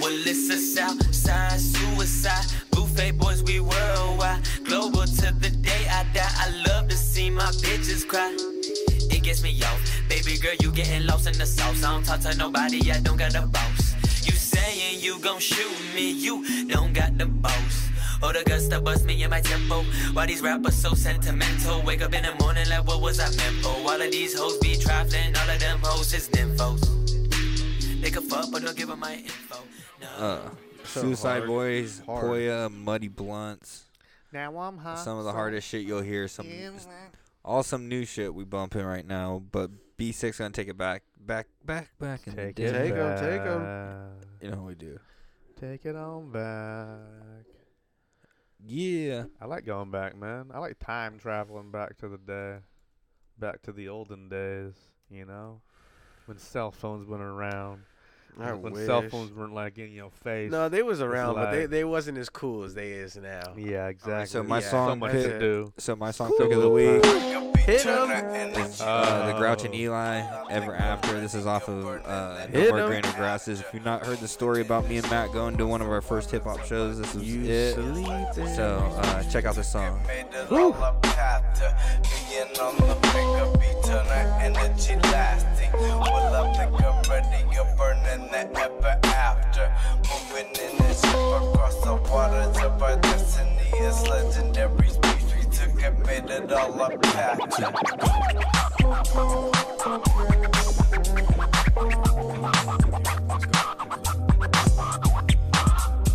Speaker 17: well it's a south side suicide. Buffet boys, we worldwide. Global to the day I die. I love to see my bitches cry. It gets me off. Baby girl, you getting lost in the sauce. I don't talk to nobody, I don't got a boss. You saying you gon' shoot me, you don't got the boss. Or the guts that bust me in my tempo. Why these rappers so sentimental? Wake up in the morning like what was I meant for? All of these hoes be trifling, all of them hoes is nymphos. They could fuck, but don't give them my info.
Speaker 6: Uh,
Speaker 17: So
Speaker 6: Suicide
Speaker 17: hard.
Speaker 6: Boys,
Speaker 17: Hard.
Speaker 6: Poya, Muddy Blunts.
Speaker 8: Now I'm high.
Speaker 6: Some of the
Speaker 8: so-
Speaker 6: hardest shit you'll hear. Some
Speaker 8: In
Speaker 6: all some new shit we bumping right now, but B6 gonna take it back, back, back, back, and
Speaker 8: Take
Speaker 6: take
Speaker 8: it
Speaker 6: it,
Speaker 8: Take 'em, take 'em.
Speaker 6: You know what we do.
Speaker 8: Take it on back.
Speaker 6: Yeah.
Speaker 8: I like going back, man. I like time traveling back to the day, back to the olden days, you know, when cell phones went around.
Speaker 12: I
Speaker 8: when cell
Speaker 12: wish.
Speaker 8: phones weren't like in your face.
Speaker 12: No, they was
Speaker 8: It's
Speaker 12: around, but they,
Speaker 8: like-
Speaker 12: they wasn't as cool as they is now.
Speaker 8: Yeah, exactly.
Speaker 6: So my
Speaker 12: Yeah.
Speaker 6: song
Speaker 12: So much
Speaker 6: pick,
Speaker 12: to do.
Speaker 6: So my song pick of the week.
Speaker 12: Hit 'em.
Speaker 6: is, Uh, the Grouch and Eli, Ever After. This is off of uh, No
Speaker 12: Hit
Speaker 6: More
Speaker 12: 'em.
Speaker 6: Greener Grasses. If you've not heard the story about me and Matt going to one of our first hip hop shows, this is it. So uh, check out this song.
Speaker 18: Being on the pickup, eternal energy lasting. Well, I think I'm ready, I'm burning the ever after. Moving in the ship across the waters of our destiny. It's legendary speech we took and made it all up capture.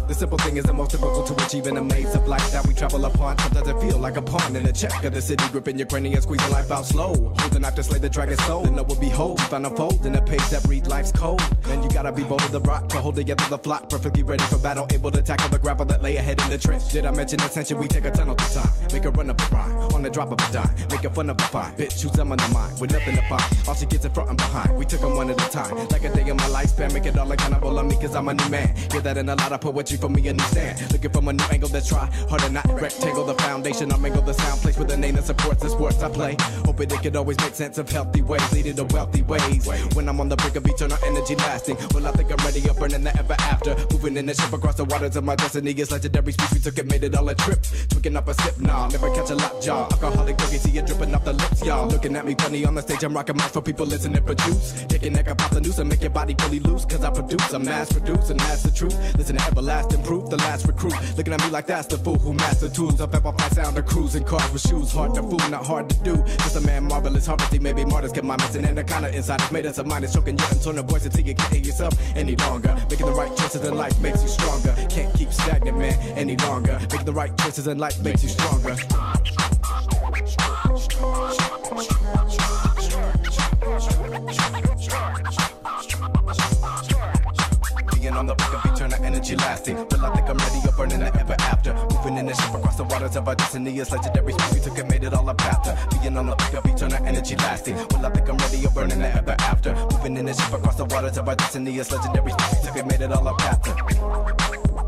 Speaker 19: The simple thing is the most difficult to achieve in a maze of life that we travel upon. Sometimes I feel like a pawn in a check of the city, gripping your cranium, squeezing life out slow. Hold the knife to slay the dragon's soul, and it will behold. Found a fold in a page that read life's code. Then you gotta be bold as the rock to hold together the flock, perfectly ready for battle, able to tackle the grapple that lay ahead in the trench. Did I mention attention? We take a tunnel to time, make a run up a rhyme, on the drop of a dime, making fun of a fine bitch who's on the mind with nothing to find. All she gets in front and behind, we took 'em one at a time, like a day in my lifespan, make it all accountable on me cause I'm a new man. Hear that in a lot of poetry for me understand. Looking from a new angle that's try harder, not rectangle. The foundation, I mingle the sound place with a name that supports the sports I play. Hoping it could always make sense of healthy ways, leading to wealthy ways. When I'm on the brink of eternal energy lasting, well, I think I'm ready up burning the ever after. Moving in the ship across the waters of my destiny is legendary speech. We took it, made it all a trip. Tweaking up a sip, nah, never catch a lot, jaw. Alcoholic cookie, see it dripping off the lips, y'all. Looking at me funny on the stage, I'm rocking mics for people listening for juice. Taking neck, I pop the noose and make your body really loose, cause I produce, a mass produce, and that's the truth. Listen to everlasting proof, the last recruit. Looking at me like that's the fool who mastered tools. I pep off my sound of cruising cars with shoes. Hard to fool, not hard to do. Just a man, marvelous harmony, maybe martyrs get my messing. And the kind of insiders made us a minus, choking your internal voice until you can't hear yourself any longer. Making the right choices in life makes you stronger. Can't keep stagnant, man, any longer. Making the right choices in life makes you stronger. Being on the brink of eternal energy lasting. Well, I think I'm ready, I'm burning the ever after. Moving in the ship across the waters of our destiny is legendary. Speed we took and made it all a path. Being on the brink of eternal energy lasting. Well, I think I'm ready, I'm burning the ever after. Moving in the ship across the waters of our destiny is legendary. Speed we took and made it all a path.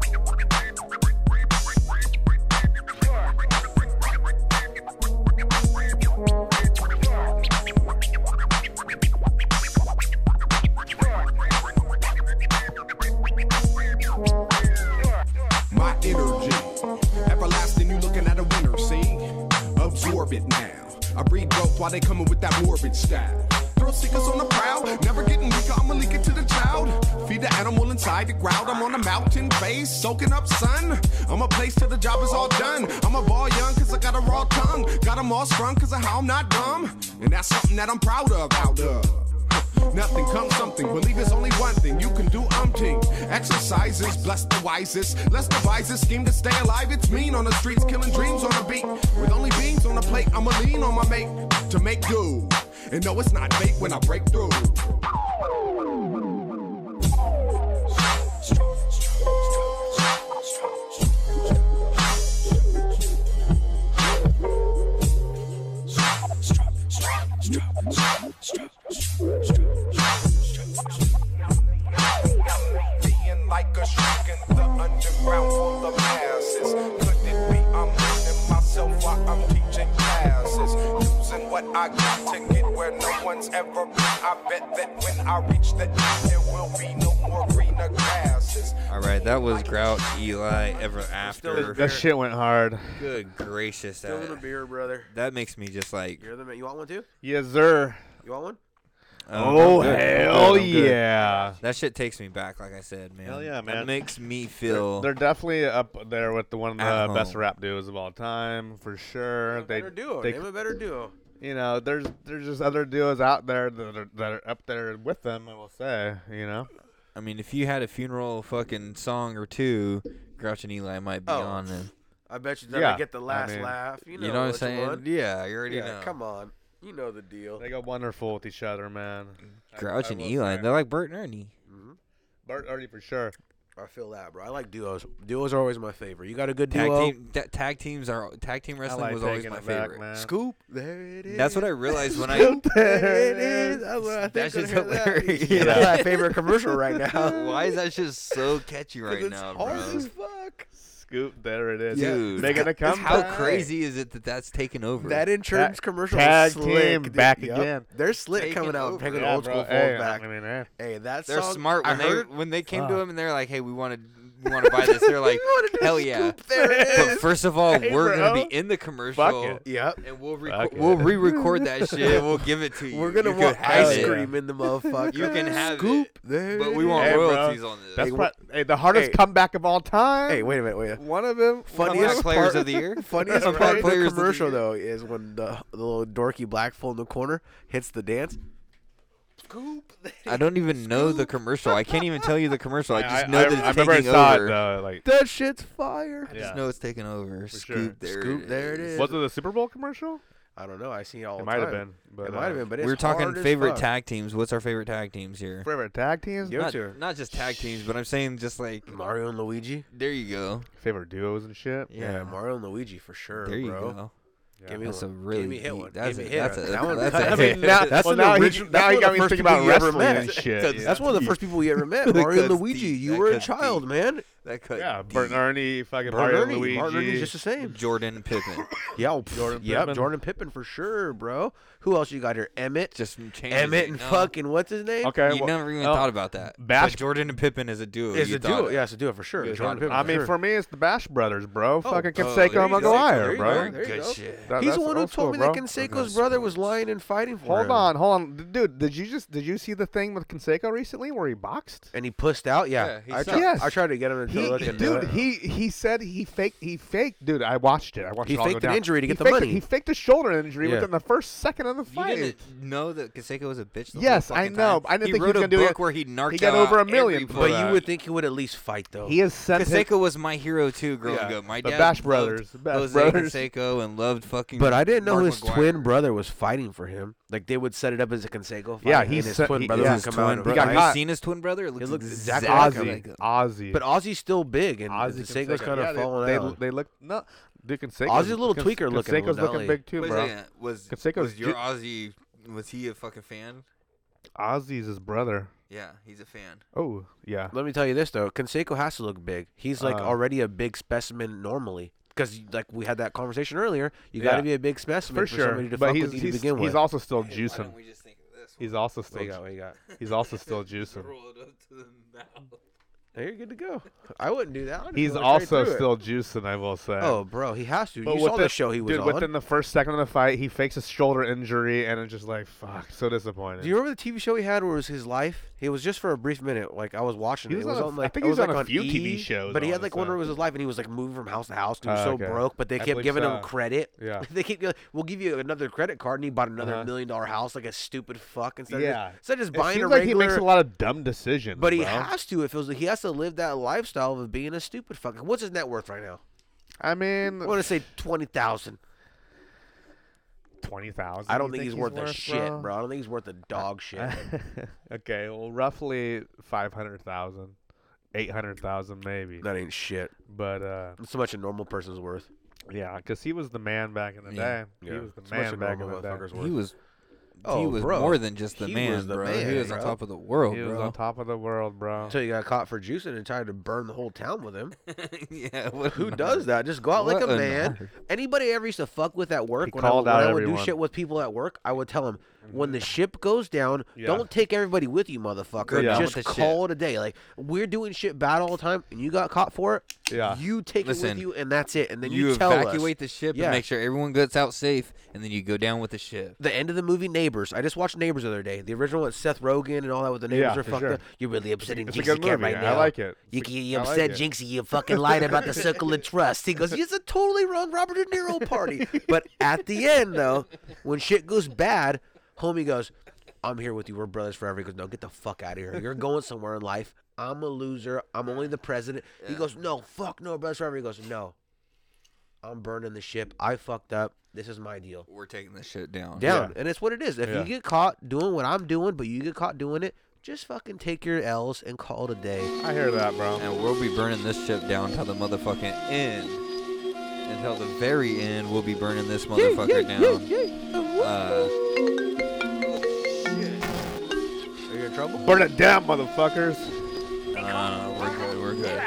Speaker 20: absorb it now. I breed dope while they coming with that morbid style. Thrill seekers on the prowl, never getting weaker. I'ma leak it to the child. Feed the animal inside the ground. I'm on a mountain base, soaking up sun. I'm a place till the job is all done. I'm a ball young cause I got a raw tongue. Got 'em all sprung cause of how I'm not dumb. And that's something that I'm proud of, out of. Nothing comes something. Believe it's only one thing you can do. Umpting exercises, bless the wisest. Let's devise a scheme to stay alive. It's mean on the streets, killing dreams on a beat. With only beans on a plate, I'ma lean on my mate to make do. And no, it's not fake when I break through.
Speaker 15: Being like a shrink in the underground for the masses. Could it be I'm learning myself while I'm teaching classes? Using what I got to get where no one's ever been. I bet that when I reach the end, there will be no more greener grasses.
Speaker 6: All right, that was Grout, Eli, Ever After.
Speaker 8: That shit went hard.
Speaker 6: Good gracious,
Speaker 7: Still in the
Speaker 6: that,
Speaker 7: beer, brother.
Speaker 6: that makes me just like.
Speaker 7: You're the man. You want one too?
Speaker 8: Yes, sir.
Speaker 7: You want one?
Speaker 8: Oh,
Speaker 6: I'm good. I'm good.
Speaker 8: hell
Speaker 6: I'm good.
Speaker 8: yeah.
Speaker 6: That shit takes me back, like I said, man.
Speaker 8: Hell yeah,
Speaker 6: That
Speaker 8: man.
Speaker 6: makes me
Speaker 8: They're-
Speaker 6: feel.
Speaker 8: They're, definitely up there with the one
Speaker 6: At
Speaker 8: of the best
Speaker 6: home.
Speaker 8: rap duos of all time for sure. They
Speaker 7: better duo.
Speaker 8: They,
Speaker 7: Name a better duo.
Speaker 8: you know, there's there's just other duos out there that are, that are up there with them. I will say, you know,
Speaker 6: I mean, if you had a funeral fucking song or two, Grouch and Eli might be
Speaker 7: Oh,
Speaker 6: on them.
Speaker 7: I bet you that
Speaker 8: Yeah,
Speaker 7: I get the
Speaker 8: I
Speaker 7: last
Speaker 8: mean-
Speaker 7: laugh. You
Speaker 6: You
Speaker 7: know,
Speaker 6: know what I'm
Speaker 7: which
Speaker 6: saying?
Speaker 7: one.
Speaker 6: Yeah, you already
Speaker 7: Yeah,
Speaker 6: know.
Speaker 7: Come on, you know the deal.
Speaker 8: they go wonderful with each other, man. I-
Speaker 6: Grouch
Speaker 8: I
Speaker 6: and
Speaker 8: will
Speaker 6: Eli,
Speaker 8: say.
Speaker 6: they're like Bert and Ernie.
Speaker 8: Bart Ernie for sure.
Speaker 7: I feel that, bro. I like duos. Duos are always my favorite. You got a good
Speaker 6: Tag
Speaker 7: duo.
Speaker 6: team, ta- tag teams are tag team wrestling
Speaker 8: like
Speaker 6: was always
Speaker 8: taking
Speaker 6: my
Speaker 8: it back,
Speaker 6: favorite.
Speaker 8: man.
Speaker 7: Scoop. There it is.
Speaker 6: That's what I realized when I.
Speaker 7: Scoop, There it is. That's what I think
Speaker 6: That's
Speaker 7: when
Speaker 6: just
Speaker 7: I heard that.
Speaker 6: hilarious.
Speaker 7: Yeah,
Speaker 6: Yeah.
Speaker 7: that's my favorite commercial right now.
Speaker 6: Why is that just so catchy right
Speaker 7: it's
Speaker 6: now,
Speaker 7: hard
Speaker 6: bro?
Speaker 7: as fuck.
Speaker 8: Scoop, there it is.
Speaker 6: Dude,
Speaker 8: making a
Speaker 6: that's
Speaker 8: comeback.
Speaker 6: how crazy is it that that's taken over?
Speaker 7: That insurance commercial
Speaker 8: tag
Speaker 7: is slick.
Speaker 8: team
Speaker 7: dude.
Speaker 8: back
Speaker 7: Yup.
Speaker 8: again.
Speaker 7: They're slick
Speaker 6: Taking
Speaker 7: coming out,
Speaker 6: over.
Speaker 7: taking
Speaker 8: Yeah,
Speaker 7: old
Speaker 8: bro.
Speaker 7: school
Speaker 8: Hey,
Speaker 7: fold back.
Speaker 8: I mean, eh.
Speaker 7: Hey, that
Speaker 6: They're
Speaker 7: song,
Speaker 6: smart
Speaker 7: I
Speaker 6: when
Speaker 7: heard,
Speaker 6: they when they came to
Speaker 8: Fuck.
Speaker 6: him and they're like, "Hey, we want to we want to buy this." They're like, "Hell yeah!"
Speaker 7: There it
Speaker 6: But
Speaker 7: is.
Speaker 6: first of all,
Speaker 8: Hey,
Speaker 6: we're gonna
Speaker 8: bro.
Speaker 6: be in the commercial,
Speaker 8: Fuck it.
Speaker 7: Yep.
Speaker 6: and we'll
Speaker 8: Fuck
Speaker 6: reco-
Speaker 8: it.
Speaker 6: we'll re-record that shit. and We'll give it to you.
Speaker 7: We're gonna
Speaker 6: You can
Speaker 7: want
Speaker 6: have
Speaker 7: ice
Speaker 6: it,
Speaker 7: cream in the motherfucker.
Speaker 6: You can have it,
Speaker 7: Scoop. There
Speaker 6: but
Speaker 7: it
Speaker 6: we want
Speaker 7: is.
Speaker 8: Hey, bro.
Speaker 6: royalties on this.
Speaker 8: That's
Speaker 7: Hey,
Speaker 8: prob- hey, the hardest
Speaker 7: hey.
Speaker 8: comeback of all time.
Speaker 7: Hey, wait a minute, wait. A minute.
Speaker 8: one of them.
Speaker 7: Funniest
Speaker 6: Comeback players
Speaker 7: part-
Speaker 6: of the year.
Speaker 7: Funniest
Speaker 6: Comeback
Speaker 7: part of
Speaker 6: players
Speaker 7: the
Speaker 6: of the
Speaker 7: commercial
Speaker 6: year.
Speaker 7: though is when the, the little dorky black fool in the corner hits the dance.
Speaker 6: I don't even know the commercial. I can't even tell you the commercial. I
Speaker 8: Yeah,
Speaker 6: just know that it's
Speaker 8: I remember I
Speaker 6: taking
Speaker 8: saw
Speaker 6: over.
Speaker 8: it though. Like,
Speaker 7: That shit's fire.
Speaker 6: I just
Speaker 8: Yeah.
Speaker 6: know it's taking over.
Speaker 8: sure.
Speaker 6: Scoop, there,
Speaker 7: Scoop,
Speaker 6: it
Speaker 7: there it
Speaker 6: is.
Speaker 7: is.
Speaker 8: was it the Super Bowl commercial?
Speaker 7: I don't know. I see it all.
Speaker 8: It
Speaker 7: the
Speaker 8: might have
Speaker 7: time.
Speaker 8: been. But,
Speaker 7: it might have
Speaker 8: uh,
Speaker 7: been, but
Speaker 6: We
Speaker 7: it's
Speaker 6: We're talking
Speaker 7: hard as
Speaker 6: favorite
Speaker 7: fuck.
Speaker 6: tag teams. What's our favorite tag teams here?
Speaker 8: Favorite tag teams.
Speaker 7: Yo,
Speaker 6: Not,
Speaker 7: two.
Speaker 6: not just tag teams, but I'm saying just like
Speaker 7: Mario and Luigi.
Speaker 6: there you go.
Speaker 8: Favorite duos and shit.
Speaker 7: Yeah, Mario and Luigi for sure,
Speaker 6: There you
Speaker 7: bro.
Speaker 6: go.
Speaker 7: Give me
Speaker 6: That's a
Speaker 7: one.
Speaker 6: really
Speaker 7: Give me hit
Speaker 6: deep-
Speaker 7: one. Give
Speaker 6: that's
Speaker 7: me
Speaker 6: a-
Speaker 7: hit
Speaker 6: that's
Speaker 7: one.
Speaker 6: a-
Speaker 7: That one-
Speaker 6: that's a-
Speaker 7: I mean, now-
Speaker 8: That's
Speaker 7: that's
Speaker 8: well,
Speaker 7: an
Speaker 8: now,
Speaker 7: origi-
Speaker 8: he, now
Speaker 7: that's
Speaker 8: he
Speaker 7: one
Speaker 8: got
Speaker 7: of
Speaker 8: me
Speaker 7: the first
Speaker 8: thinking about
Speaker 7: people you ever
Speaker 8: wrestling
Speaker 7: met.
Speaker 8: and shit.
Speaker 7: That's
Speaker 8: Yeah,
Speaker 7: one of the first people you ever met,
Speaker 6: That
Speaker 7: Mario and
Speaker 6: cuts
Speaker 7: Luigi.
Speaker 6: deep.
Speaker 7: You
Speaker 6: That
Speaker 7: were a
Speaker 6: cuts
Speaker 7: child,
Speaker 6: deep.
Speaker 7: man.
Speaker 6: That cut
Speaker 8: yeah
Speaker 6: deep.
Speaker 8: Bert and Ernie, fucking
Speaker 7: Bart
Speaker 8: Mario
Speaker 7: Ernie,
Speaker 8: Luigi.
Speaker 7: Bart Ernie's just the same.
Speaker 6: Jordan Pippen.
Speaker 7: Yeah, oh, Jordan yep,
Speaker 8: Pippen.
Speaker 7: Jordan Pippen for sure, bro. Who else you got here? Emmett,
Speaker 6: Just changes
Speaker 7: Emmett
Speaker 6: it.
Speaker 7: and
Speaker 6: No.
Speaker 7: fucking what's his name?
Speaker 8: okay,
Speaker 6: you
Speaker 8: well,
Speaker 6: never even
Speaker 8: oh,
Speaker 6: thought about that.
Speaker 8: Bash-
Speaker 6: but Jordan and Pippen is a duo.
Speaker 7: It's
Speaker 6: you
Speaker 7: a
Speaker 6: thought
Speaker 7: duo.
Speaker 6: it.
Speaker 7: Yeah, it's a duo for sure.
Speaker 6: You
Speaker 7: Jordan
Speaker 6: thought
Speaker 7: Pippen.
Speaker 8: I mean,
Speaker 7: sure.
Speaker 8: for me, it's the Bash Brothers, bro. fucking
Speaker 6: oh, there
Speaker 8: Conseco
Speaker 6: you go. There
Speaker 8: Maguire,
Speaker 6: you
Speaker 8: bro.
Speaker 6: go. Good shit.
Speaker 8: That-
Speaker 7: He's
Speaker 8: that's
Speaker 7: the one who
Speaker 8: old school,
Speaker 7: told me
Speaker 8: bro.
Speaker 7: that Canseco's brother was lying and fighting for him.
Speaker 8: Hold on, hold on, D- dude. Did you just did you see the thing with Conseco recently where he boxed?
Speaker 7: And he pussed out.
Speaker 6: Yeah,
Speaker 7: Yeah,
Speaker 6: he
Speaker 7: I,
Speaker 6: sucked.
Speaker 7: tried,
Speaker 8: Yes.
Speaker 7: I tried to get him to
Speaker 8: He,
Speaker 7: look into
Speaker 8: dude,
Speaker 7: it.
Speaker 8: he he said he faked he faked. Dude, I watched it. I watched
Speaker 7: He
Speaker 8: it all go
Speaker 7: faked an
Speaker 8: down.
Speaker 7: injury to
Speaker 8: He
Speaker 7: get the
Speaker 8: faked-
Speaker 7: money.
Speaker 8: He faked a shoulder injury
Speaker 7: Yeah.
Speaker 8: within the first second of the
Speaker 6: You
Speaker 8: fight.
Speaker 6: didn't know that Kaseko was a bitch. The
Speaker 8: Yes,
Speaker 6: whole fucking
Speaker 8: I know,
Speaker 6: Time.
Speaker 8: but I didn't
Speaker 6: he
Speaker 8: think he
Speaker 6: wrote
Speaker 8: was gonna
Speaker 6: a
Speaker 8: do it.
Speaker 6: book where he narked
Speaker 8: He got
Speaker 6: out
Speaker 8: over a million for
Speaker 6: everybody.
Speaker 7: but
Speaker 8: that.
Speaker 7: you would think he would at least fight though.
Speaker 8: He has sent his,
Speaker 6: Kaseko was my hero too growing
Speaker 8: Yeah,
Speaker 6: up. My
Speaker 8: the
Speaker 6: dad
Speaker 8: Bash
Speaker 6: loved
Speaker 8: Brothers, the Bash
Speaker 6: Jose
Speaker 8: Brothers.
Speaker 6: Canseco and loved fucking.
Speaker 7: but I didn't know
Speaker 6: Mark
Speaker 7: his
Speaker 6: McGuire.
Speaker 7: twin brother was fighting for him. Like they would set it up as a Canseco fight.
Speaker 8: Yeah,
Speaker 7: and
Speaker 8: he's
Speaker 7: his
Speaker 8: set-
Speaker 7: twin
Speaker 8: he-
Speaker 7: brother
Speaker 8: yeah,
Speaker 7: would
Speaker 6: his
Speaker 7: come
Speaker 6: twin
Speaker 7: out. and
Speaker 6: brother.
Speaker 8: got
Speaker 6: Have
Speaker 8: caught.
Speaker 6: you seen his twin brother? It looks,
Speaker 7: looks
Speaker 6: exactly
Speaker 7: exactly
Speaker 6: like
Speaker 8: Ozzy.
Speaker 6: him.
Speaker 8: Ozzy.
Speaker 7: But Ozzy's still big, and Canseco's
Speaker 8: Canseco.
Speaker 7: kind of
Speaker 8: Yeah, they-
Speaker 7: falling
Speaker 8: they,
Speaker 7: out.
Speaker 8: They look no. Dude, Canseco's,
Speaker 7: Ozzy's a little
Speaker 8: Cons-
Speaker 7: tweaker looking,
Speaker 8: Canseco's
Speaker 7: Linelli.
Speaker 8: looking big too,
Speaker 6: Wait a
Speaker 8: bro.
Speaker 6: second, Was
Speaker 8: Canseco's
Speaker 6: was your
Speaker 8: ju-
Speaker 6: Ozzy? Was he a fucking fan?
Speaker 8: Ozzy's his brother.
Speaker 6: Yeah, he's a fan.
Speaker 8: Oh yeah.
Speaker 7: Let me tell you this though, Canseco has to look big. He's like
Speaker 8: Uh,
Speaker 7: already a big specimen normally. Because like we had that conversation earlier, you got to
Speaker 8: Yeah.
Speaker 7: be a big specimen
Speaker 8: for
Speaker 7: for,
Speaker 8: sure.
Speaker 7: somebody to
Speaker 8: but
Speaker 7: fuck
Speaker 8: he's
Speaker 7: with you
Speaker 8: he's,
Speaker 7: to begin
Speaker 8: he's
Speaker 7: with.
Speaker 8: also still
Speaker 6: Why
Speaker 8: juicing.
Speaker 6: don't we just think of this?
Speaker 8: He's also
Speaker 7: what
Speaker 8: still
Speaker 7: you got? What you got?
Speaker 8: he's also still juicing.
Speaker 6: Roll it up to the mouth.
Speaker 7: Now you're good to go. I wouldn't do that. I'd
Speaker 8: He's
Speaker 7: go straight
Speaker 8: also
Speaker 7: through it.
Speaker 8: still juicing, I will say.
Speaker 7: Oh, bro, he has to. You saw the show he was
Speaker 8: dude,
Speaker 7: on.
Speaker 8: Within the first second of the fight, he fakes a shoulder injury, and it's just like, fuck, so disappointed.
Speaker 7: Do you remember the TV show he had where it was his life? It was just for a brief minute. Like I was watching
Speaker 8: He
Speaker 7: it.
Speaker 8: was
Speaker 7: it was
Speaker 8: on a-
Speaker 7: on
Speaker 8: I
Speaker 7: like it
Speaker 8: think he
Speaker 7: was
Speaker 8: was on
Speaker 7: like
Speaker 8: a
Speaker 7: on
Speaker 8: few
Speaker 7: E,
Speaker 8: TV shows,
Speaker 7: But he had like one where
Speaker 8: honestly.
Speaker 7: it was his life, and he was like moving from house to house. Dude, he was
Speaker 8: Oh,
Speaker 7: so
Speaker 8: okay.
Speaker 7: broke, but they
Speaker 8: I
Speaker 7: kept
Speaker 8: believe
Speaker 7: giving him
Speaker 8: so.
Speaker 7: credit.
Speaker 8: Yeah.
Speaker 7: they keep. going, We'll give you another credit card, and he bought another
Speaker 8: Uh-huh.
Speaker 7: million dollar house, like a stupid fuck. Instead
Speaker 8: yeah.
Speaker 7: of just, instead of just
Speaker 8: It
Speaker 7: buying
Speaker 8: seems
Speaker 7: a
Speaker 8: like
Speaker 7: regular.
Speaker 8: he makes a lot of dumb decisions,
Speaker 7: but he
Speaker 8: bro.
Speaker 7: has to. It feels like he has to live that lifestyle of being a stupid fuck. What's his net worth right now?
Speaker 8: I mean,
Speaker 7: I want to say twenty thousand.
Speaker 8: twenty thousand.
Speaker 7: I don't think, he's, worth, a shit, bro? I don't think he's worth a dog shit.
Speaker 8: okay, well, roughly five hundred thousand, eight hundred thousand, maybe.
Speaker 7: That ain't shit.
Speaker 8: But uh,
Speaker 7: so much a normal person's worth.
Speaker 8: Yeah, because he was the man back in the
Speaker 7: Yeah.
Speaker 8: day.
Speaker 7: Yeah.
Speaker 8: He was the
Speaker 7: It's much
Speaker 8: man
Speaker 7: a
Speaker 8: back in
Speaker 7: normal
Speaker 8: the
Speaker 7: motherfucker's
Speaker 8: day. Oh,
Speaker 7: worth. He was-
Speaker 6: he was more than just the
Speaker 7: He
Speaker 6: man,
Speaker 7: was the
Speaker 6: bro.
Speaker 7: man,
Speaker 6: Oh, he was on
Speaker 7: bro.
Speaker 6: top of the world,
Speaker 8: He
Speaker 6: bro.
Speaker 8: was on top of the world, bro.
Speaker 7: Until you got caught for juicing and tried to burn the whole town with him.
Speaker 6: yeah.
Speaker 7: Who does that? Just go out like
Speaker 6: What
Speaker 7: a
Speaker 6: a
Speaker 7: man. Anybody I ever used to fuck with at work, when I,
Speaker 8: called
Speaker 7: when
Speaker 8: out
Speaker 7: I would do
Speaker 8: everyone.
Speaker 7: shit with people at work, I would tell them, when the ship goes down,
Speaker 8: Yeah.
Speaker 7: don't take everybody with you, motherfucker.
Speaker 8: Yeah.
Speaker 7: Just
Speaker 8: With the
Speaker 7: call it a day. Like, we're doing shit bad all the time, and you got caught for it.
Speaker 8: Yeah.
Speaker 7: You take it
Speaker 6: Listen,
Speaker 7: with you, and that's it. And then
Speaker 6: you,
Speaker 7: you, tell us.
Speaker 6: evacuate the ship
Speaker 7: Yeah.
Speaker 6: and make sure everyone gets out safe, and then you go down with the ship.
Speaker 7: The end of the movie Neighbors. I just watched Neighbors the other day. The original with Seth Rogen and all that with the neighbors
Speaker 6: Yeah,
Speaker 7: are
Speaker 6: for
Speaker 7: fucked
Speaker 6: sure.
Speaker 7: up. You're really upsetting
Speaker 6: It's a
Speaker 7: Jinxie
Speaker 6: good
Speaker 7: Cat
Speaker 6: movie.
Speaker 7: right
Speaker 6: I
Speaker 7: now.
Speaker 6: like it.
Speaker 7: You,
Speaker 6: It's a-
Speaker 7: you, you
Speaker 6: I like
Speaker 7: upset
Speaker 6: it.
Speaker 7: Jinxie. You fucking lied about the circle of trust. He goes, "It's a totally wrong Robert De Niro party." But at the end, though, when shit goes bad, homie goes, "I'm here with you. We're brothers forever." He goes, "No, get the fuck out of here. You're going somewhere in life. I'm a loser. I'm only the president." He goes, "No, fuck no, brothers forever." He goes, "No, I'm burning the ship. I fucked up. This is my deal.
Speaker 6: We're taking this shit down.
Speaker 7: Down. And it's what it is. If
Speaker 6: Yeah.
Speaker 7: you get caught doing what I'm doing, but you get caught doing it, just fucking take your L's and call it a day.
Speaker 8: I hear that, bro.
Speaker 6: And we'll be burning this ship down till the motherfucking end. Until the very end, we'll be burning this motherfucker down. Uh,
Speaker 7: Are you in trouble?
Speaker 8: Burn it down, motherfuckers.
Speaker 6: Uh, we're good. We're good.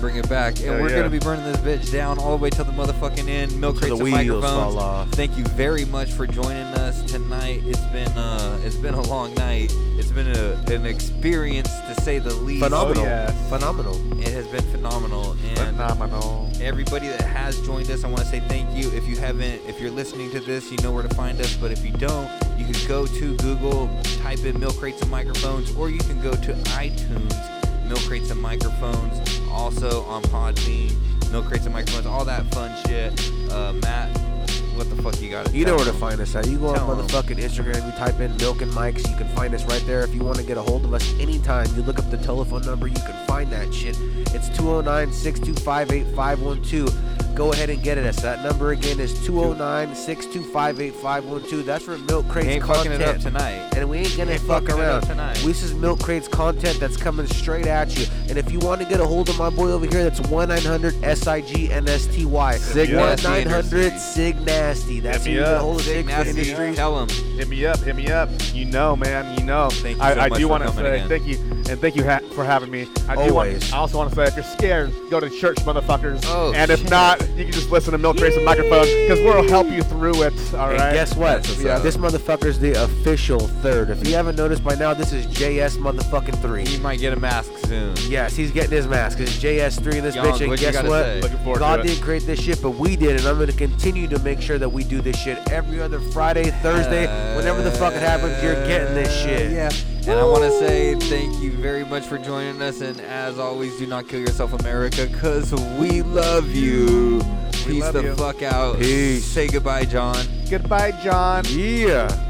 Speaker 6: Bring it back, and
Speaker 8: Hell
Speaker 6: we're
Speaker 8: yeah.
Speaker 6: gonna be burning this bitch down all the way till the motherfucking end. Milk
Speaker 7: Till
Speaker 6: crates
Speaker 7: the
Speaker 6: and
Speaker 7: wheels
Speaker 6: microphones.
Speaker 7: fall off.
Speaker 6: Thank you very much for joining us tonight. It's been uh, it's been a long night. It's been a, an experience to say the least.
Speaker 8: Oh,
Speaker 7: Phenomenal. Phenomenal.
Speaker 6: It has been phenomenal. And
Speaker 8: phenomenal.
Speaker 6: Everybody that has joined us, I want to say thank you. If you haven't, if you're listening to this, you know where to find us. But if you don't, you can go to Google, type in Milk Crates and Microphones, or you can go to iTunes, Milk Crates and Microphones, also on Podbean, Milk Crates and Microphones, all that fun shit. Uh, Matt, what the fuck you got?
Speaker 7: You know where to find us at. You go on
Speaker 6: Tell 'em.
Speaker 7: motherfucking Instagram, you type in Milk and Mics, you can find us right there. If you want to get a hold of us anytime, you look up the telephone number, you can find that shit. It's 209 625 8512. Go ahead and get it us. That number again is 209 625 8512. That's for Milk Crates
Speaker 6: We ain't fucking
Speaker 7: content.
Speaker 6: it up tonight.
Speaker 7: And we ain't gonna
Speaker 6: Ain't
Speaker 7: fuck
Speaker 6: fucking it
Speaker 7: around.
Speaker 6: up tonight.
Speaker 7: This is Milk Crates content that's coming straight at you. And if you want to get a hold of my boy over here, that's 1 900 S I G N S T Y.
Speaker 6: Sig
Speaker 7: 1
Speaker 6: Nasty
Speaker 7: 900 Sig Nasty. That's
Speaker 8: Hit
Speaker 7: who
Speaker 8: me
Speaker 7: you get a hold
Speaker 8: up.
Speaker 7: of Sig Nasty.
Speaker 6: Tell him.
Speaker 8: Hit me up. Hit me up. You know, man. You know. Thank
Speaker 6: you
Speaker 8: I,
Speaker 6: so
Speaker 8: I
Speaker 6: much
Speaker 8: do
Speaker 6: for
Speaker 8: want to
Speaker 6: coming
Speaker 8: say
Speaker 6: again.
Speaker 8: thank you and thank you ha- for having me. I do
Speaker 7: Always.
Speaker 8: want. I also want to say if you're scared, go to church, motherfuckers.
Speaker 7: Oh,
Speaker 8: and if
Speaker 7: shit.
Speaker 8: not, you can just listen to Milk Trace and Microphones because we'll help you through it. All right.
Speaker 7: And guess what?
Speaker 8: Yeah.
Speaker 7: This motherfucker's the official third. If you haven't noticed by now, this is JS motherfucking three. He
Speaker 6: might get a mask soon.
Speaker 7: Yes, he's getting his mask. It's JS three in this
Speaker 6: Young,
Speaker 7: bitch, and
Speaker 6: what you
Speaker 7: guess
Speaker 6: gotta
Speaker 7: what?
Speaker 6: say? Looking forward
Speaker 7: God
Speaker 6: to it.
Speaker 7: didn't create this shit, but we did, and I'm gonna continue to make sure that we do this shit every other Friday, Thursday, whenever the fuck it happens. You're getting this shit.
Speaker 6: Yeah. And I want to say thank you very much for joining us. And as always, do not kill yourself, America, because we love you. Peace
Speaker 8: love
Speaker 6: the
Speaker 8: you.
Speaker 6: fuck out.
Speaker 8: Peace.
Speaker 6: Say goodbye, John.
Speaker 8: Goodbye, John.
Speaker 7: Yeah.